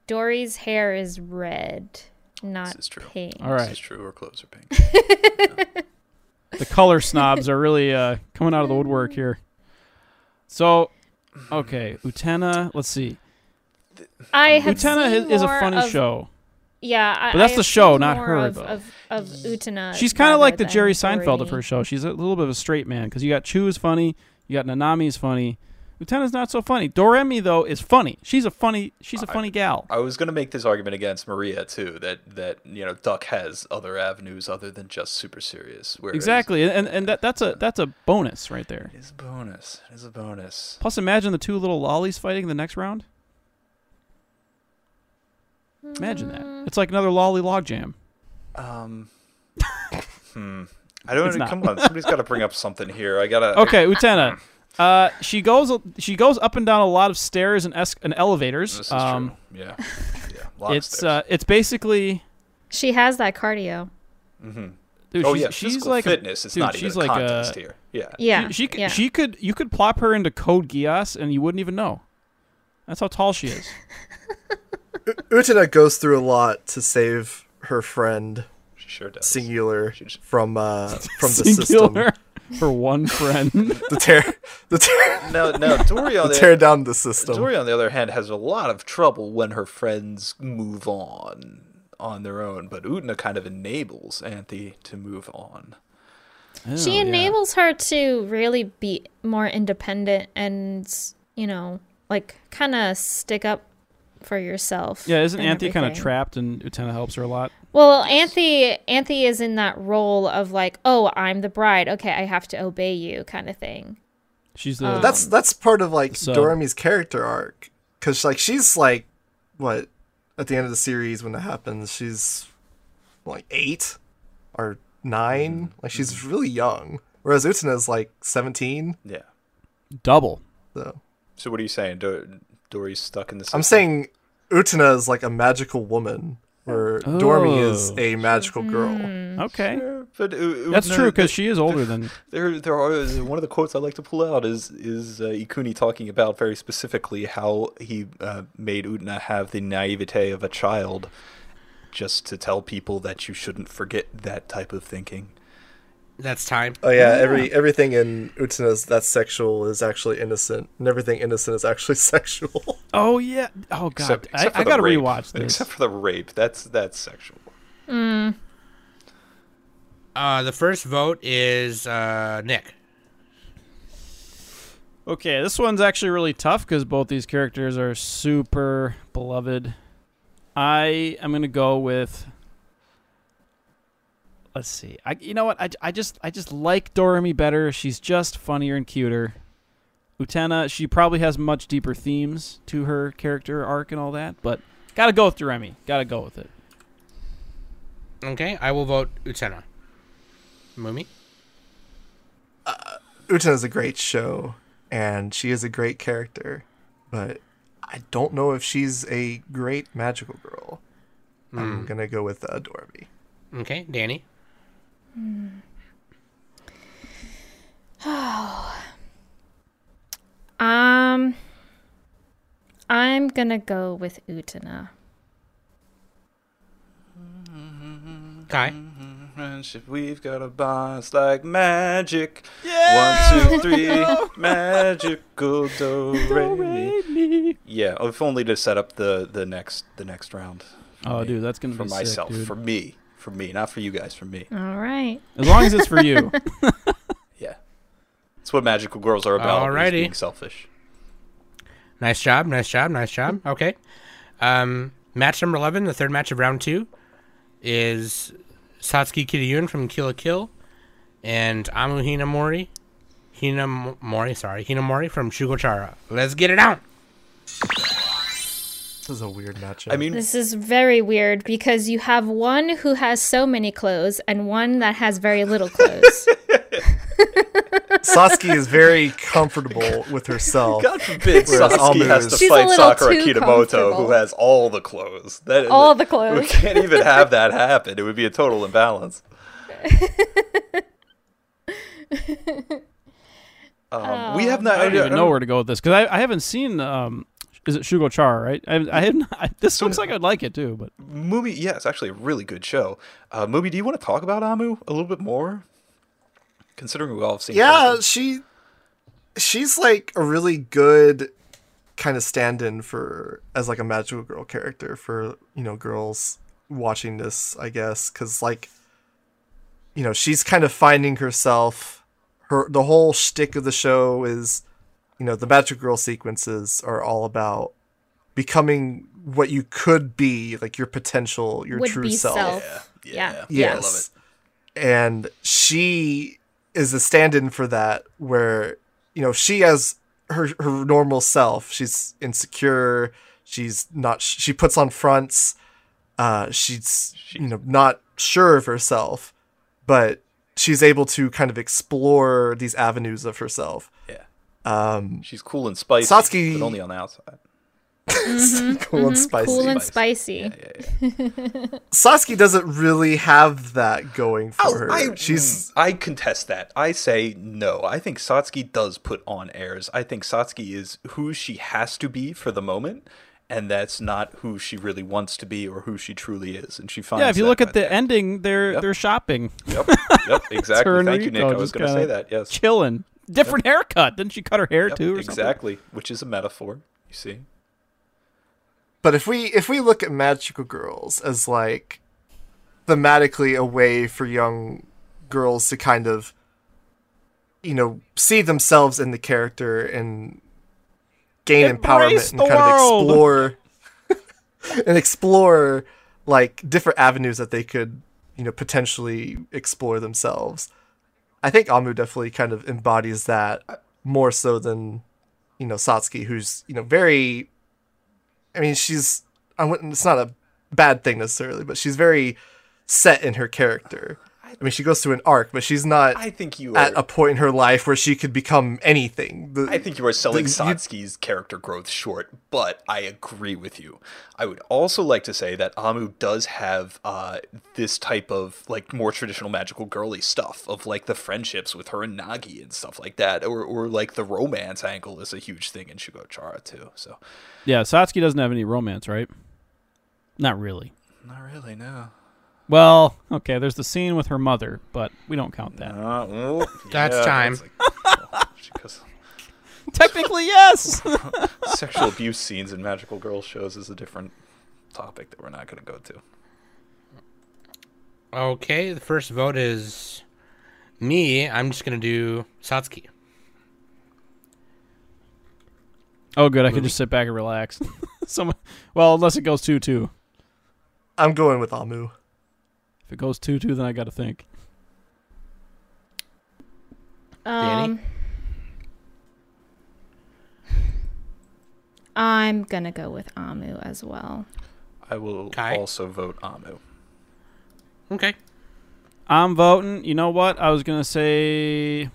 Speaker 6: Dory's hair is red, not
Speaker 8: This is true.
Speaker 6: pink.
Speaker 7: All
Speaker 8: This is
Speaker 7: right.
Speaker 8: true. Her clothes are pink.
Speaker 7: The color snobs are really uh, coming out of the woodwork here. So, okay, Utena. Let's see.
Speaker 6: I have
Speaker 7: Utena
Speaker 6: seen
Speaker 7: is, is a
Speaker 6: more
Speaker 7: funny
Speaker 6: of-
Speaker 7: show.
Speaker 6: Yeah, I,
Speaker 7: But that's
Speaker 6: I
Speaker 7: the
Speaker 6: have
Speaker 7: show,
Speaker 6: seen
Speaker 7: not
Speaker 6: more
Speaker 7: her,
Speaker 6: Of,
Speaker 7: though.
Speaker 6: of, of Utana.
Speaker 7: She's kind of
Speaker 6: rather
Speaker 7: like the
Speaker 6: than
Speaker 7: Jerry Seinfeld
Speaker 6: Dory.
Speaker 7: of her show. She's a little bit of a straight man because you got Chu is funny, you got Nanami is funny. Utena's not so funny. Doremi though is funny. She's a funny. She's a funny gal.
Speaker 8: I was gonna make this argument against Maria too. That that you know Duck has other avenues other than just super serious. Whereas
Speaker 7: Exactly, and and that, that's a that's a bonus right there.
Speaker 8: It's a bonus. It's a bonus.
Speaker 7: Plus, imagine the two little lollies fighting the next round. Imagine
Speaker 6: Hmm.
Speaker 7: that. It's like another lolly logjam.
Speaker 8: Um. hmm. I don't.
Speaker 7: It's not.
Speaker 8: Come on. Somebody's got to bring up something here. I gotta.
Speaker 7: Okay, Utena. Uh, she goes she goes up and down a lot of stairs and es- and elevators.
Speaker 8: This is
Speaker 7: um,
Speaker 8: true. Yeah. Yeah. Lots
Speaker 7: It's uh, it's basically
Speaker 6: She has that cardio.
Speaker 7: dude,
Speaker 8: oh
Speaker 7: she's,
Speaker 8: yeah.
Speaker 7: she's
Speaker 8: physical
Speaker 7: like a-
Speaker 8: fitness. It's
Speaker 7: dude,
Speaker 8: not
Speaker 7: she's
Speaker 8: even
Speaker 7: like
Speaker 8: a contest
Speaker 7: a,
Speaker 8: here. Yeah.
Speaker 6: Yeah,
Speaker 7: She, she, could-
Speaker 6: yeah.
Speaker 7: she could you could plop her into Code Geass and you wouldn't even know. That's how tall she is.
Speaker 9: Utena goes through a lot to save her friend
Speaker 8: She sure does.
Speaker 9: Singular
Speaker 8: She just-
Speaker 9: from uh from the system.
Speaker 7: Singular for one friend.
Speaker 9: The tear the tear
Speaker 8: No, no. Dory on
Speaker 9: the
Speaker 8: the
Speaker 9: tear down the system.
Speaker 8: Dory on the other hand has a lot of trouble when her friends move on on their own, but Utna kind of enables Anthe to move on.
Speaker 7: Oh,
Speaker 6: she
Speaker 7: yeah.
Speaker 6: enables her to really be more independent and you know like kind of stick up for yourself
Speaker 7: Yeah, isn't
Speaker 6: and
Speaker 7: Anthe kind of
Speaker 6: everything.
Speaker 7: trapped and Utena helps her a lot?
Speaker 6: well anthe anthe is in that role of like oh i'm the bride okay i have to obey you kind of thing
Speaker 7: She's the
Speaker 6: Uh,
Speaker 9: That's that's part of like
Speaker 7: Um, So-
Speaker 9: Doremi's character arc cuz like she's like what at the end of the series when it happens she's like 8 or 9
Speaker 7: Mm-hmm.
Speaker 9: like she's really young whereas Utena is like 17
Speaker 8: Yeah.
Speaker 7: double.
Speaker 9: so
Speaker 8: So what are you saying? Do- Dory's stuck in the. System?
Speaker 9: I'm saying Utena is like a magical woman where
Speaker 7: Oh.
Speaker 9: Dormy is a magical girl.
Speaker 7: Hmm. Okay.
Speaker 8: But U-
Speaker 7: That's
Speaker 8: Utna-
Speaker 7: true because she is older than
Speaker 8: There, there are one of the quotes I like to pull out is is uh, Ikuni talking about very specifically how he uh, made Utna have the naivete of a child, just to tell people that you shouldn't forget that type of thinking.
Speaker 5: That's time.
Speaker 9: Oh yeah, every everything in Utsuna's that's sexual is actually innocent, and everything innocent is actually sexual.
Speaker 7: Oh yeah. Oh god.
Speaker 8: Except,
Speaker 7: I-
Speaker 8: except
Speaker 7: I,
Speaker 8: for the
Speaker 7: gotta
Speaker 8: rape.
Speaker 7: rewatch this.
Speaker 8: Except for the rape, that's that's sexual.
Speaker 5: Uh, the first vote is uh, Nick.
Speaker 7: Okay, this one's actually really tough because both these characters are super beloved. I am gonna go with. Let's see. I you know what I, I just I just like Doremi better. She's just funnier and cuter. Utena, she probably has much deeper themes to her character arc and all that, but gotta go with Doremi. Gotta go with it.
Speaker 5: Okay, I will vote Utena. Mumi.
Speaker 9: Utsuna's a great show, and she is a great character, but I don't know if she's a great magical girl.
Speaker 8: Hmm.
Speaker 9: I'm gonna go with uh, Dormy.
Speaker 5: Okay, Danny.
Speaker 6: um i'm gonna go with utana
Speaker 5: Kai.
Speaker 8: Friendship, we've got a bonds like magic. Yeah! One, two, three, magical do re mi. Yeah, if only to set up the the next the next round.
Speaker 7: Oh, dude, that's gonna
Speaker 8: for
Speaker 7: be sick,
Speaker 8: myself,
Speaker 7: dude. Mm.
Speaker 8: for me, for me, not for you guys, for me.
Speaker 6: All right.
Speaker 7: As long as it's for you.
Speaker 8: Yeah, that's what magical girls are about. is
Speaker 5: Alrighty.
Speaker 8: being selfish.
Speaker 5: Nice job, nice job, nice job. Okay. Um, match number 11, the third match of round two, is Satsuki Kiriyun from Kill la Kill and Amu Hinamori. Hinamori, sorry, Hinamori from Shugochara. Let's get it out.
Speaker 9: This is a weird matchup.
Speaker 8: I mean,
Speaker 6: This is very weird because you have one who has so many clothes and one that has very little clothes.
Speaker 9: Sasuke is very comfortable with herself.
Speaker 8: God forbid
Speaker 9: Whereas
Speaker 8: Sasuke has
Speaker 9: Amu's-
Speaker 8: to
Speaker 6: She's a
Speaker 8: fight
Speaker 6: little
Speaker 8: Sakura
Speaker 6: too
Speaker 8: Kitamoto, who
Speaker 6: comfortable.
Speaker 8: has all the clothes. That is
Speaker 6: All the clothes.
Speaker 8: We can't even have that happen. It would be a total imbalance.
Speaker 6: Oh,
Speaker 8: um, we have not.
Speaker 7: I don't even know where to go with this because I, I haven't seen. Um, is it Shugo Chara? Right? I, I have not. This looks like I'd like it too, but
Speaker 8: Mubi, yeah, it's actually a really good show. Uh, Mubi, do you want to talk about Amu a little bit more? Considering we all have seen.
Speaker 9: yeah, she she's like a really good kind of stand-in for as like a magical girl character for you know girls watching this, I guess, because like you know she's kind of finding herself. Her the whole shtick of the show is, you know, the magical girl sequences are all about becoming what you could be, like your potential, your
Speaker 6: Would
Speaker 9: true
Speaker 6: be
Speaker 9: self.
Speaker 6: self.
Speaker 8: yeah,
Speaker 6: Yeah.
Speaker 8: yeah, I love it.
Speaker 9: Yes. And she is a stand-in for that where you know, she has her her normal self. She's insecure, she's not she puts on fronts. Uh she's you know, not sure of herself, but she's able to kind of explore these avenues of herself.
Speaker 8: Yeah.
Speaker 9: Um
Speaker 8: She's cool and spicy,
Speaker 9: Satsuki-
Speaker 8: but only on the outside.
Speaker 9: cool and spicy.
Speaker 6: Mm-hmm, Cool and spicy.
Speaker 8: Spicy. Yeah, yeah,
Speaker 9: Sasuke doesn't really have that going for her.
Speaker 8: Oh, I,
Speaker 9: she's
Speaker 8: mm, I contest that. I say no. I think Satsuki does put on airs. I think Satsuki is who she has to be for the moment, and that's not who she really wants to be or who she truly is. And she finds.
Speaker 7: yeah. If you
Speaker 8: that
Speaker 7: look
Speaker 8: by
Speaker 7: at
Speaker 8: that.
Speaker 7: the ending, they're they're shopping,
Speaker 8: Yep, yep, exactly.
Speaker 7: Turn
Speaker 8: Thank you, Nick.
Speaker 7: Rico,
Speaker 8: I was
Speaker 7: just
Speaker 8: going to
Speaker 7: kinda-
Speaker 8: say that. Yes.
Speaker 7: chilling. Different haircut. Didn't she cut her hair
Speaker 8: Yep,
Speaker 7: too? Or Something?
Speaker 8: exactly, which is a metaphor. You see.
Speaker 9: But if we if we look at magical girls as like thematically a way for young girls to kind of you know see themselves in the character and gain empowerment
Speaker 7: Embrace
Speaker 9: and
Speaker 7: the
Speaker 9: kind
Speaker 7: world.
Speaker 9: of explore and explore like different avenues that they could you know potentially explore themselves. I think Amu definitely kind of embodies that more so than you know Satsuki who's you know very I mean, she's I wouldn't. It's not a bad thing necessarily, but she's very set in her character. I mean, she goes through an arc, but she's not
Speaker 8: I think you
Speaker 9: at
Speaker 8: are.
Speaker 9: a point in her life where she could become anything. The-
Speaker 8: I think you are selling
Speaker 9: the- you-
Speaker 8: Satsuki's character growth short, but I agree with you. I would also like to say that Amu does have uh, this type of like more traditional magical girly stuff of like the friendships with her and Nagi and stuff like that, or or like the romance angle is a huge thing in Shugochara too. So
Speaker 7: Yeah. Satsuki doesn't have any romance, right? Not really.
Speaker 8: not really, no.
Speaker 7: Well, okay. There's the scene with her mother, but we don't count that.
Speaker 8: Uh, oh,
Speaker 5: That's time.
Speaker 8: like- because
Speaker 7: Technically, yes.
Speaker 8: sexual abuse scenes in magical girl shows is a different topic that we're not going to go to.
Speaker 5: Okay, the first vote is me. I'm just going to do Satsuki.
Speaker 7: oh, good. I can just sit back and relax. Some. Well, unless it goes two two.
Speaker 9: I'm going with Amu.
Speaker 7: If it goes two two, then I got to think.
Speaker 5: Danny?
Speaker 6: Um, I'm gonna go with Amu as well.
Speaker 8: I will
Speaker 5: Kai?
Speaker 8: also vote Amu.
Speaker 5: Okay.
Speaker 7: I'm voting. You know what? I was gonna say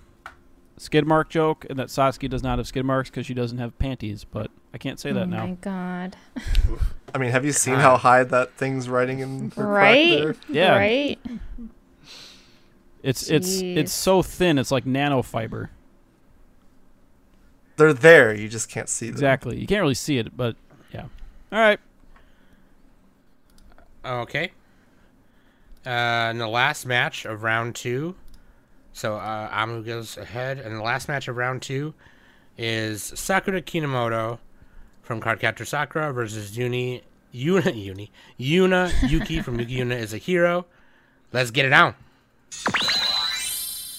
Speaker 7: skid mark joke, and that Satsuki does not have skid marks because she doesn't have panties. But I can't say that
Speaker 6: oh my
Speaker 7: now.
Speaker 6: god!
Speaker 9: I mean, have you seen how high that thing's riding in her
Speaker 6: Right?
Speaker 9: crack
Speaker 7: Yeah.
Speaker 6: Right?
Speaker 7: It's it's
Speaker 6: Jeez.
Speaker 7: it's so thin. It's like nanofiber.
Speaker 9: there? They're there. You just can't see them.
Speaker 7: Exactly. You can't really see it, but yeah. All right.
Speaker 5: Okay. Uh, in the last match of round two, so uh, Amu goes ahead, and the last match of round two is Sakura Kinomoto from Cardcaptor Sakura versus Yuni Yuna Yuni Yuna Yuki from Yuki Yuna is a hero Let's get it on.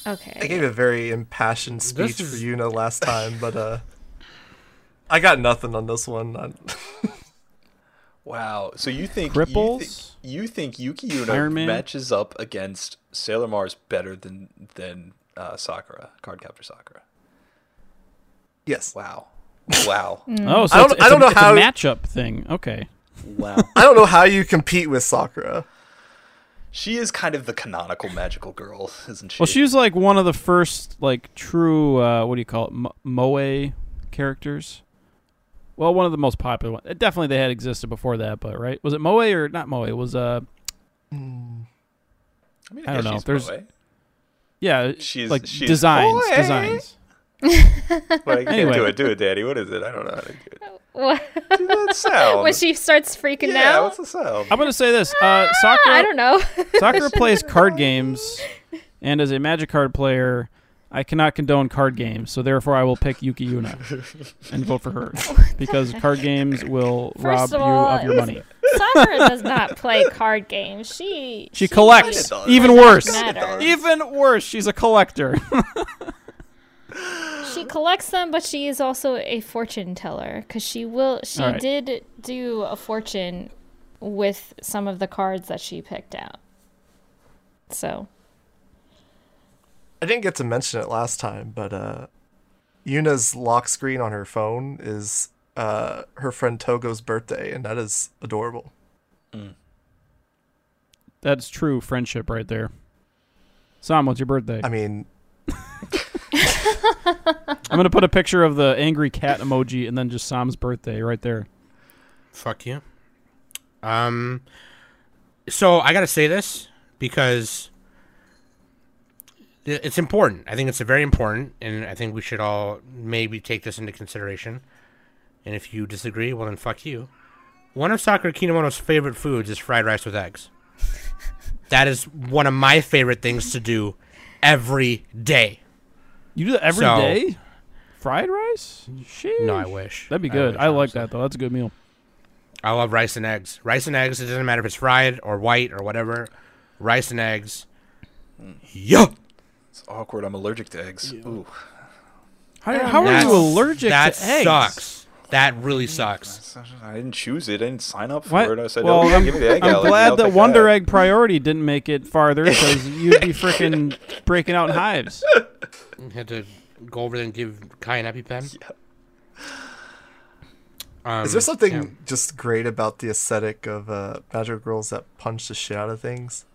Speaker 9: I
Speaker 6: Okay.
Speaker 9: gave a very impassioned speech
Speaker 5: is-
Speaker 9: for Yuna last time, but uh, I got nothing on this one. I,
Speaker 8: Wow. So you think
Speaker 7: Cripples?
Speaker 8: You, think you think Yuki Uno
Speaker 7: Fireman?
Speaker 8: matches up against Sailor Mars better than than uh, Sakura, Cardcaptor Sakura?
Speaker 9: yes,
Speaker 8: Wow. Wow.
Speaker 6: Mm.
Speaker 7: Oh, so
Speaker 9: I
Speaker 7: it's,
Speaker 9: don't-
Speaker 7: it's
Speaker 9: I don't
Speaker 7: a,
Speaker 9: know
Speaker 7: it's
Speaker 9: how-
Speaker 7: a matchup thing. Okay.
Speaker 8: wow.
Speaker 9: I don't know how you compete with Sakura.
Speaker 8: She is kind of the canonical magical girl, isn't she?
Speaker 7: Well, she was like one of the first like true uh, what do you call it Mo- moe characters. Well, one of the most popular ones. Definitely, they had existed before that, but right? Was it moe or not moe? It was uh
Speaker 8: I, mean,
Speaker 7: I don't
Speaker 8: guess
Speaker 7: know.
Speaker 8: she's
Speaker 7: There's-
Speaker 8: moe,
Speaker 7: yeah,
Speaker 8: She's-
Speaker 7: like
Speaker 8: she's-
Speaker 7: designs,
Speaker 8: Moe!
Speaker 7: designs.
Speaker 8: but I can't
Speaker 7: Anyway.
Speaker 8: do it. Do it, Daddy. What is it? I don't know how to do it.
Speaker 6: What-
Speaker 8: Do that sound.
Speaker 6: when she starts freaking
Speaker 8: yeah,
Speaker 6: out, Ah,
Speaker 8: what's the sound?
Speaker 7: I'm gonna say this. Uh, Sakura,
Speaker 6: I don't know.
Speaker 7: Sakura plays card games, and as a Magic card player, I cannot condone card games. So therefore, I will pick Yuki Yuna and vote for her because card games will rob
Speaker 6: First of
Speaker 7: you
Speaker 6: all,
Speaker 7: of your money.
Speaker 6: Sakura does not play card games. She
Speaker 7: She collects.
Speaker 8: does.
Speaker 7: Even worse.
Speaker 6: matter.
Speaker 7: Even worse, she's a collector.
Speaker 6: She collects them, but she is also a fortune teller because she will. She
Speaker 7: All right.
Speaker 6: did do a fortune with some of the cards that she picked out. So
Speaker 9: I didn't get to mention it last time, but uh, Yuna's lock screen on her phone is uh, her friend Togo's birthday, and that is adorable.
Speaker 7: That's true friendship right there. Sam, what's your birthday?
Speaker 9: I mean,
Speaker 7: I'm gonna put a picture of the angry cat emoji and then just Sam's birthday right there.
Speaker 5: Fuck you. Um, so I gotta say this because i- it's important. I think it's very important, and I think we should all maybe take this into consideration. And if you disagree, well then fuck you. One of Sakura Kinomoto's favorite foods is fried rice with eggs. that is one of my favorite things to do every day.
Speaker 7: You do that every
Speaker 5: So-
Speaker 7: day? Fried rice? Sheesh.
Speaker 5: No, I wish.
Speaker 7: That'd be good.
Speaker 5: wish,
Speaker 7: I, like
Speaker 5: honestly.
Speaker 7: that though. That's a good meal.
Speaker 5: I love rice and eggs. Rice and eggs. It doesn't matter if it's fried or white or whatever. Rice and eggs. Yo.
Speaker 8: It's awkward. I'm allergic to eggs. Ooh.
Speaker 7: How, how
Speaker 8: Um,
Speaker 7: are
Speaker 5: That's-
Speaker 7: you allergic
Speaker 5: that
Speaker 7: to eggs?
Speaker 5: sucks. That really sucks.
Speaker 8: I didn't choose it. I didn't sign up for
Speaker 7: What?
Speaker 8: it. I said,
Speaker 7: well,
Speaker 8: "Oh, yeah,
Speaker 7: I'm,
Speaker 8: give me the egg
Speaker 7: I'm
Speaker 8: allergy, I'll
Speaker 7: glad that
Speaker 8: take
Speaker 7: Wonder Egg Priority didn't make it farther because you'd be freaking breaking out in hives.
Speaker 5: Had to go over there and give Kai an EpiPen. Um,
Speaker 9: is there something
Speaker 5: yeah.
Speaker 9: just great about the aesthetic of uh, magical girls that punch the shit out of things?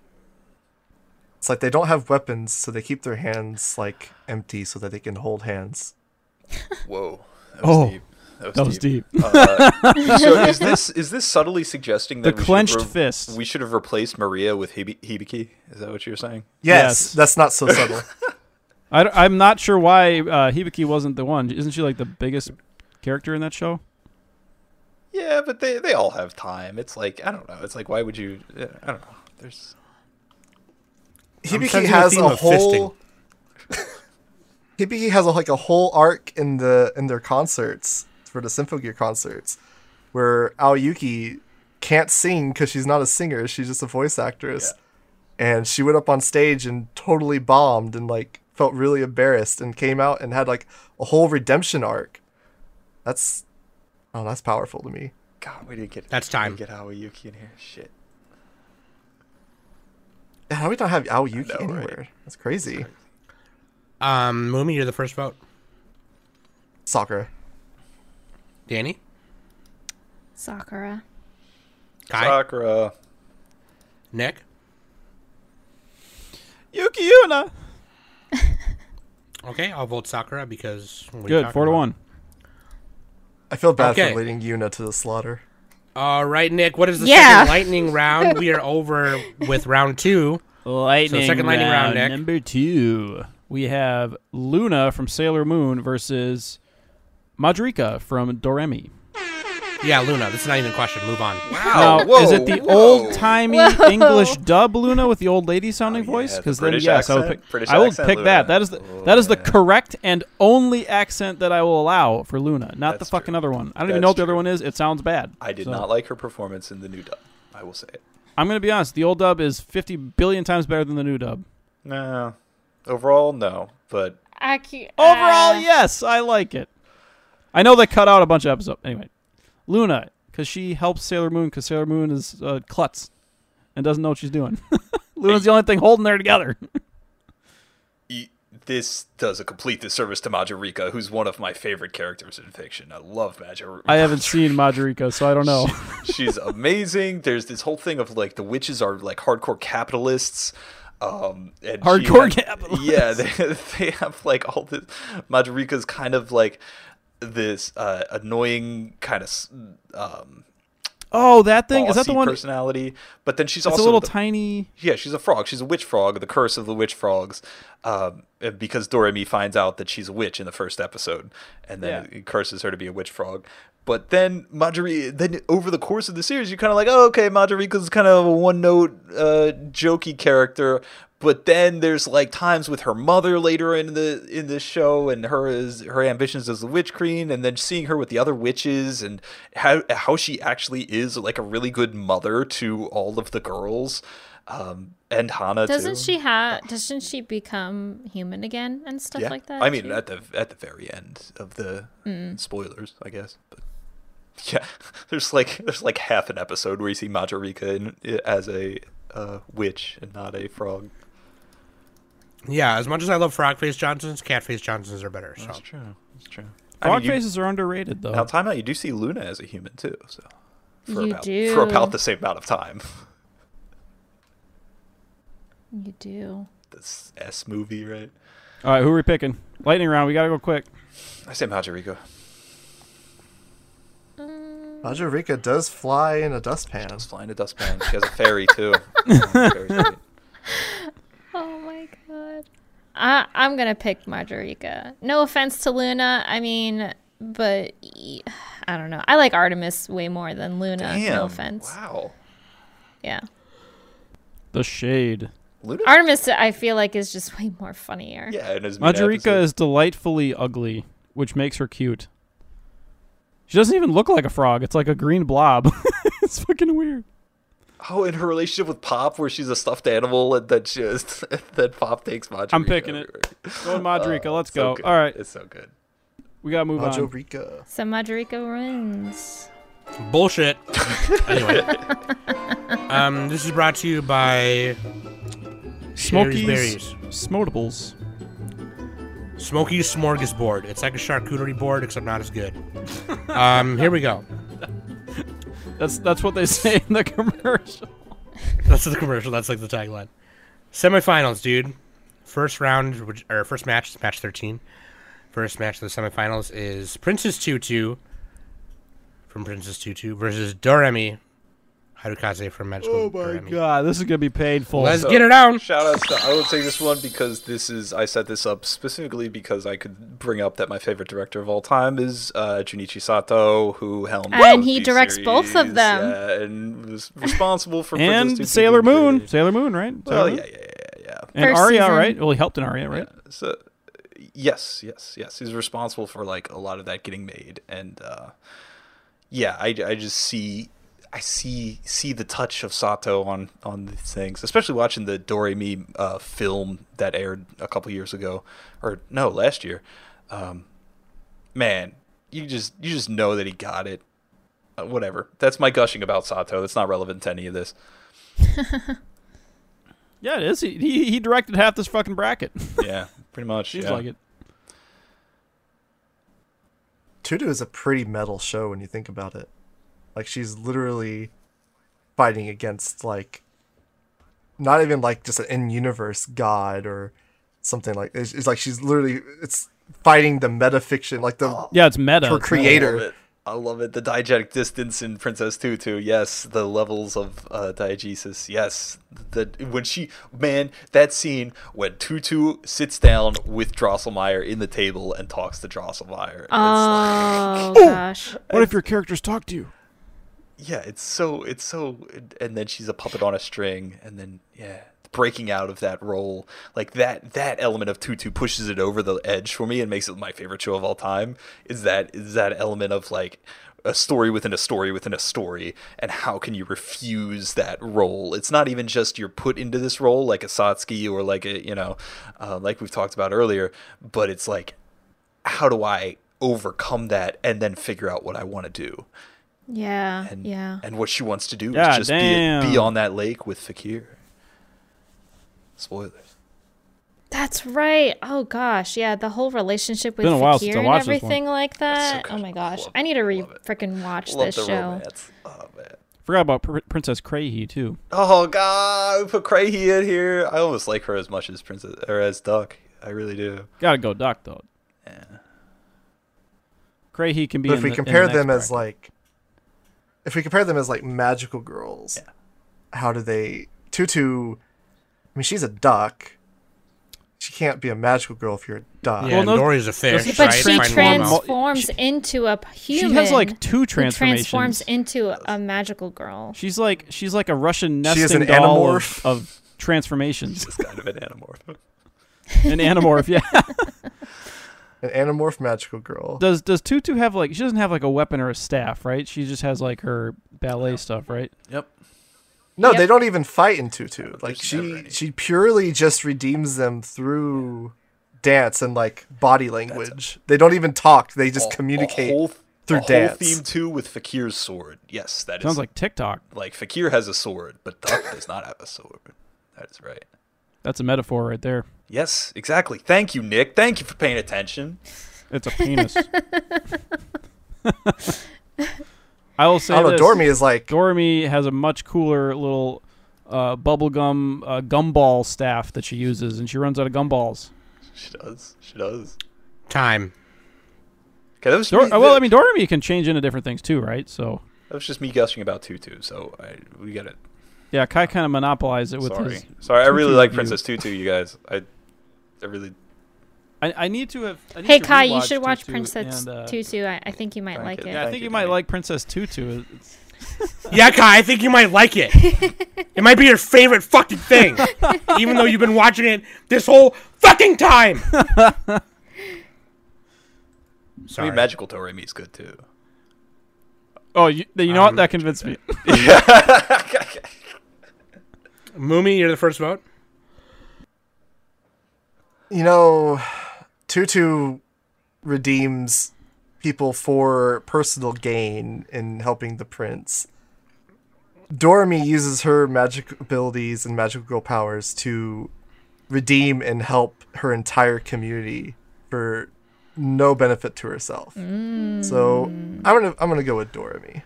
Speaker 9: It's like they don't have weapons, so they keep their hands like empty so that they can hold hands.
Speaker 8: Whoa. That was
Speaker 7: Oh.
Speaker 8: deep.
Speaker 7: That was deep.
Speaker 8: Uh, so is this is this subtly suggesting that
Speaker 7: The
Speaker 8: we should
Speaker 7: clenched
Speaker 8: have
Speaker 7: fist.
Speaker 8: We should have replaced Maria with Hibi- Hibiki. Is that what you're saying?
Speaker 9: Yes,
Speaker 7: Yes.
Speaker 9: that's not so subtle.
Speaker 7: I, am not sure why uh, Hibiki wasn't the one. Isn't she like the biggest character in that show?
Speaker 8: Yeah, but they they all have time. It's like I don't know. It's like why would you? yeah, I don't know. There's
Speaker 9: Hibiki
Speaker 5: sensing a
Speaker 9: has
Speaker 5: theme
Speaker 9: a
Speaker 5: of fisting.
Speaker 9: whole. Hibiki has a, like a whole arc in the in their concerts for the Symphogear concerts, where Aoyuki can't sing because she's not a singer; she's just a voice actress, and she went up on stage and totally bombed and like felt really embarrassed and came out and had like a whole redemption arc. That's, oh, that's powerful to me.
Speaker 8: God. We didn't get
Speaker 5: That's
Speaker 8: we didn't
Speaker 5: time.
Speaker 8: Get Aoi Yuki in here. Shit.
Speaker 9: How do we not have Aoyuki
Speaker 8: I know, right?
Speaker 9: anywhere? That's crazy.
Speaker 5: Um, Mumi, you're the first vote.
Speaker 9: Sakura.
Speaker 5: Danny,
Speaker 6: Sakura.
Speaker 5: Kai,
Speaker 8: Sakura.
Speaker 5: Nick.
Speaker 7: Yuki Yuna.
Speaker 5: Okay, I'll vote Sakura because what are you
Speaker 7: Good,
Speaker 5: talking
Speaker 7: four to
Speaker 5: about?
Speaker 7: one.
Speaker 9: I feel bad
Speaker 5: Okay.
Speaker 9: for leading Yuna to the slaughter.
Speaker 5: All right, Nick. What is the
Speaker 6: Yeah.
Speaker 5: second lightning round? We are over with round two.
Speaker 7: Lightning,
Speaker 5: So second lightning round, round, Nick.
Speaker 7: number two. We have Luna from Sailor Moon versus Madrika from Doremi.
Speaker 5: Yeah, Luna. This is not even a question. Move on.
Speaker 7: Now,
Speaker 8: whoa,
Speaker 7: is it the
Speaker 8: whoa.
Speaker 7: old timey English dub Luna with the old lady sounding
Speaker 8: Oh, yeah,
Speaker 7: voice?
Speaker 8: the
Speaker 7: Because then
Speaker 8: British
Speaker 7: yes, I will
Speaker 8: accent,
Speaker 7: pick.
Speaker 8: British
Speaker 7: I will
Speaker 8: accent
Speaker 7: pick
Speaker 8: Luna.
Speaker 7: that. That is the
Speaker 8: Oh,
Speaker 7: that is the
Speaker 8: yeah.
Speaker 7: correct and only accent that I will allow for Luna, not the
Speaker 8: That's
Speaker 7: fucking
Speaker 8: true.
Speaker 7: other one. I don't
Speaker 8: That's
Speaker 7: even know what the other
Speaker 8: true.
Speaker 7: one is. It sounds bad.
Speaker 8: I did
Speaker 7: So,
Speaker 8: not like her performance in the new dub. I will say it.
Speaker 7: I'm going to be honest. The old dub is 50 billion times better than the new dub.
Speaker 8: No. Overall, no. But
Speaker 6: Acu-
Speaker 7: Overall,
Speaker 6: uh,
Speaker 7: yes, I like it. I know they cut out a bunch of episodes. Anyway, Luna, because she helps Sailor Moon, because Sailor Moon is uh, klutz and doesn't know what she's doing. Luna's the only thing holding her together.
Speaker 8: y- this does a complete disservice to Majorika, who's one of my favorite characters in fiction. I love Majorika.
Speaker 7: I haven't seen Majorika, so I don't know.
Speaker 8: She's amazing. There's this whole thing of like the witches are like hardcore capitalists. Um, and she
Speaker 7: Hardcore
Speaker 8: had-
Speaker 7: capitalists.
Speaker 8: Yeah, they, they have like all this. Majorika's kind of like this uh, annoying kind of um,
Speaker 7: Oh, that thing is that
Speaker 8: bossy
Speaker 7: the one? It's
Speaker 8: personality, but then she's
Speaker 7: a
Speaker 8: also
Speaker 7: little
Speaker 8: the-
Speaker 7: tiny.
Speaker 8: yeah, she's a frog. She's a witch frog. The curse of the witch frogs, um, and because Doremi finds out that she's a witch in the first episode, and then
Speaker 7: Yeah.
Speaker 8: it curses her to be a witch frog. But then Majori, then over the course of the series, you're kind of like, oh, okay, Majorika's kind of a one note, uh, jokey character. But then there's like times with her mother later in the in the show, and her is her ambitions as the witch queen, and then seeing her with the other witches, and how how she actually is like a really good mother to all of the girls um, and Hana
Speaker 6: Doesn't
Speaker 8: too.
Speaker 6: she have? Doesn't she become human again and stuff like that?
Speaker 8: I mean,
Speaker 6: too? Mm.
Speaker 8: at the at the very end of the spoilers, I guess. But yeah, there's like there's like half an episode where you see Majorika in, as a uh, witch and not a frog.
Speaker 5: Yeah, as much as I love frog face Johnsons, cat face Johnsons are better. So
Speaker 8: true. That's true. I
Speaker 7: Frog
Speaker 8: mean, you-
Speaker 7: faces are underrated though.
Speaker 8: now, time out. You do see Luna as a human too, so for
Speaker 6: You
Speaker 8: about
Speaker 6: do.
Speaker 8: for about the same amount of time.
Speaker 6: you do.
Speaker 8: this S movie, right?
Speaker 7: All right, who are we picking? Lightning round. We gotta go quick.
Speaker 8: I say Majorika.
Speaker 9: Majorika does fly in a dustpan.
Speaker 8: She's flying a dustpan. She has a fairy too. Oh, fairy too.
Speaker 6: Oh my god. I I'm gonna pick Marjorika. No offense to Luna. I mean, but e- I don't know. I like Artemis way more than Luna.
Speaker 8: Damn.
Speaker 6: No offense.
Speaker 8: Wow.
Speaker 6: Yeah.
Speaker 7: The shade.
Speaker 8: Luna.
Speaker 6: Artemis, I feel like is just way more funnier.
Speaker 8: yeah, and as
Speaker 7: Majorika is delightfully ugly, which makes her cute. She doesn't even look like a frog. It's like a green blob. it's fucking weird.
Speaker 8: Oh, in her relationship with Pop, where she's a stuffed animal, and then she is, then Pop takes Majorika.
Speaker 7: I'm picking it.
Speaker 8: everywhere.
Speaker 7: Go with Majorika.
Speaker 8: Oh,
Speaker 7: Let's
Speaker 8: so
Speaker 7: go.
Speaker 8: good.
Speaker 7: All right,
Speaker 8: it's so good.
Speaker 7: we gotta move on.
Speaker 9: Majorika.
Speaker 6: So Marjorika wins.
Speaker 5: bullshit. anyway, um, this is brought to you by Sherry's
Speaker 7: Smokies,
Speaker 5: Berries.
Speaker 7: Smotables.
Speaker 5: Smoky's Smorgasbord. It's like a charcuterie board, except not as good. Um, here we go.
Speaker 7: That's that's what they say in the commercial.
Speaker 5: That's the commercial. That's like the tagline. Semifinals, dude. First round, which, or first match, is match 13. First match of the semifinals is Princess Tutu from Princess Tutu versus Doremi Harukaze from Magical Oh my
Speaker 7: God, this is gonna be painful.
Speaker 5: Let's
Speaker 8: So-
Speaker 5: get it on.
Speaker 8: Shout outs to I would say this one because this is I set this up specifically because I could bring up that my favorite director of all time is uh, Junichi Sato, who helmed
Speaker 6: And
Speaker 8: both
Speaker 6: he
Speaker 8: these
Speaker 6: directs both of
Speaker 8: series,
Speaker 6: them.
Speaker 8: yeah, and was responsible for Princess Tutu
Speaker 7: and Sailor
Speaker 8: being
Speaker 7: Moon.
Speaker 8: created.
Speaker 7: Sailor Moon, right?
Speaker 8: Well,
Speaker 7: Sailor
Speaker 8: yeah,
Speaker 7: Moon?
Speaker 8: yeah, yeah, yeah.
Speaker 7: And
Speaker 6: First
Speaker 7: Arya,
Speaker 6: season.
Speaker 7: right? Well, he helped in Arya, right?
Speaker 8: So, yes, yes, yes. He's responsible for like a lot of that getting made, and uh, yeah, I, I just see I see see the touch of Sato on on these things, especially watching the Doremi uh, film that aired a couple years ago, or no, last year. Um, man, you just you just know that he got it. Uh, whatever. That's my gushing about Sato. That's not relevant to any of this.
Speaker 7: Yeah, it is. He, he, he directed half this fucking bracket.
Speaker 8: Yeah, pretty much.
Speaker 7: Seems
Speaker 8: yeah.
Speaker 7: like it.
Speaker 9: Tudu is a pretty metal show when you think about it. Like she's literally fighting against like not even like just an in-universe god or something like it's, it's like she's literally it's fighting the metafiction like the
Speaker 7: Yeah, it's meta.
Speaker 9: her
Speaker 7: It's
Speaker 9: creator.
Speaker 8: I love it. I love it. The diegetic distance in Princess Tutu. Yes, the levels of uh, diegesis. Yes, the when she man that scene when Tutu sits down with Drosselmeyer in the table and talks to Drosselmeyer. It's like-
Speaker 6: Oh gosh.
Speaker 7: meta. What if your characters talk to you?
Speaker 8: yeah, it's so it's so. And then she's a puppet on a string, and then yeah, the breaking out of that role like that that element of tutu pushes it over the edge for me and makes it my favorite show of all time is that is that element of like a story within a story within a story and how can you refuse that role it's not even just you're put into this role like a Satsuki or like a you know uh, like we've talked about earlier but it's like how do i overcome that and then figure out what i want to do
Speaker 6: Yeah.
Speaker 8: and
Speaker 6: yeah.
Speaker 8: and what she wants to do
Speaker 7: God
Speaker 8: is just be,
Speaker 7: damn.
Speaker 8: be on that lake with fakir spoilers
Speaker 6: That's right. Oh gosh, yeah, the whole relationship with
Speaker 7: Been a while since
Speaker 6: Fakir
Speaker 7: I
Speaker 6: and
Speaker 7: watched this one.
Speaker 6: everything like
Speaker 8: That's so
Speaker 6: that.
Speaker 8: good.
Speaker 6: oh my gosh,
Speaker 8: Love-
Speaker 6: I need to re
Speaker 8: love it.
Speaker 6: freaking watch
Speaker 8: love
Speaker 6: this
Speaker 8: the
Speaker 6: show.
Speaker 8: romance oh man
Speaker 7: Forgot about Pr- Princess Craigie too.
Speaker 8: oh god we put Craigie in here i almost like her as much as princess or as duck i really do
Speaker 7: Gotta go Duck though.
Speaker 8: yeah
Speaker 7: Craigie can be.
Speaker 9: But
Speaker 7: in
Speaker 9: if we
Speaker 7: the- in the
Speaker 9: compare
Speaker 7: next
Speaker 9: them as
Speaker 7: bracket.
Speaker 9: like, if we compare them as like magical girls, how do they? Tutu, I mean, she's a duck. She can't be a magical girl if you're a duck.
Speaker 5: Yeah,
Speaker 7: Well, no-
Speaker 5: Nori's a fish.
Speaker 7: But
Speaker 6: But
Speaker 5: right?
Speaker 6: she
Speaker 5: Find Nemo.
Speaker 6: transforms into a p-
Speaker 7: she
Speaker 6: human.
Speaker 7: has like two
Speaker 6: who
Speaker 7: transformations.
Speaker 6: transforms into a magical girl.
Speaker 7: she's like she's like a Russian
Speaker 9: She
Speaker 7: nesting
Speaker 9: is an
Speaker 7: doll of,
Speaker 9: animorph.
Speaker 7: of transformations.
Speaker 8: it's kind of an anamorph
Speaker 7: An animorph, yeah.
Speaker 9: An anamorph magical girl.
Speaker 7: Does does Tutu have like she doesn't have like a weapon or a staff, right? She just has like her ballet stuff, right?
Speaker 8: yep
Speaker 9: No, they
Speaker 6: Yep.
Speaker 9: don't even fight in tutu. Like
Speaker 8: there's never
Speaker 9: she
Speaker 8: any.
Speaker 9: she purely just redeems them through dance and like body language. they don't even talk. They just
Speaker 8: A- a
Speaker 9: communicate.
Speaker 8: whole-
Speaker 9: through
Speaker 8: a whole
Speaker 9: dance.
Speaker 8: theme too with fakir's sword yes that is
Speaker 7: Sounds like TikTok.
Speaker 8: like fakir has a sword but duck does not have a sword that is right
Speaker 7: That's a metaphor right there.
Speaker 8: yes exactly thank you nick thank you for paying attention
Speaker 7: It's a penis. I will say
Speaker 9: I don't know.
Speaker 7: this.
Speaker 9: Dormy is like
Speaker 7: Dormy has a much cooler little uh, bubblegum uh, gumball staff that she uses, and she runs out of gumballs.
Speaker 8: she does she does
Speaker 5: Time.
Speaker 8: okay that was
Speaker 7: Dor-
Speaker 8: me-
Speaker 7: uh, well, I mean, Dormy can change into different things too, right? So,
Speaker 8: that was just me gushing about tutu so i we got it
Speaker 7: yeah, Kai kind of monopolized it with
Speaker 1: Sorry.
Speaker 7: his.
Speaker 1: Sorry, I really
Speaker 7: Tutu
Speaker 1: like
Speaker 7: view.
Speaker 1: Princess Tutu, you guys. I I really
Speaker 7: I, I need to have. I need
Speaker 6: Hey
Speaker 7: to
Speaker 6: Kai, you
Speaker 7: rewatch
Speaker 6: should watch
Speaker 7: Tutu
Speaker 6: Princess
Speaker 7: and, uh,
Speaker 6: Tutu. I, I think you might
Speaker 8: Thank
Speaker 6: like
Speaker 8: you.
Speaker 6: it.
Speaker 7: Yeah, I
Speaker 8: Thank
Speaker 7: think
Speaker 8: you,
Speaker 7: you might
Speaker 8: Kai.
Speaker 7: like Princess Tutu. It's-
Speaker 4: Yeah, Kai, I think you might like it. it might be your favorite fucking thing, even though you've been watching it this whole fucking time.
Speaker 8: i
Speaker 5: Sorry.
Speaker 8: mean magical doremi is good too
Speaker 7: Oh, you, you know what?
Speaker 5: Um,
Speaker 7: That convinced me.
Speaker 5: Moomy, you're the first vote.
Speaker 9: you know, Tutu redeems people for personal gain in helping the prince. Dormy uses her magic abilities and magical girl powers to redeem and help her entire community for no benefit to herself. So I'm gonna I'm gonna go with Dormy.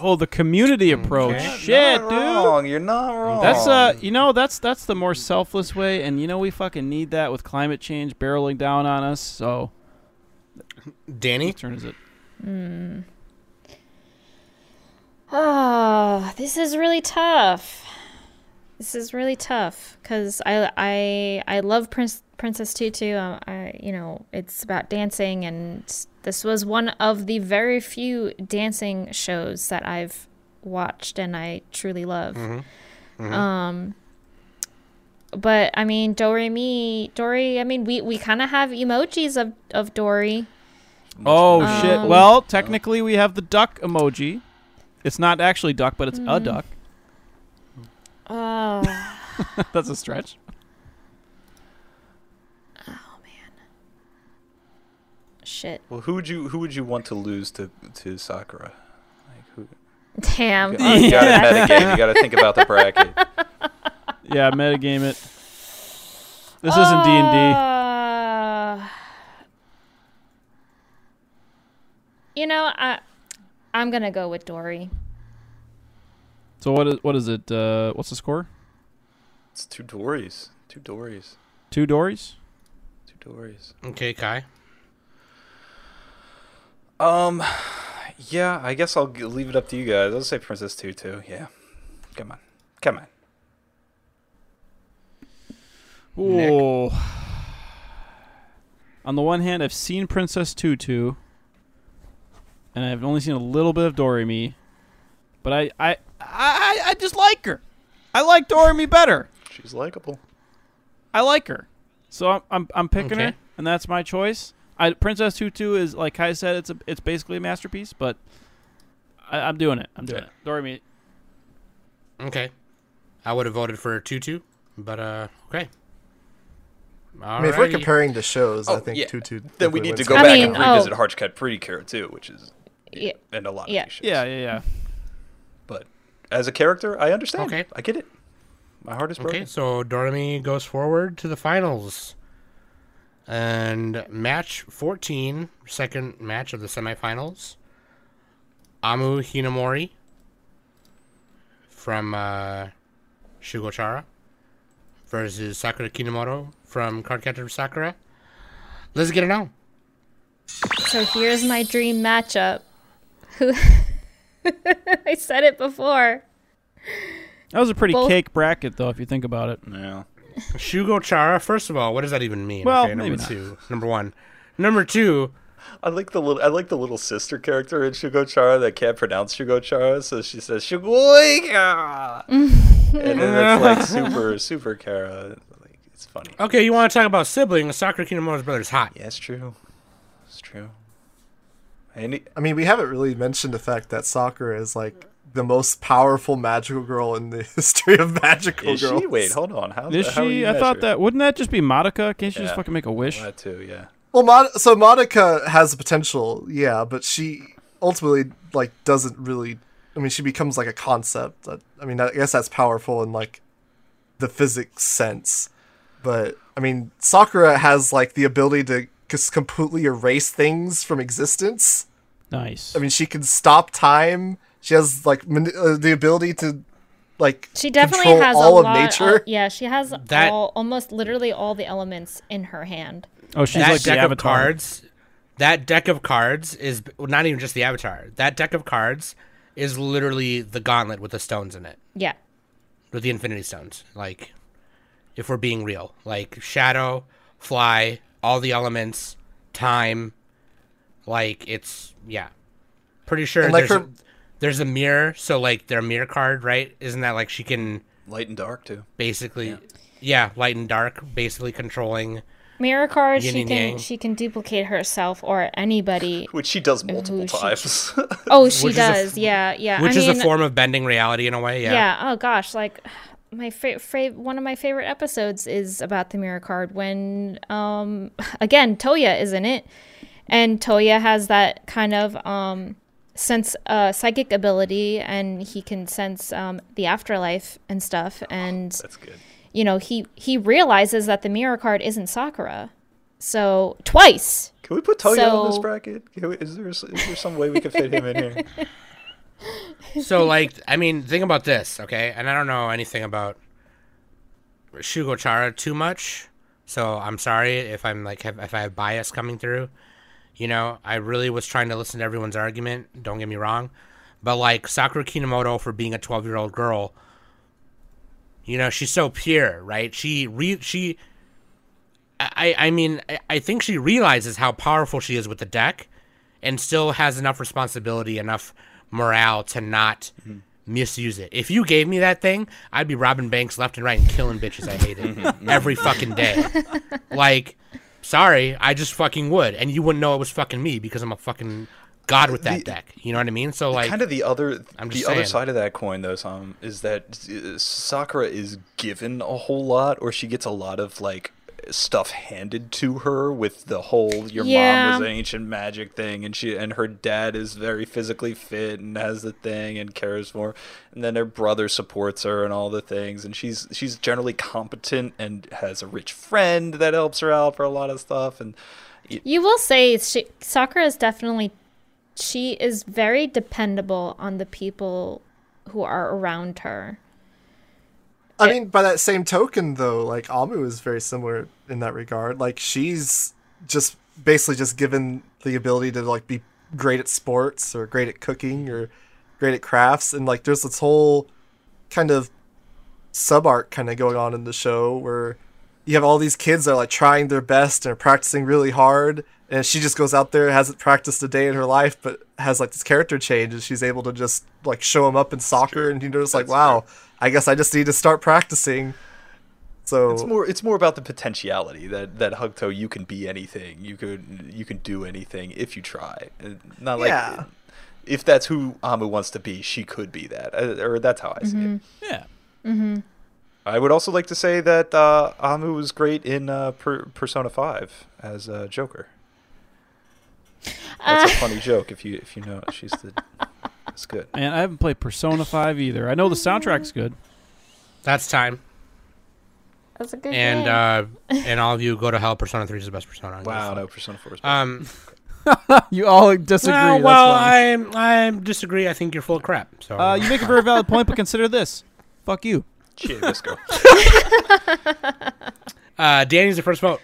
Speaker 7: oh, the community approach. Shit,
Speaker 8: Not
Speaker 7: dude.
Speaker 8: wrong you're not wrong
Speaker 7: That's uh, you know, that's that's the more selfless way, and you know we fucking need that with climate change barreling down on us. So,
Speaker 5: Danny?
Speaker 7: whose turn is it?
Speaker 6: Oh, this is really tough. This is really tough because I I I love Prince, Princess Tutu. Um, I you know it's about dancing, and this was one of the very few dancing shows that I've watched and I truly love. Um, but I mean Dory me Dory. I mean we we kind of have emojis of of Dory.
Speaker 7: Oh shit!
Speaker 6: Um,
Speaker 7: Well, technically we have the duck emoji. It's not actually duck, but it's a duck.
Speaker 6: Oh.
Speaker 7: That's a stretch.
Speaker 6: Oh, Shit.
Speaker 8: well who would you who would you want to lose to to sakura like who
Speaker 6: Damn.
Speaker 8: you, you gotta metagame you gotta think about the bracket
Speaker 7: Yeah, metagame it. This isn't D and
Speaker 6: Uh, You know, I I'm gonna go with Dory.
Speaker 7: D. So what is what is it? Uh, what's the score?
Speaker 8: it's two dories two dories
Speaker 7: Two Dories.
Speaker 8: two dories
Speaker 5: Okay, Kai.
Speaker 8: Um, yeah, I guess I'll g- leave it up to you guys. I'll say Princess Tutu. Yeah, come on, come on. Nick.
Speaker 7: Ooh. On the one hand, I've seen Princess Tutu, and I've only seen a little bit of Doremi, but I I I, I just like her. I like Doremi better.
Speaker 8: She's likable.
Speaker 7: I like her. So I'm I'm, I'm picking her,
Speaker 5: Okay.
Speaker 7: and that's my choice. I, Princess Tutu is like Kai said, it's a it's basically a masterpiece, but I, I'm doing it. I'm doing
Speaker 8: Yeah.
Speaker 7: it. Doremi,
Speaker 5: Okay. I would have voted for Tutu, but uh, okay.
Speaker 9: I mean, if
Speaker 5: Alrighty.
Speaker 9: we're comparing the shows, I
Speaker 8: Oh,
Speaker 9: think
Speaker 8: yeah.
Speaker 9: Tutu.
Speaker 8: Then we
Speaker 9: definitely
Speaker 8: need to
Speaker 9: wins
Speaker 8: go
Speaker 9: by
Speaker 6: I
Speaker 9: a
Speaker 8: back
Speaker 6: mean,
Speaker 9: count.
Speaker 8: and revisit
Speaker 6: oh.
Speaker 8: Hard Cut Pretty Care too, which is
Speaker 6: Yeah.
Speaker 8: and a lot
Speaker 6: Yeah.
Speaker 8: of issues.
Speaker 7: yeah, yeah, yeah.
Speaker 8: But as a character, I understand.
Speaker 5: Okay.
Speaker 8: I get it. My heart is broken.
Speaker 5: Okay, so Doremi goes forward to the finals. And match 14, second match of the semifinals. Amu Hinamori from uh, Shugochara versus Sakura Kinomoto from Cardcaptor Sakura. Let's get it on.
Speaker 6: So here's my dream matchup. Who I said it before.
Speaker 7: That was a pretty
Speaker 6: Both-
Speaker 7: cake bracket, though, if you think about it.
Speaker 8: Yeah.
Speaker 5: Shugochara, first of all, what does that even mean?
Speaker 7: Well,
Speaker 5: number
Speaker 7: maybe not.
Speaker 5: two. Number one. Number two,
Speaker 8: I like the little I like the little sister character in Shugochara that can't pronounce Shugochara, so she says Shugoika And then that's like super super Kara. Like it's funny.
Speaker 5: okay, you want to talk about siblings. Sakura Kinomoto's brother's hot.
Speaker 8: Yeah, it's true. It's true. And it-
Speaker 9: I mean, we haven't really mentioned the fact that Sakura is like the most powerful magical girl in the history of magical
Speaker 8: is
Speaker 9: girls.
Speaker 8: she? Wait, hold on. How
Speaker 7: Is
Speaker 8: how
Speaker 7: she?
Speaker 8: you
Speaker 7: I thought
Speaker 8: measure?
Speaker 7: that wouldn't that just be Madoka? Can't she
Speaker 8: Yeah.
Speaker 7: just fucking make a wish?
Speaker 8: that too, yeah.
Speaker 9: Well, Mon- so Monica has the potential, yeah, but she ultimately like doesn't really. I mean, she becomes like a concept. I, I mean, I guess that's powerful in like the physics sense, but I mean, Sakura has like the ability to just completely erase things from existence.
Speaker 7: Nice.
Speaker 9: I mean, she can stop time. She has like mani- uh, the ability to like
Speaker 6: She definitely
Speaker 9: control
Speaker 6: has
Speaker 9: all
Speaker 6: a
Speaker 9: of
Speaker 6: lot,
Speaker 9: nature.
Speaker 6: yeah, she has
Speaker 5: That-
Speaker 6: all, almost literally all the elements in her hand.
Speaker 7: oh, she's
Speaker 5: that
Speaker 7: like the
Speaker 5: deck of
Speaker 7: avatar.
Speaker 5: cards that deck of cards is well, not even just the avatar that deck of cards is literally the gauntlet with the stones in it
Speaker 6: Yeah.
Speaker 5: with the infinity stones like if we're being real like shadow fly all the elements time like it's yeah pretty sure
Speaker 9: And, like,
Speaker 5: there's,
Speaker 9: her-
Speaker 5: there's a mirror so like their mirror card right isn't that like she can
Speaker 8: Light and dark too.
Speaker 5: basically yeah, light and dark basically controlling
Speaker 6: Mirror card,
Speaker 5: Yin
Speaker 6: she
Speaker 5: and
Speaker 6: can
Speaker 5: yang.
Speaker 6: she can duplicate herself or anybody.
Speaker 8: Which she does multiple
Speaker 6: Ooh, she-
Speaker 8: times.
Speaker 6: Oh, she
Speaker 5: Which is a f-
Speaker 6: does. yeah, yeah.
Speaker 5: which
Speaker 6: I mean,
Speaker 5: is a form of bending reality in a way
Speaker 6: yeah. Oh gosh, like my fa- fa- one of my favorite episodes is about the mirror card when um again Toya is in it, and Toya has that kind of um sense uh psychic ability and he can sense um the afterlife and stuff and
Speaker 8: That's good.
Speaker 6: you know he he realizes that the mirror card isn't Sakura. So twice
Speaker 8: Can we put Toya on this
Speaker 6: So-
Speaker 8: bracket? Can we, is there is there some way we can fit him in here?
Speaker 5: So like, I mean, think about this, okay? And I don't know anything about Shugochara too much, so I'm sorry if I'm like have, if I have bias coming through. You know, I really was trying to listen to everyone's argument. Don't get me wrong, but like Sakura Kinomoto for being a 12 year old girl, you know, she's so pure, right? She re she. I, I mean I- I think she realizes how powerful she is with the deck, and still has enough responsibility, enough morale to not misuse it. If you gave me that thing, I'd be robbing banks left and right and killing bitches I hated every fucking day. like, sorry, I just fucking would, and you wouldn't know it was fucking me because I'm a fucking god with that deck. You know what I mean? So like,
Speaker 8: kind of the other
Speaker 5: I'm
Speaker 8: the
Speaker 5: just
Speaker 8: other
Speaker 5: saying.
Speaker 8: side of that coin though Sam, is that uh, sakura is given a whole lot or she gets a lot of like stuff handed to her with the whole your
Speaker 6: Yeah.
Speaker 8: mom is ancient magic thing and she and her dad is very physically fit and has the thing and cares for her. and then her brother supports her and all the things and she's she's generally competent and has a rich friend that helps her out for a lot of stuff and
Speaker 6: You will say she, Sakura is definitely she is very dependable on the people who are around her.
Speaker 9: I mean, by that same token, though, like Amu is very similar in that regard. Like she's just basically just given the ability to like be great at sports or great at cooking or great at crafts, and like there's this whole kind of sub arc kind of going on in the show where you have all these kids that are like trying their best and are practicing really hard, and she just goes out there hasn't practiced a day in her life, but has like this character change, and she's able to just like show them up in soccer, and you know, it's like, wow, I guess I just need to start practicing. So
Speaker 8: It's more it's more about the potentiality that that Hugto you can be anything. You could you can do anything if you try. And Not like
Speaker 9: Yeah.
Speaker 8: if that's who Amu wants to be, she could be that. Uh, Or that's how I see it.
Speaker 7: Yeah.
Speaker 8: I would also like to say that uh, Amu was great in uh, per- Persona Five as uh, Joker. That's a funny joke if you if you know it. She's the it's good.
Speaker 7: And I haven't played Persona 5 either. I know the soundtrack's good.
Speaker 5: That's time.
Speaker 6: That's a good
Speaker 5: And
Speaker 6: game.
Speaker 5: uh, and all of you go to hell. Persona three is the best Persona. I'm gonna
Speaker 8: Wow,
Speaker 5: say.
Speaker 8: no, Persona Four is better.
Speaker 5: Um.
Speaker 7: You all disagree.
Speaker 5: Well, well I I disagree. I think you're full of crap. So
Speaker 7: uh, you make a very valid point, but consider this. Fuck you.
Speaker 8: Shit, let's go.
Speaker 5: uh, Danny's the first vote.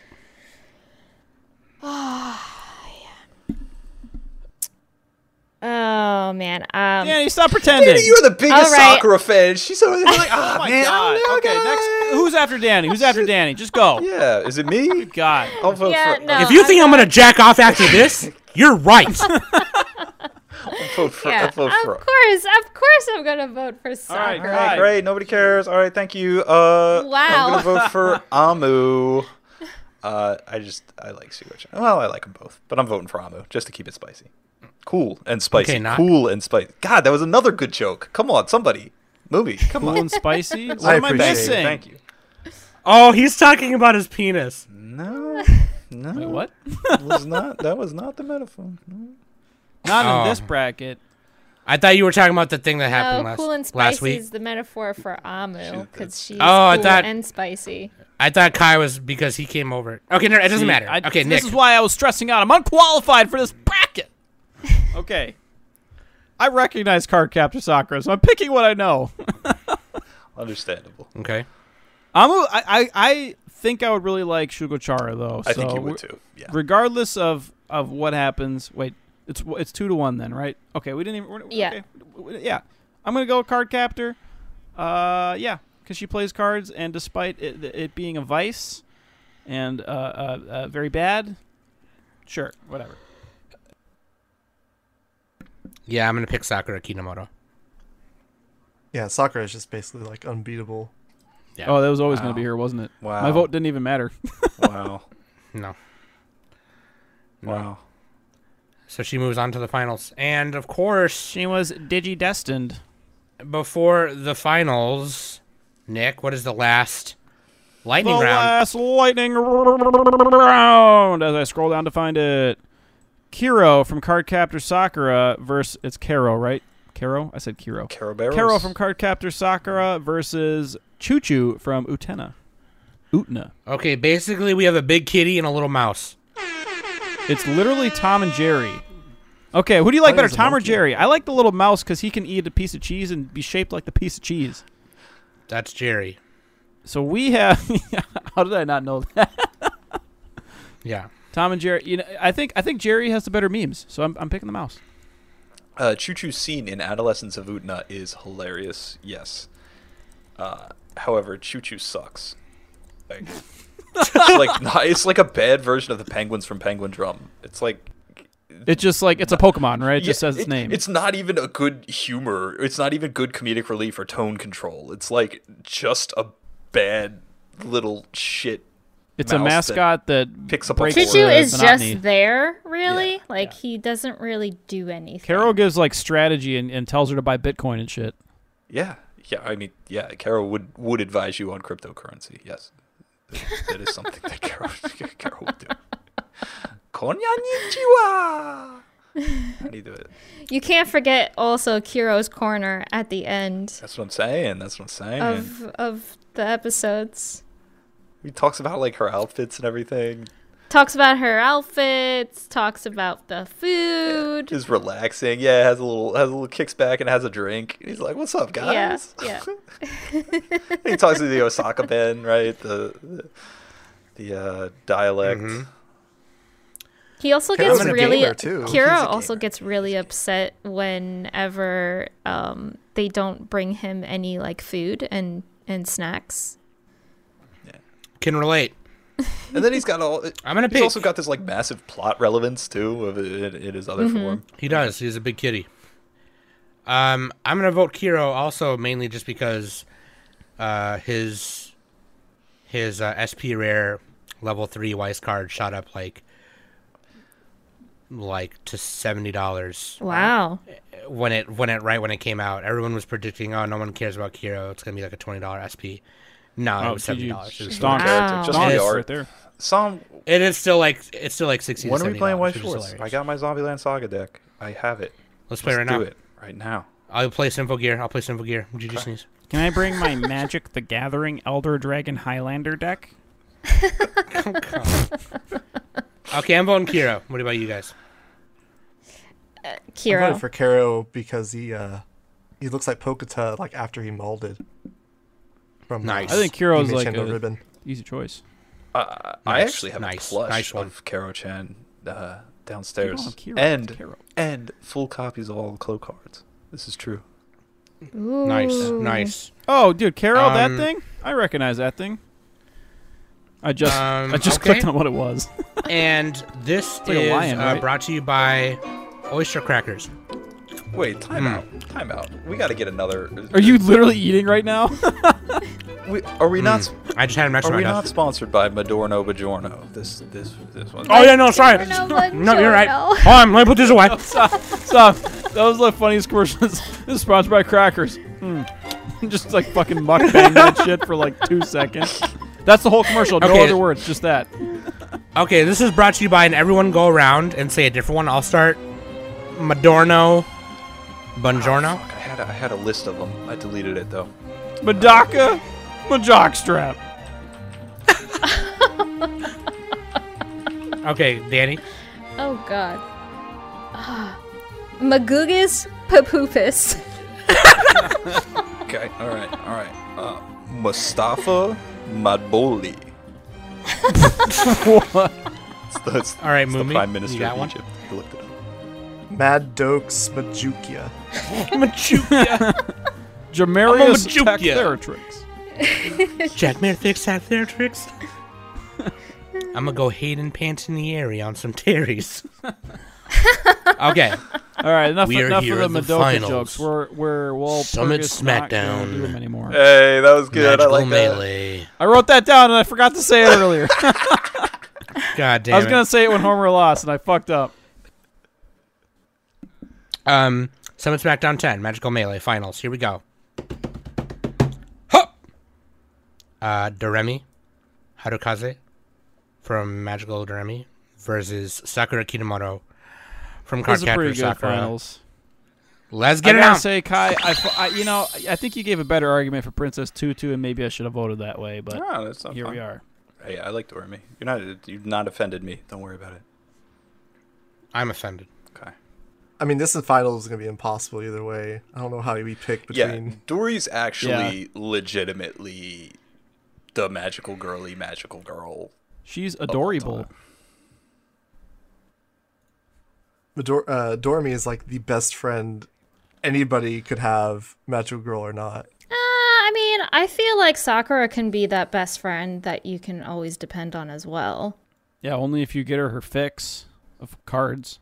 Speaker 6: oh man. Um,
Speaker 7: Danny, stop pretending.
Speaker 8: You're the biggest
Speaker 6: All right.
Speaker 8: Sakura fan. She's over there like, ah,
Speaker 7: Oh my
Speaker 8: man,
Speaker 7: God.
Speaker 8: I'm
Speaker 7: Okay,
Speaker 8: gonna-"
Speaker 7: next. Who's after Danny? Who's after Danny? Just go.
Speaker 8: Oh. Yeah, is it me?
Speaker 7: God.
Speaker 8: I'll vote
Speaker 6: yeah,
Speaker 8: for
Speaker 7: Oh,
Speaker 6: no,
Speaker 5: if you think I'm gonna jack off after this, you're right.
Speaker 8: I'll vote for,
Speaker 6: yeah,
Speaker 8: I'll vote
Speaker 6: of
Speaker 8: for.
Speaker 6: course, of course, I'm gonna vote for
Speaker 7: right,
Speaker 6: Sakura.
Speaker 7: all right.
Speaker 8: Great, nobody cares. All right, thank you. Uh,
Speaker 6: Wow.
Speaker 8: I'm gonna vote for Amu. Uh, I just I like Sugocha. Well, I like them both, but I'm voting for Amu just to keep it spicy, cool and spicy,
Speaker 5: Okay, not-
Speaker 8: cool and spicy. God, that was another good joke. Come on, somebody, movie. Come
Speaker 7: Cool
Speaker 8: on,
Speaker 7: and spicy. What
Speaker 9: I
Speaker 7: am I
Speaker 9: appreciate it.
Speaker 7: missing?
Speaker 8: Thank you.
Speaker 5: oh, he's talking about his penis.
Speaker 8: No, no,
Speaker 7: Wait, what?
Speaker 8: That was not that was not the metaphor. No.
Speaker 7: Not in this
Speaker 5: Oh.
Speaker 7: bracket.
Speaker 5: I thought you were talking about the thing that happened
Speaker 6: No,
Speaker 7: Oh,
Speaker 5: last,
Speaker 6: Oh, cool and
Speaker 5: last
Speaker 6: spicy
Speaker 5: week.
Speaker 6: is the metaphor for Amu because she's
Speaker 5: Oh, I
Speaker 6: cool
Speaker 5: thought-
Speaker 6: and spicy.
Speaker 5: I thought Kai was because he came over. Okay, no, it doesn't matter.
Speaker 7: I-
Speaker 5: okay,
Speaker 7: this
Speaker 5: Nick.
Speaker 7: is why I was stressing out. I'm unqualified for this bracket. okay. I recognize card capture Sakura, so I'm picking what I know.
Speaker 8: Understandable.
Speaker 5: okay.
Speaker 7: I'm a, I, I, I think I would really like Shugochara though.
Speaker 8: I think
Speaker 7: so
Speaker 8: you would
Speaker 7: we're-
Speaker 8: too. Yeah.
Speaker 7: Regardless of of what happens, wait, it's it's two to one then, right? Okay, we didn't even. We're,
Speaker 6: Yeah.
Speaker 7: okay. W- Yeah. I'm gonna go card captor. Uh, yeah, because she plays cards, and despite it, it being a vice and uh, uh, uh very bad, sure, whatever.
Speaker 5: Yeah, I'm gonna pick Sakura Kinomoto.
Speaker 9: yeah, soccer is just basically like unbeatable.
Speaker 5: Yeah.
Speaker 7: Oh, that was always gonna be her, wasn't it?
Speaker 8: Wow.
Speaker 7: My vote didn't even matter.
Speaker 8: Wow.
Speaker 5: No.
Speaker 8: Wow.
Speaker 5: So she moves on to the finals, and of course,
Speaker 7: she was digi destined.
Speaker 5: before the finals, Nick, what is the last
Speaker 7: The
Speaker 5: lightning round?
Speaker 7: last lightning round. As I scroll down to find it, Kiro from Card Captor Sakura versus it's Karo, right? Karo, I said Kiro.
Speaker 8: Carol Barrows.
Speaker 7: Karo from Card Captor Sakura versus Choo Choo from Utena. Utena.
Speaker 5: Okay, basically we have a big kitty and a little mouse.
Speaker 7: It's literally Tom and Jerry. Okay, who do you like better, Tom or Jerry? I like the little mouse because he can eat a piece of cheese and be shaped like the piece of cheese.
Speaker 5: That's Jerry.
Speaker 7: So we have. how did I not know that?
Speaker 5: Yeah.
Speaker 7: Tom and Jerry. You know, I think I think Jerry has the better memes, so I'm, I'm picking the mouse.
Speaker 8: Uh, Choo Choo's scene in Adolescence of Utna is hilarious, yes. Uh, however, Choo Choo sucks. Like, it's like not, it's like a bad version of the penguins from Penguin Drum. It's like
Speaker 7: It's just like it's a Pokemon, right? It just
Speaker 8: Yeah,
Speaker 7: says its
Speaker 8: it-
Speaker 7: name.
Speaker 8: It's not even a good humor. It's not even good comedic relief or tone control. It's like just a bad little shit.
Speaker 7: It's a
Speaker 8: mouse that
Speaker 7: mascot that,
Speaker 8: picks up a
Speaker 7: breaks
Speaker 8: fork.
Speaker 6: Pichu
Speaker 7: the
Speaker 6: is
Speaker 7: monotony.
Speaker 6: just there, really.
Speaker 8: Yeah.
Speaker 6: Like he doesn't really do anything.
Speaker 7: Carol gives like strategy and, and tells her to buy Bitcoin and shit.
Speaker 8: Yeah, yeah. I mean, yeah. Carol would would advise you on cryptocurrency. Yes, that is something that Carol Carol would do. Konnichiwa. How do you do it?
Speaker 6: You can't forget also Kiro's corner at the end
Speaker 8: That's what I'm saying. That's what I'm saying.
Speaker 6: of of the episodes.
Speaker 8: he talks about like her outfits and everything.
Speaker 6: Talks about her outfits. Talks about the food.
Speaker 8: Is relaxing. Yeah, has a little has a little kicks back and has a drink. He's like, "What's up,
Speaker 6: Yeah,
Speaker 8: guys?"
Speaker 6: yeah.
Speaker 8: he talks to the Osaka Ben, right? The the uh, dialect.
Speaker 6: He also
Speaker 9: Kiro's
Speaker 6: gets
Speaker 9: a
Speaker 6: really
Speaker 9: gamer, too. He's
Speaker 6: Kira
Speaker 9: a
Speaker 6: also
Speaker 9: gamer.
Speaker 6: gets really upset whenever um, they don't bring him any like food and and snacks.
Speaker 5: Can relate.
Speaker 8: And then he's got all.
Speaker 5: I'm gonna
Speaker 8: He's
Speaker 5: pick.
Speaker 8: also got this like massive plot relevance too of it in his other form.
Speaker 5: He does. He's a big kitty. Um, I'm gonna vote Kiro also mainly just because uh, his his uh, SP rare level three wise card shot up like like to seventy dollars
Speaker 6: Wow.
Speaker 5: when it when it right when it came out. Everyone was predicting, oh, no one cares about Kiro. It's gonna be like a twenty dollar SP. No, it
Speaker 7: Oh,
Speaker 5: was seventy
Speaker 7: GG.
Speaker 5: dollars.
Speaker 7: Stonk.
Speaker 6: Wow.
Speaker 8: Just
Speaker 7: Stonk
Speaker 8: the
Speaker 5: Yes.
Speaker 7: right
Speaker 8: art.
Speaker 7: there.
Speaker 8: Some.
Speaker 5: It is still like it's still like sixty. to
Speaker 8: When are we playing
Speaker 5: $70,
Speaker 8: White
Speaker 5: which is
Speaker 8: Shorts? I
Speaker 5: hilarious.
Speaker 8: got my Zombieland Saga deck. I have it.
Speaker 5: Let's play right
Speaker 8: Do
Speaker 5: now.
Speaker 8: it right now.
Speaker 5: I'll play Sinful Gear. I'll play Sinful Gear. GG sneeze.
Speaker 7: Can I bring my Magic the Gathering Elder Dragon Highlander deck?
Speaker 5: Okay, I'm voting Kiro. What about you guys?
Speaker 9: I
Speaker 6: Kiro.
Speaker 9: voted for Caro because he uh he looks like Poketa like after he molded. From uh,
Speaker 5: Nice.
Speaker 7: I think Kiro's
Speaker 9: Yume
Speaker 7: like
Speaker 9: Chandra
Speaker 7: a
Speaker 9: ribbon.
Speaker 7: easy choice.
Speaker 8: Uh, I
Speaker 5: Nice,
Speaker 8: actually have
Speaker 5: nice,
Speaker 8: a plush
Speaker 5: nice one.
Speaker 8: of Karo Chan uh,
Speaker 7: Keep on
Speaker 8: downstairs,
Speaker 7: Oh, Kiro,
Speaker 8: and
Speaker 7: Kiro.
Speaker 8: and full copies of all the Clo cards. This is true.
Speaker 6: Ooh.
Speaker 5: Nice, nice.
Speaker 7: Oh, dude, Carol, that
Speaker 5: Um,
Speaker 7: thing? I recognize that thing. I just
Speaker 5: Um,
Speaker 7: I just
Speaker 5: okay.
Speaker 7: clicked on what it was.
Speaker 5: And this
Speaker 7: like a
Speaker 5: is
Speaker 7: lion,
Speaker 5: uh,
Speaker 7: right?
Speaker 5: brought to you by Oyster Crackers.
Speaker 8: Wait, time
Speaker 5: Hmm.
Speaker 8: out. Time out. We got to get another. uh,
Speaker 7: Are you literally eating right now?
Speaker 8: We, are
Speaker 5: Hmm.
Speaker 8: we not?
Speaker 5: Mm. I just had them next to
Speaker 8: Are
Speaker 5: my
Speaker 8: we not
Speaker 5: desk.
Speaker 8: sponsored by Madorno Bajorno? This this this one.
Speaker 5: Oh yeah, no, sorry.
Speaker 6: No,
Speaker 5: No, you're right. Oh, I'm. Let me put this away.
Speaker 7: Stop. That was the funniest commercial. this is sponsored by Crackers. Mm. just like fucking mukbang that shit for like two seconds. That's the whole commercial. No
Speaker 5: Okay.
Speaker 7: other words, just that.
Speaker 5: Okay, this is brought to you by an everyone go around and say a different one. I'll start. Madorno, Buongiorno.
Speaker 8: I had a, I had a list of them. I deleted it though.
Speaker 7: Madaka, Majockstrap.
Speaker 5: Okay, Danny.
Speaker 6: Oh god. Ah. Magoogus Papoopus.
Speaker 8: Okay. All right. All right. Uh, Mustafa Madboli. It's the, it's,
Speaker 5: All right,
Speaker 8: it's the
Speaker 5: Mumi,
Speaker 8: prime
Speaker 5: you
Speaker 8: minister
Speaker 5: got
Speaker 8: of
Speaker 5: one?
Speaker 8: Egypt. He looked it up.
Speaker 9: Mad Dokes Majukia.
Speaker 5: Machuca.
Speaker 7: Jamarius
Speaker 5: I'm a Majukia.
Speaker 7: Tactheratrix.
Speaker 5: Jack Merthix had their tricks. I'm gonna go Hayden Pantinieri on some Terry's. okay.
Speaker 7: All right, enough,
Speaker 5: We are
Speaker 7: enough
Speaker 5: here
Speaker 7: of
Speaker 5: in
Speaker 7: the
Speaker 5: the
Speaker 7: Madoka
Speaker 5: finals.
Speaker 7: jokes. We're we're well.
Speaker 5: Summit
Speaker 7: Purgus not gonna
Speaker 5: Smackdown.
Speaker 7: Do them anymore.
Speaker 8: Hey, that was good.
Speaker 5: Magical
Speaker 8: I like that.
Speaker 5: melee.
Speaker 7: I wrote that down and I forgot to say it earlier.
Speaker 5: God damn
Speaker 7: I was
Speaker 5: it.
Speaker 7: gonna say it when Homer lost and I fucked up.
Speaker 5: Um, Summit SmackDown 10, Magical Melee Finals. Here we go. Hup! Uh, Doremi, Harukaze from Magical Doremi versus Sakura Kinomoto from
Speaker 7: This
Speaker 5: Card
Speaker 7: is a
Speaker 5: Captor
Speaker 7: pretty good
Speaker 5: Sakura.
Speaker 7: finals.
Speaker 5: Let's
Speaker 7: I
Speaker 5: get it
Speaker 7: gotta
Speaker 5: out.
Speaker 7: say, Kai, I, fu- I- you know I think you gave a better argument for Princess Tutu, and maybe I should have voted that way, but
Speaker 8: Oh, that's not
Speaker 7: here
Speaker 8: fun.
Speaker 7: we are.
Speaker 8: Hey, I like Doremi. You're not you've not offended me. Don't worry about it.
Speaker 5: I'm offended.
Speaker 8: Okay.
Speaker 9: I mean, this final is gonna be impossible either way. I don't know how we pick between.
Speaker 8: Yeah, Dory's actually legitimately the magical girly magical girl.
Speaker 7: She's adorable.
Speaker 9: Midor- uh, Dormy is like the best friend anybody could have, magical girl or not.
Speaker 6: Uh, I mean, I feel like Sakura can be that best friend that you can always depend on as well.
Speaker 7: Yeah, only if you get her her fix of cards.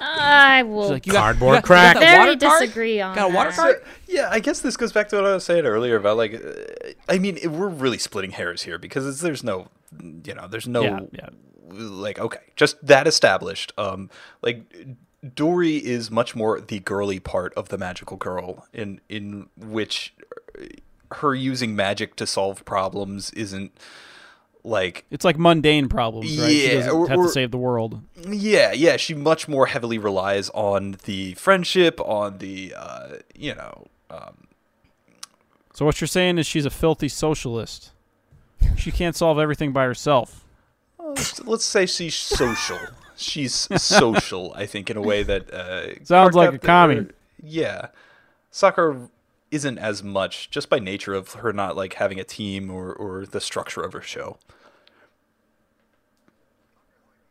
Speaker 6: I will.
Speaker 7: She's like, you got-
Speaker 5: Cardboard
Speaker 7: you got,
Speaker 5: crack.
Speaker 7: You got that
Speaker 6: very
Speaker 7: water card?
Speaker 6: disagree on
Speaker 7: Got a water
Speaker 6: that.
Speaker 7: card?
Speaker 8: Yeah, I guess this goes back to what I was saying earlier about like, uh, I mean, it, we're really splitting hairs here because it's, there's no, you know, there's no
Speaker 7: Yeah, yeah.
Speaker 8: like okay just that established um like dory is much more the girly part of the magical girl in in which her using magic to solve problems isn't like
Speaker 7: It's like mundane problems, right? she
Speaker 8: Yeah,
Speaker 7: doesn't
Speaker 8: or-
Speaker 7: have
Speaker 8: or-
Speaker 7: to save the world.
Speaker 8: yeah yeah she much more heavily relies on the friendship on the uh you know um
Speaker 7: So what you're saying is she's a filthy socialist. She can't solve everything by herself.
Speaker 8: let's, let's say she's social she's social i think in a way that uh
Speaker 7: Sounds like a
Speaker 8: Carcaptor-
Speaker 7: commie.
Speaker 8: yeah soccer isn't as much just by nature of her not like having a team or, or the structure of her show.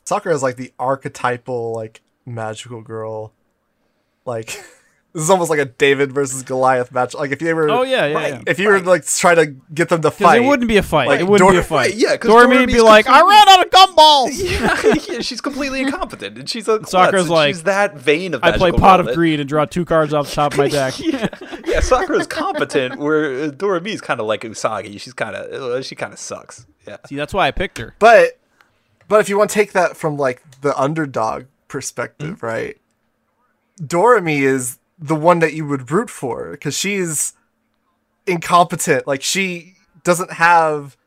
Speaker 9: Sakura is like the archetypal like magical girl. Like This is almost like a David versus Goliath match. Like if you ever,
Speaker 7: Oh, yeah, yeah,
Speaker 9: Right.
Speaker 7: yeah.
Speaker 9: if you were like try to get them to
Speaker 7: Because
Speaker 9: fight,
Speaker 7: it wouldn't be a fight.
Speaker 9: Like,
Speaker 7: it wouldn't be a
Speaker 9: Dor-
Speaker 7: fight.
Speaker 9: right,
Speaker 8: yeah, 'cause
Speaker 7: Dormy would
Speaker 8: Dormy's
Speaker 7: be like, "Ah." I ran out of gumballs.
Speaker 8: yeah, yeah, she's completely incompetent, and she's a klutz,
Speaker 7: Sakura's
Speaker 8: and
Speaker 7: like,
Speaker 8: she's that vain of.
Speaker 7: I play
Speaker 8: magical
Speaker 7: Pot of
Speaker 8: girl that-
Speaker 7: Greed and draw two cards off the top of my deck.
Speaker 8: yeah, yeah, Sakura's competent. Where uh, Dora Mi's kind of like Usagi. She's kind of uh, she kind of sucks. Yeah,
Speaker 7: See, that's why I picked her.
Speaker 9: but but if you want to take that from like the underdog perspective, right? Dorami is the one that you would root for because she's incompetent. Like she doesn't have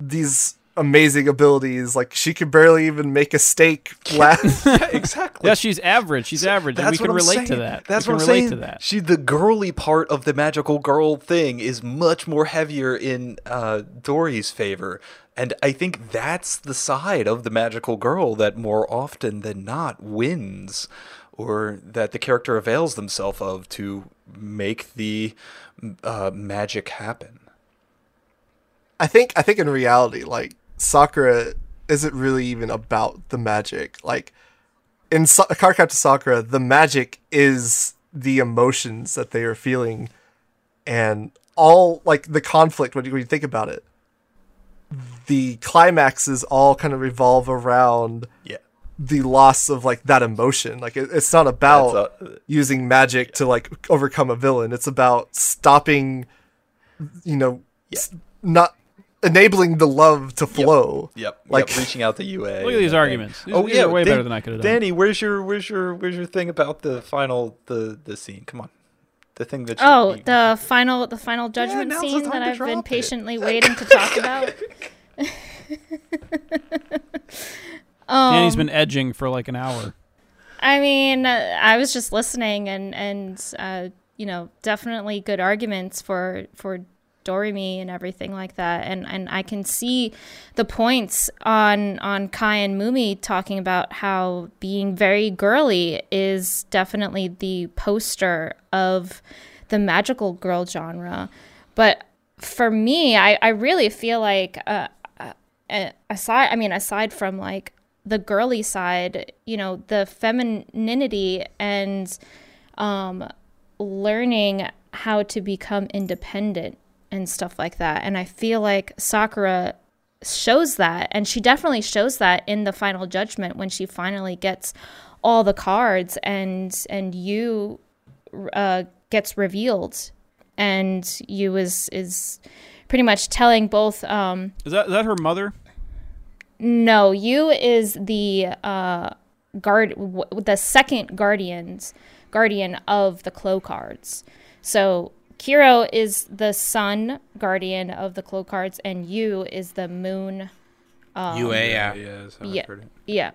Speaker 9: these amazing abilities. Like she could barely even make a steak last.
Speaker 8: yeah exactly.
Speaker 7: Yeah, she's average. She's average, and we can relate to that.
Speaker 8: That's
Speaker 7: we
Speaker 8: what
Speaker 7: can
Speaker 8: I'm
Speaker 7: relate
Speaker 8: saying.
Speaker 7: to that.
Speaker 8: She, the girly part of the magical girl thing is much more heavier in uh, Dory's favor, and I think that's the side of the magical girl that more often than not wins, or that the character avails themselves of to make the uh, magic happen.
Speaker 9: I think I think in reality, like Sakura isn't really even about the magic. Like in Sa- Card Captor Sakura, the magic is the emotions that they are feeling, and all like the conflict when you, when you think about it. The climaxes all kind of revolve around
Speaker 8: Yeah,
Speaker 9: the loss of like that emotion. Like it, it's not about
Speaker 8: That's a-
Speaker 9: using magic to like overcome a villain. It's about stopping, you know, s- not enabling the love to flow.
Speaker 8: yep.
Speaker 9: Like
Speaker 8: yep, reaching out to UA.
Speaker 7: Look at these arguments. These-
Speaker 8: oh
Speaker 7: these
Speaker 8: yeah,
Speaker 7: are way
Speaker 8: Dan-
Speaker 7: better than I could have done.
Speaker 8: Danny, where's your where's your where's your thing about the final the the scene? Come on, the thing that. you-
Speaker 6: Oh,
Speaker 8: you-
Speaker 6: the final the final judgment
Speaker 8: now's the
Speaker 6: scene
Speaker 8: time
Speaker 6: that
Speaker 8: to
Speaker 6: I've been
Speaker 8: drop it.
Speaker 6: patiently waiting to talk about. Um,
Speaker 7: Danny's been edging for like an hour.
Speaker 6: I mean, uh, I was just listening, and and uh, you know, definitely good arguments for for Doremi and everything like that, and and I can see the points on on Kai and Mumi talking about how being very girly is definitely the poster of the magical girl genre, but for me, I I really feel like. Uh, a- aside i mean aside from like the girly side you know the femininity and um learning how to become independent and stuff like that and i feel like sakura shows that and she definitely shows that in the final judgment when she finally gets all the cards and and you uh, gets revealed and you is is pretty much telling both um
Speaker 7: Is that is that her mother?
Speaker 6: no, you is the uh guard w- the second guardians guardian of the clo cards. So Kiro is the sun guardian of the clo cards and you is the moon.
Speaker 5: UA, yeah.
Speaker 1: Yeah, so
Speaker 6: Yeah.
Speaker 1: I've heard it.
Speaker 6: Yeah.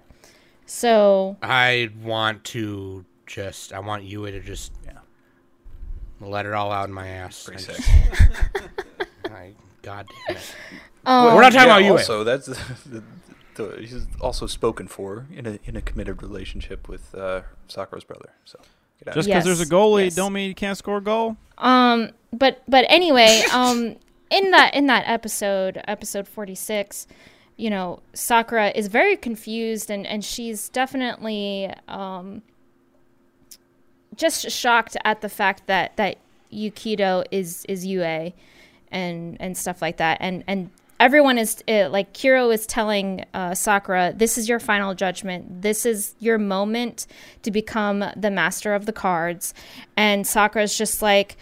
Speaker 6: So
Speaker 5: I want to just. I want Yue to just. Let it all out in my ass. I just- I- God damn it.
Speaker 6: Um,
Speaker 5: We're not talking about
Speaker 8: yeah,
Speaker 5: Yue.
Speaker 8: Also, that's the, the, the, he's also spoken for in a in a committed relationship with uh, Sakura's brother. So get out.
Speaker 7: Just because
Speaker 8: of
Speaker 6: Yes,
Speaker 7: there's a goalie,
Speaker 6: yes.
Speaker 7: don't mean you can't score a goal.
Speaker 6: Um, but but anyway, um, in that in that episode, episode forty six, you know, Sakura is very confused and and she's definitely um, just shocked at the fact that that Yukido is is Yue, and and stuff like that, and and. Everyone is uh, like Kiro is telling uh, Sakura, "This is your final judgment. This is your moment to become the master of the cards." And Sakura's just like,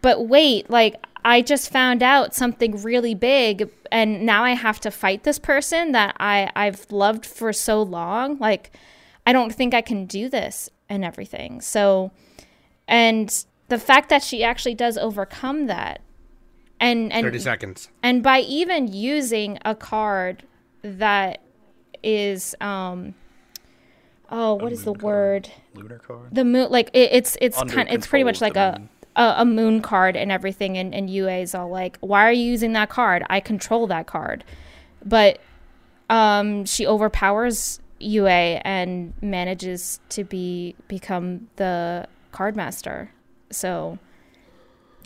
Speaker 6: but wait, like I just found out something really big and now I have to fight this person that I I've loved for so long. Like I don't think I can do this and everything. So and the fact that she actually does overcome that and and
Speaker 5: 30 seconds.
Speaker 6: and by even using a card that is um oh what is the word
Speaker 8: lunar card.
Speaker 6: the moon like it, it's it's
Speaker 8: Under
Speaker 6: kind it's pretty
Speaker 8: control
Speaker 6: much
Speaker 8: of
Speaker 6: like
Speaker 8: the
Speaker 6: a,
Speaker 8: moon.
Speaker 6: a a moon card and everything and and UA is all like why are you using that card I control that card but um she overpowers UA and manages to be become the card master so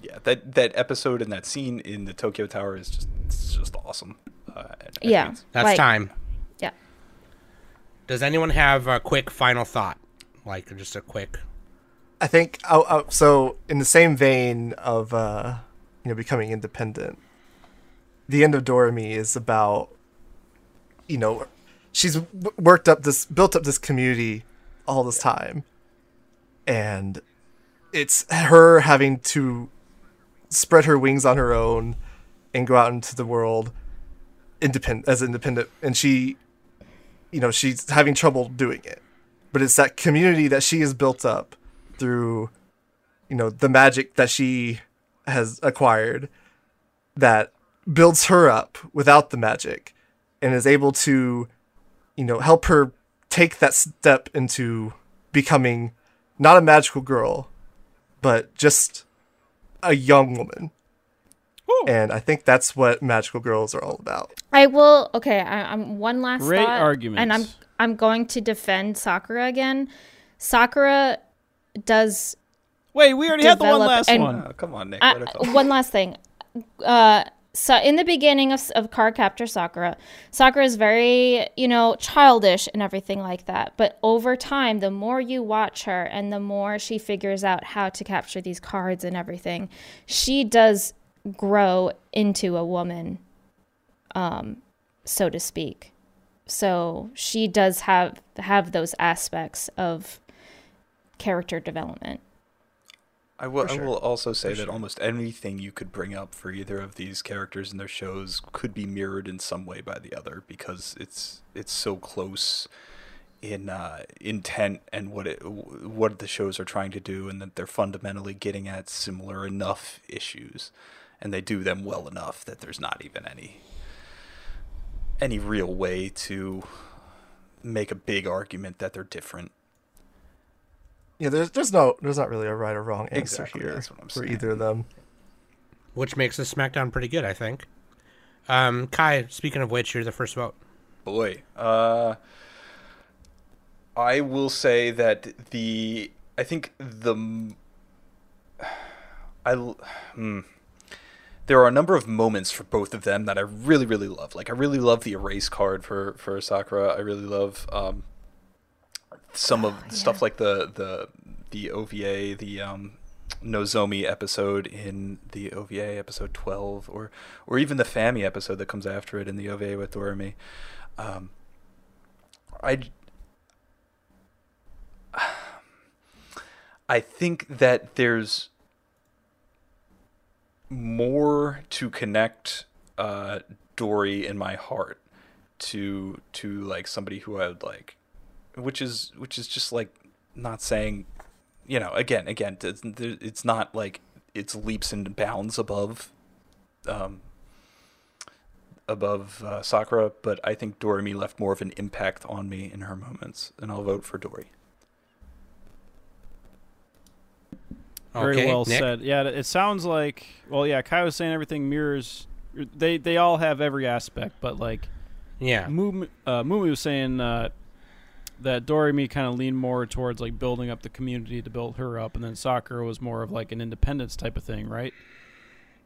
Speaker 8: Yeah, that that episode and that scene in the Tokyo Tower is just it's just awesome. Uh, I- I think
Speaker 6: yeah
Speaker 8: it's-
Speaker 5: That's
Speaker 6: like-
Speaker 5: time.
Speaker 6: yeah
Speaker 5: Does anyone have a quick final thought? Like just a quick.
Speaker 9: I think oh, oh, so. In the same vein of uh, you know becoming independent, the end of Doremi is about you know she's w- worked up this built up this community all this time, and it's her having to spread her wings on her own and go out into the world independent as independent and she you know she's having trouble doing it but it's that community that she has built up through you know the magic that she has acquired that builds her up without the magic and is able to you know help her take that step into becoming not a magical girl but just a young woman and i think that's what magical girls are all about
Speaker 6: I will. Okay, I, I'm one last
Speaker 10: Great
Speaker 6: thought, and I'm
Speaker 10: arguments.
Speaker 6: I'm going to defend Sakura again. Sakura does
Speaker 10: Wait, we already had the one
Speaker 6: Develop
Speaker 10: last
Speaker 6: and-
Speaker 10: one.
Speaker 8: Oh, come on, Nick.
Speaker 6: I-
Speaker 8: let her talk.
Speaker 6: I- Uh, one last thing. Uh, so in the beginning of, of Car Capture Sakura, Sakura is very, you know, childish and everything like that. But over time, the more you watch her and the more she figures out how to capture these cards and everything, she does grow into a woman, um, so to speak. So she does have have those aspects of character development.
Speaker 8: I will, I will also say that almost anything you could bring up for either of these characters in their shows could be mirrored in some way by the other because it's it's so close in uh, intent and what it what the shows are trying to do and that they're fundamentally getting at similar enough issues and they do them well enough that there's not even any any real way to make a big argument that they're different.
Speaker 9: yeah there's there's no there's not really a right or wrong answer
Speaker 8: Exactly,
Speaker 9: here
Speaker 8: that's what I'm
Speaker 9: for
Speaker 8: saying.
Speaker 9: either of them
Speaker 5: which makes this SmackDown pretty good, I think. Um, Kai, speaking of which, you're the first vote.
Speaker 8: boy. Uh, I will say that the I think the m- I l- hmm. there are a number of moments for both of them that I really really love. Like I really love the erase card for for Sakura. I really love um, some of stuff like the the the OVA, the um, Nozomi episode in the OVA episode twelve, or or even the Fami episode that comes after it in the OVA with Doremi. Um, I j- I think that there's more to connect uh, Dory in my heart to to like somebody who I would like, which is which is just like not saying, you know, again, again, it's, it's not like it's leaps and bounds above um, above uh, Sakura, but I think Doremi left more of an impact on me in her moments, and I'll vote for Dory.
Speaker 10: Very
Speaker 5: Okay,
Speaker 10: well
Speaker 5: Nick?
Speaker 10: said. Yeah, it- it sounds like. Well, yeah, Kai was saying everything mirrors. They they all have every aspect, but like
Speaker 5: Yeah.
Speaker 10: Mumu, uh, Mumu was saying uh, that Doremi kind of leaned more towards like building up the community to build her up, and then Sakura was more of like an independence type of thing, right?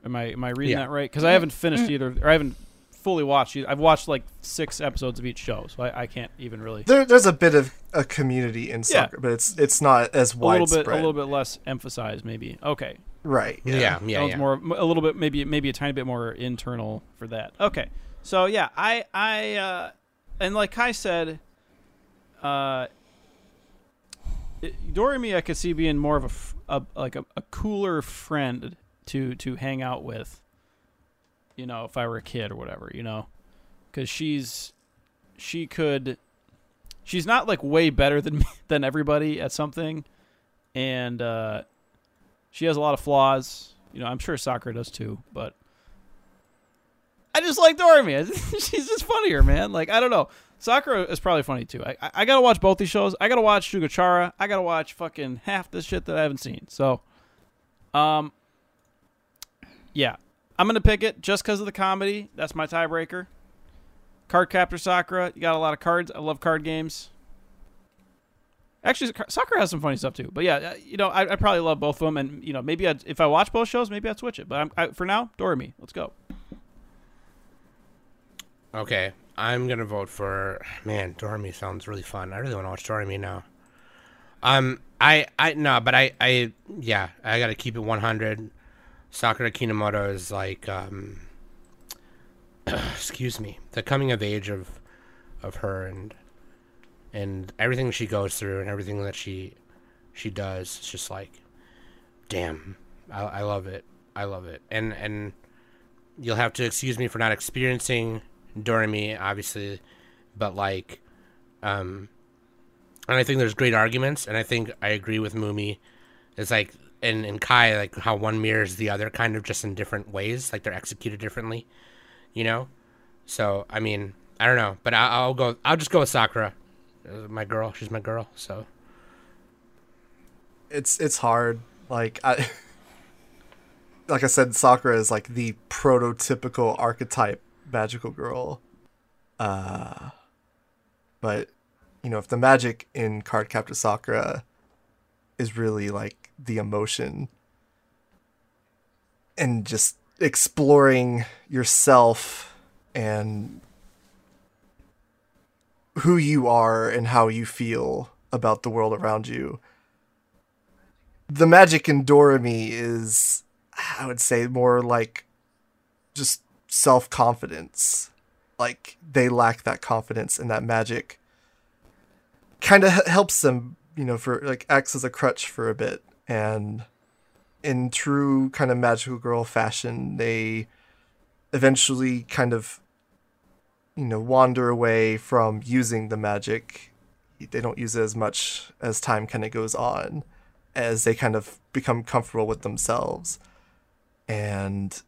Speaker 10: Am I am I reading
Speaker 5: Yeah.
Speaker 10: that right? Because I haven't finished either, or I haven't fully watched either. I've watched like six episodes of each show, so I, I can't even really
Speaker 9: there, there's a bit of a community in
Speaker 10: Yeah.
Speaker 9: soccer but it's it's not as
Speaker 10: a little
Speaker 9: widespread
Speaker 10: bit a little bit less emphasized maybe. Okay,
Speaker 9: right
Speaker 5: Yeah, yeah, yeah.
Speaker 10: sounds more a little bit maybe maybe a tiny bit more internal for that okay so yeah i i uh and like kai said uh it- doremi i could see being more of a, f- a- like a, a cooler friend to to hang out with you know if i were a kid or whatever you know because she's she could she's not like way better than than everybody at something and uh she has a lot of flaws. You know, I'm sure Sakura does too, but I just like Doremi. She's just funnier, man. Like I don't know. Sakura is probably funny too. I, I I gotta watch both these shows. I gotta watch Shugachara. I gotta watch fucking half this shit that I haven't seen. So, um, yeah, I'm gonna pick it just because of the comedy. That's my tiebreaker. Card Captor Sakura. You got a lot of cards. I love card games. Actually, Sa- Sakura has some funny stuff too. But yeah, uh, you know, I, I probably love both of them, and you know, maybe I'd, if I watch both shows, maybe I'd switch it. But I'm, I, for now, Doremi. Let's go.
Speaker 5: Okay, I'm gonna vote for man. Dormy sounds really fun. I really want to watch Dormy now. Um, I I no, but I I yeah, I gotta keep it 100. Sakura Kinomoto is like, um, excuse me, the coming of age of of her and and everything she goes through and everything that she she does. It's just like, damn, I, I love it. I love it. And and you'll have to excuse me for not experiencing Doremi, obviously, but like, um, and I think there's great arguments, and I think I agree with Mumi. It's like and and Kai like how one mirrors the other, kind of just in different ways, like they're executed differently, you know. So I mean, I don't know, but I, I'll go. I'll just go with Sakura, Uh, my girl. She's my girl. So
Speaker 9: it's it's hard. Like I like I said, Sakura is like the prototypical archetype magical girl. Uh but you know, if the magic in Card Captor Sakura is really like the emotion and just exploring yourself and who you are and how you feel about the world around you the magic in Dorami is, I would say, more like just self confidence. Like they lack that confidence, and that magic kind of helps them, you know, for like acts as a crutch for a bit. And in true kind of magical girl fashion, they eventually kind of, you know, wander away from using the magic. They don't use it as much as time kind of goes on as they kind of become comfortable with themselves and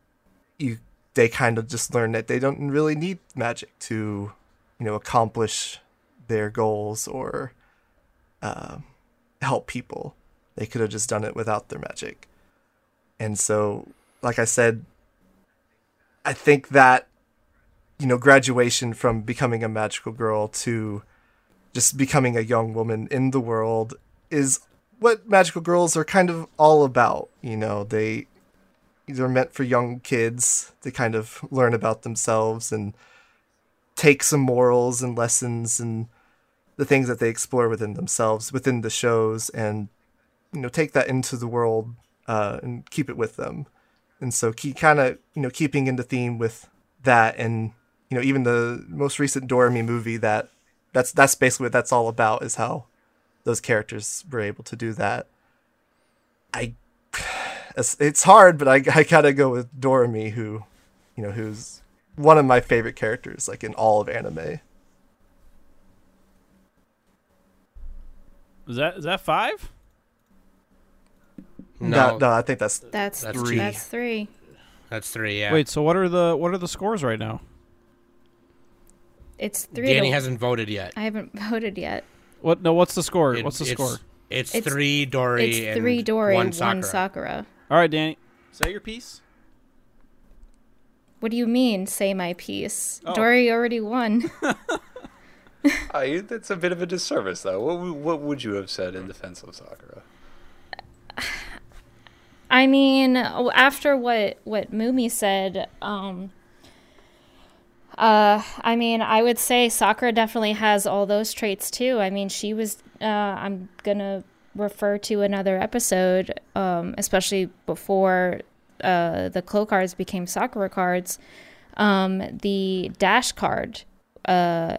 Speaker 9: you they kind of just learn that they don't really need magic to you know accomplish their goals or um help people they could have just done it without their magic and so like i said i think that you know graduation from becoming a magical girl to just becoming a young woman in the world is what magical girls are kind of all about. You know, they they're meant for young kids to kind of learn about themselves and take some morals and lessons and the things that they explore within themselves within the shows and you know take that into the world uh, and keep it with them and so keep kind of you know keeping into theme with that and you know even the most recent Doremi movie that that's that's basically what that's all about is how those characters were able to do that. I, it's, it's hard, but I, I gotta go with Doremi, who, you know, who's one of my favorite characters, like in all of anime.
Speaker 7: Is that is that five?
Speaker 5: no,
Speaker 9: no, no I think that's
Speaker 6: That's
Speaker 5: That's
Speaker 6: that's
Speaker 5: three.
Speaker 6: three. That's three.
Speaker 5: that's three. Yeah.
Speaker 7: Wait, so what are the what are the scores right now?
Speaker 6: It's three.
Speaker 5: Danny
Speaker 6: to,
Speaker 5: hasn't voted yet.
Speaker 6: I haven't voted yet.
Speaker 7: What no? What's the score?
Speaker 5: It-
Speaker 7: what's the
Speaker 5: it's-
Speaker 7: score?
Speaker 5: It's,
Speaker 6: It's-
Speaker 5: three Dory.
Speaker 6: It's three
Speaker 5: and
Speaker 6: Dory,
Speaker 5: one
Speaker 6: one
Speaker 5: Sakura.
Speaker 6: Sakura.
Speaker 7: All right, Danny, say your piece.
Speaker 6: What do you mean, say my piece?
Speaker 5: Oh.
Speaker 6: Dory already won.
Speaker 1: I, Ah, that's a bit of a disservice, though. What, w- what would you have said in defense of Sakura?
Speaker 6: I mean, oh, after what what Mumi said, um, uh, I mean, I would say Sakura definitely has all those traits too. I mean, she was. Uh, I'm gonna refer to another episode, um, especially before uh, the Clo cards became Sakura cards. Um, the dash card. Uh,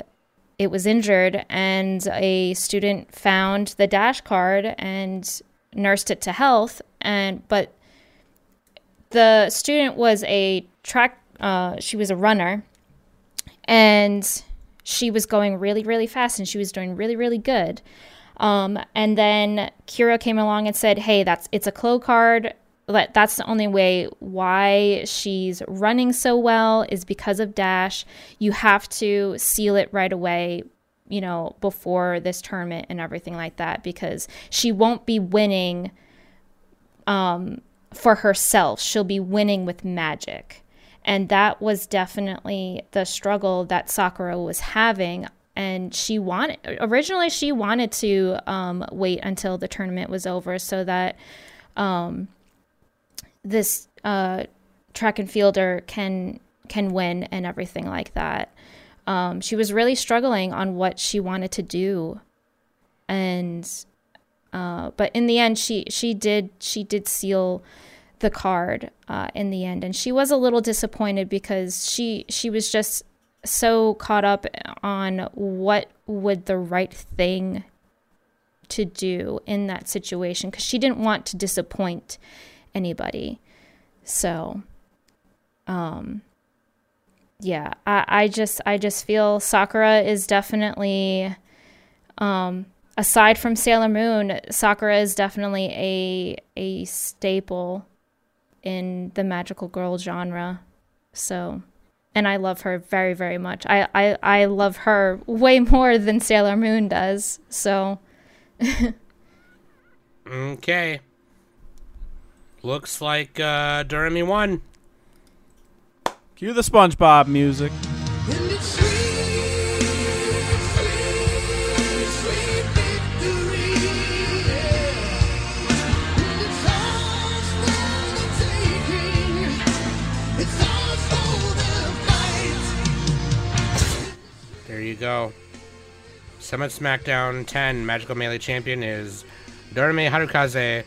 Speaker 6: it was injured and a student found the dash card and nursed it to health and but the student was a track uh, she was a runner and she was going really really fast and she was doing really really good um, and then kira came along and said hey that's it's a clo card That- that's the only way why she's running so well is because of dash you have to seal it right away you know before this tournament and everything like that because she won't be winning um, for herself. She'll be winning with magic. And that was definitely the struggle that Sakura was having. And she wanted, originally, she wanted to um, wait until the tournament was over so that um, this uh, track and fielder can can win and everything like that. Um, she was really struggling on what she wanted to do, and Uh, but in the end, she she did she did seal the card uh, in the end, and she was a little disappointed because she she was just so caught up on what would the right thing to do in that situation because she didn't want to disappoint anybody. So, um, yeah, I, I just I just feel Sakura is definitely, um, aside from Sailor Moon, Sakura is definitely a a staple in the magical girl genre. So, and I love her very very much. I I, I love her way more than Sailor Moon does. So,
Speaker 5: Okay. Looks like uh, Duramy won.
Speaker 7: Cue the SpongeBob music.
Speaker 5: There you go. Summit SmackDown 10 Magical Melee Champion is Dorame Harukaze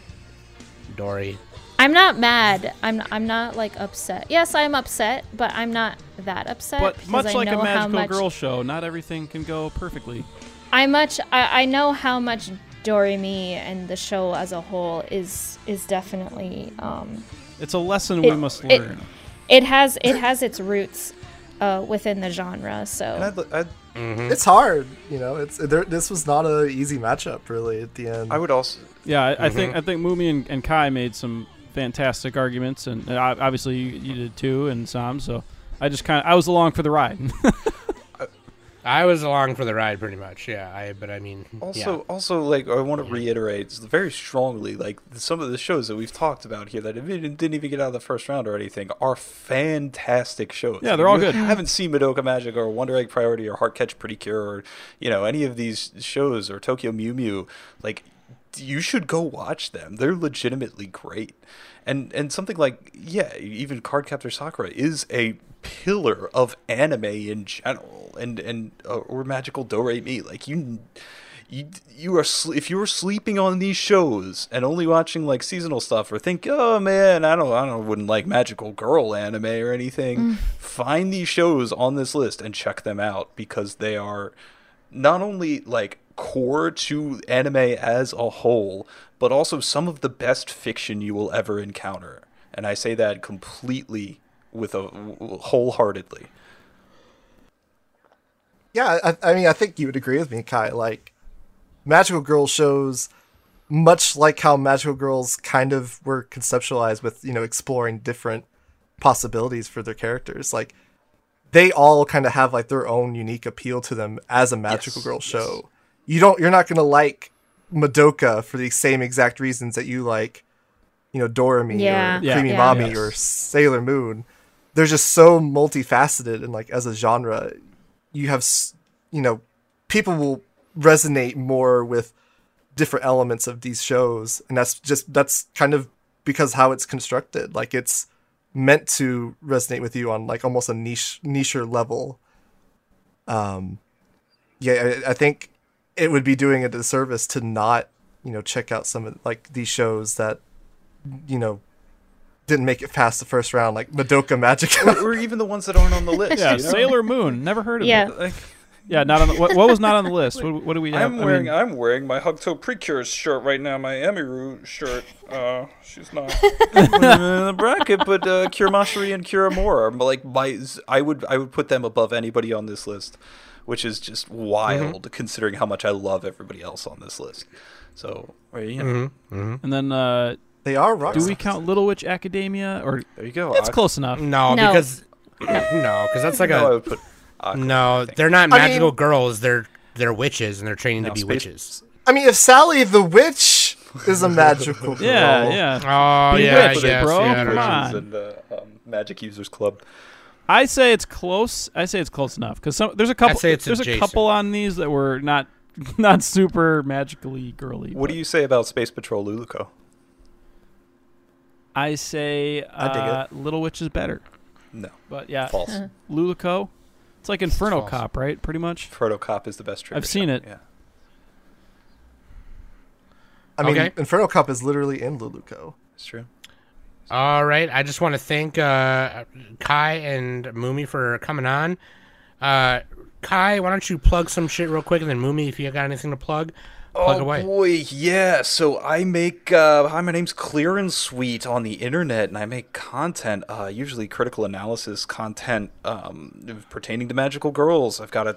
Speaker 5: Dori.
Speaker 6: I'm not mad. I'm I'm not like upset. Yes, I'm upset, but I'm not that upset.
Speaker 7: But
Speaker 6: because
Speaker 7: much
Speaker 6: I
Speaker 7: like
Speaker 6: know
Speaker 7: a
Speaker 6: how
Speaker 7: magical
Speaker 6: much-
Speaker 7: girl show, not everything can go perfectly.
Speaker 6: I much I, I know how much Doremi and the show as a whole is is definitely um,
Speaker 7: It's a lesson we
Speaker 6: It-
Speaker 7: must
Speaker 6: it-
Speaker 7: learn.
Speaker 6: it has it has its roots uh, within the genre. So
Speaker 8: And I'd, I'd,
Speaker 9: It's hard, you know. It's there, this was not a easy matchup really at the end.
Speaker 8: I would also.
Speaker 7: yeah, I, I think I think Mumi and, and Kai made some fantastic arguments, and, and ob- obviously you, you did too, and Sam. So I just kind of I was along for the ride.
Speaker 5: I was along for the ride pretty much, yeah. I but I mean
Speaker 8: Also, also, like I want to reiterate very strongly, like some of the shows that we've talked about here that even- didn't even get out of the first round or anything are fantastic shows.
Speaker 7: Yeah, they're all
Speaker 8: If you
Speaker 7: good.
Speaker 8: Haven't seen Madoka Magic or Wonder Egg Priority or Heart Catch Pretty Cure or you know any of these shows or Tokyo Mew Mew, like you should go watch them. They're legitimately great. And and something like yeah, e, even Cardcaptor Sakura is a pillar of anime in general and and uh, or magical do-re-mi like you you you are sl- if you were sleeping on these shows and only watching like seasonal stuff or think oh man I don't I don't wouldn't like magical girl anime or anything find these shows on this list and check them out because they are not only like core to anime as a whole, but also some of the best fiction you will ever encounter. And I say that completely with a wholeheartedly.
Speaker 9: yeah, I, I mean, I think you would agree with me, Kai. Like, magical girl shows, much like how magical girls kind of were conceptualized with, you know, exploring different possibilities for their characters. Like, they all kind of have like their own unique appeal to them as a magical
Speaker 8: Yes,
Speaker 9: girl
Speaker 8: yes.
Speaker 9: show. You don't, you're not gonna like Madoka for the same exact reasons that you like, you know, Dorami
Speaker 6: Yeah.
Speaker 9: or
Speaker 7: Yeah.
Speaker 9: Creamy
Speaker 6: Yeah.
Speaker 9: Mommy
Speaker 8: Yes.
Speaker 9: or Sailor Moon. They're just so multifaceted and like as a genre, you have s- you know people will resonate more with different elements of these shows and that's just that's kind of because how it's constructed like it's meant to resonate with you on like almost a niche nicher level um yeah I, I think it would be doing a disservice to not you know check out some of like these shows that you know didn't make it past the first round like madoka magica
Speaker 8: or even the ones that aren't on the list.
Speaker 7: yeah,
Speaker 8: you know?
Speaker 7: Sailor Moon, never heard of
Speaker 6: yeah,
Speaker 7: it. Yeah, not on the, what, what was not on the list? What, what do we have?
Speaker 3: I'm
Speaker 7: I
Speaker 3: wearing
Speaker 7: mean,
Speaker 3: I'm wearing my Hugto Precures shirt right now, my Emiru shirt. Uh, she's not.
Speaker 8: in the bracket, but uh, Kiramashiri and Kiramura, are, like my, I would, I would put them above anybody on this list, which is just
Speaker 7: Mm-hmm.
Speaker 8: wild considering how much I love everybody else on this list. So or, you know,
Speaker 7: Mm-hmm. and then uh,
Speaker 9: they are rock
Speaker 7: do we
Speaker 9: stars.
Speaker 7: count Little Witch Academia? Or
Speaker 8: there you go.
Speaker 7: it's
Speaker 8: Ak-
Speaker 7: close enough.
Speaker 5: No,
Speaker 6: No.
Speaker 5: because no, because that's like
Speaker 8: No, I
Speaker 5: a
Speaker 8: would put Ak-
Speaker 5: no. They're not
Speaker 9: I mean-
Speaker 5: magical girls. They're they're witches, and they're training to
Speaker 8: No,
Speaker 5: be
Speaker 8: space-
Speaker 5: witches.
Speaker 9: I mean, if Sally the witch is a magical girl,
Speaker 7: Yeah, yeah.
Speaker 5: Oh
Speaker 7: Be
Speaker 5: yeah, I
Speaker 7: witches,
Speaker 5: guess,
Speaker 7: bro.
Speaker 5: yeah, I don't
Speaker 7: Come
Speaker 5: know.
Speaker 7: on.
Speaker 8: and the um, Magic Users Club.
Speaker 7: I say it's close. I say it's close enough because some there's a couple.
Speaker 5: say it's
Speaker 7: there's
Speaker 5: adjacent.
Speaker 7: a couple on these that were not not super magically girly.
Speaker 8: What do
Speaker 7: but
Speaker 8: you say about Space Patrol Luluco?
Speaker 7: I say
Speaker 9: I dig
Speaker 7: uh, Little Witch is better.
Speaker 8: No,
Speaker 7: But yeah,
Speaker 8: false.
Speaker 7: Luluco. It's like Inferno
Speaker 5: false.
Speaker 7: Cop, right? Pretty much.
Speaker 8: Protocop is the best. trigger
Speaker 7: I've seen
Speaker 8: shot,
Speaker 7: it.
Speaker 8: Yeah.
Speaker 9: I mean,
Speaker 5: Okay.
Speaker 9: Inferno Cup is literally in Luluko.
Speaker 8: It's true.
Speaker 5: All right. I just want to thank uh, Kai and Mumi for coming on. Uh, Kai, why don't you plug some shit real quick, and then Mumi, if you got anything to plug,
Speaker 8: Oh,
Speaker 5: plug away.
Speaker 8: boy, yeah. So I make uh, hi, my name's Clearance Suite on the internet, and I make content, uh, usually critical analysis content um, pertaining to magical girls. I've got a,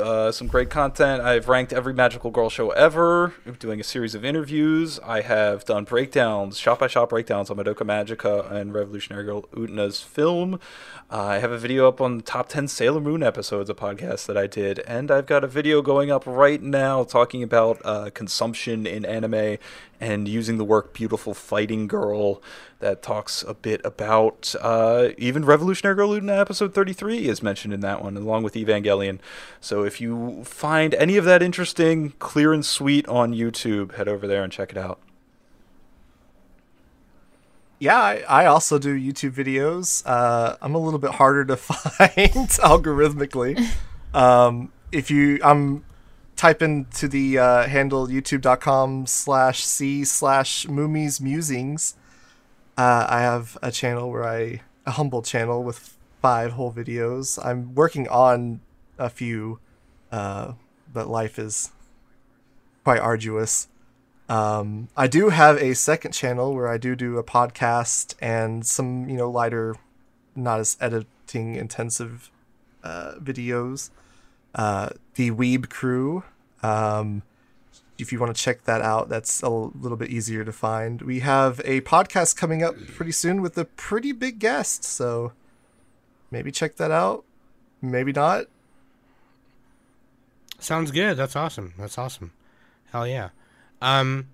Speaker 8: uh, some great content. I've ranked every magical girl show ever, doing a series of interviews. I have done breakdowns, shot by shot breakdowns on Madoka Magica and Revolutionary Girl Utna's film. Uh, I have a video up on the top 10 Sailor Moon episodes of podcast that I did, and I've got a video going up right now talking about uh, consumption in anime and using the work Beautiful Fighting Girl that talks a bit about uh, even Revolutionary Girl Utna episode 33 is mentioned in that one, along with Evangelion. So if you find any of that interesting, clear and sweet on YouTube, head over there and check it out.
Speaker 9: Yeah, I, I also do YouTube videos. Uh, I'm a little bit harder to find algorithmically. Um, if you, I'm type into the uh, handle youtube.com slash c slash Moomies Musings. Uh, I have a channel where I, a humble channel with five whole videos. I'm working on a few, uh, but life is quite arduous. Um, I do have a second channel where I do do a podcast and some, you know, lighter, not as editing intensive uh, videos. Uh, the Weeb Crew. Um, if you want to check that out, that's a little bit easier to find. We have a podcast coming up pretty soon with a pretty big guest, so maybe check that out. Maybe not.
Speaker 5: Sounds good. That's awesome. That's awesome. Hell yeah. Um,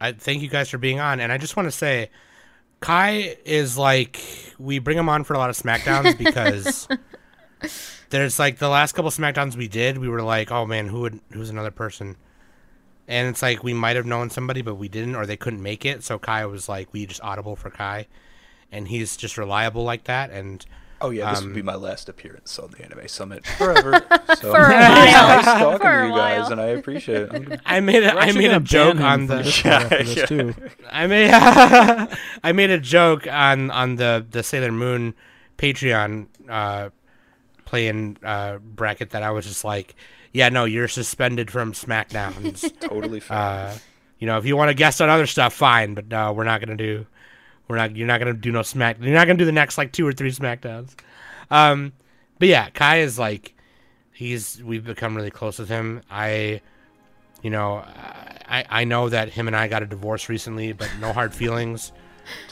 Speaker 5: I thank you guys for being on, and I just want to say, Kai is like we bring him on for a lot of Smackdowns because there's like the last couple Smackdowns we did, we were like, oh man, who would who's another person, and it's like we might have known somebody, but we didn't, or they couldn't make it, so Kai was like, we just audible for Kai, and he's just reliable like that, and
Speaker 8: Oh yeah, this would be my last appearance on the Anime Summit forever. So
Speaker 6: For a
Speaker 8: it's nice
Speaker 6: while.
Speaker 8: talking
Speaker 6: For
Speaker 8: to
Speaker 6: a
Speaker 8: you guys,
Speaker 6: while.
Speaker 8: and I appreciate it. I'm gonna-
Speaker 5: I made a,
Speaker 7: We're
Speaker 5: I
Speaker 7: actually
Speaker 5: made a
Speaker 7: gonna
Speaker 5: joke
Speaker 7: ban him
Speaker 5: on
Speaker 7: for
Speaker 5: the
Speaker 7: this,
Speaker 8: Yeah,
Speaker 7: for this
Speaker 8: yeah.
Speaker 7: too.
Speaker 5: I made I made a joke on on the the Sailor Moon Patreon uh, playing uh, bracket that I was just like, yeah, no, you're suspended from SmackDowns.
Speaker 8: totally fair.
Speaker 5: uh, you know, if you want to guest on other stuff, fine, but no, we're not gonna do. We're not. You're not gonna do no Smack. You're not gonna do the next like two or three Smackdowns. Um, but yeah, Kai is like, he's. We've become really close with him. I, you know, I I know that him and I got a divorce recently, but no hard feelings.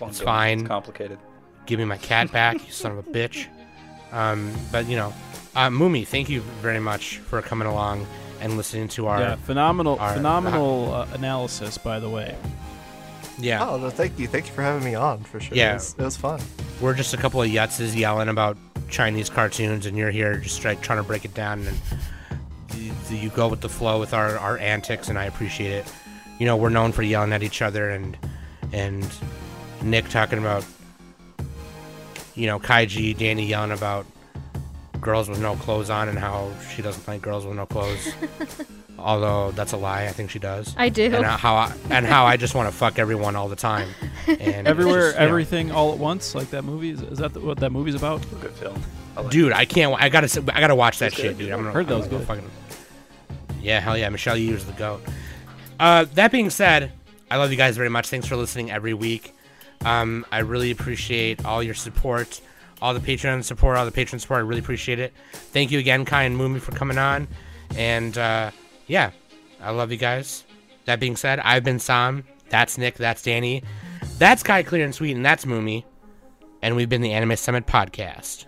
Speaker 8: it's
Speaker 5: fine.
Speaker 8: It's complicated.
Speaker 5: Give me my cat back, you son of a bitch. Um, but you know, uh, Mumi, thank you very much for coming along and listening to our
Speaker 7: Yeah,
Speaker 5: yeah.
Speaker 7: phenomenal,
Speaker 5: Our-
Speaker 7: phenomenal uh, analysis, by the way.
Speaker 9: Oh no, thank you, thank you for having me on for sure.
Speaker 5: Yeah.
Speaker 9: it was, it was fun.
Speaker 5: we're just a couple of yutzes yelling about Chinese cartoons, and you're here just like trying to break it down, and you, you go with the flow with our, our antics, and I appreciate it. You know, we're known for yelling at each other, and and Nick talking about you know Kaiji, Danny yelling about girls with no clothes on, and how she doesn't like girls with no clothes. Although that's a lie, I think she does.
Speaker 6: I do.
Speaker 5: And how I, and how I just want to fuck everyone all the time, and it's
Speaker 7: Everywhere,
Speaker 5: just, you know.
Speaker 7: everything, all at once. Like that movie is, is that the, what that movie's about?
Speaker 8: Good film. I like
Speaker 5: Dude, I can't. I gotta. sit- I gotta watch that shit, dude. I'm gonna.
Speaker 7: Heard that
Speaker 5: I'm
Speaker 7: was
Speaker 5: gonna
Speaker 7: good.
Speaker 5: Fucking, yeah, hell yeah. Michelle Yeoh is the goat. Uh, that being said, I love you guys very much. Thanks for listening every week. Um, I really appreciate all your support, all the Patreon support, all the patron support. I really appreciate it. Thank you again, Kai and Moomy, for coming on. And uh, yeah, I love you guys. That being said, I've been Sam. That's Nick. That's Danny. That's Kai Clear and Sweet, and that's Moomy. And we've been the Anime Summit podcast.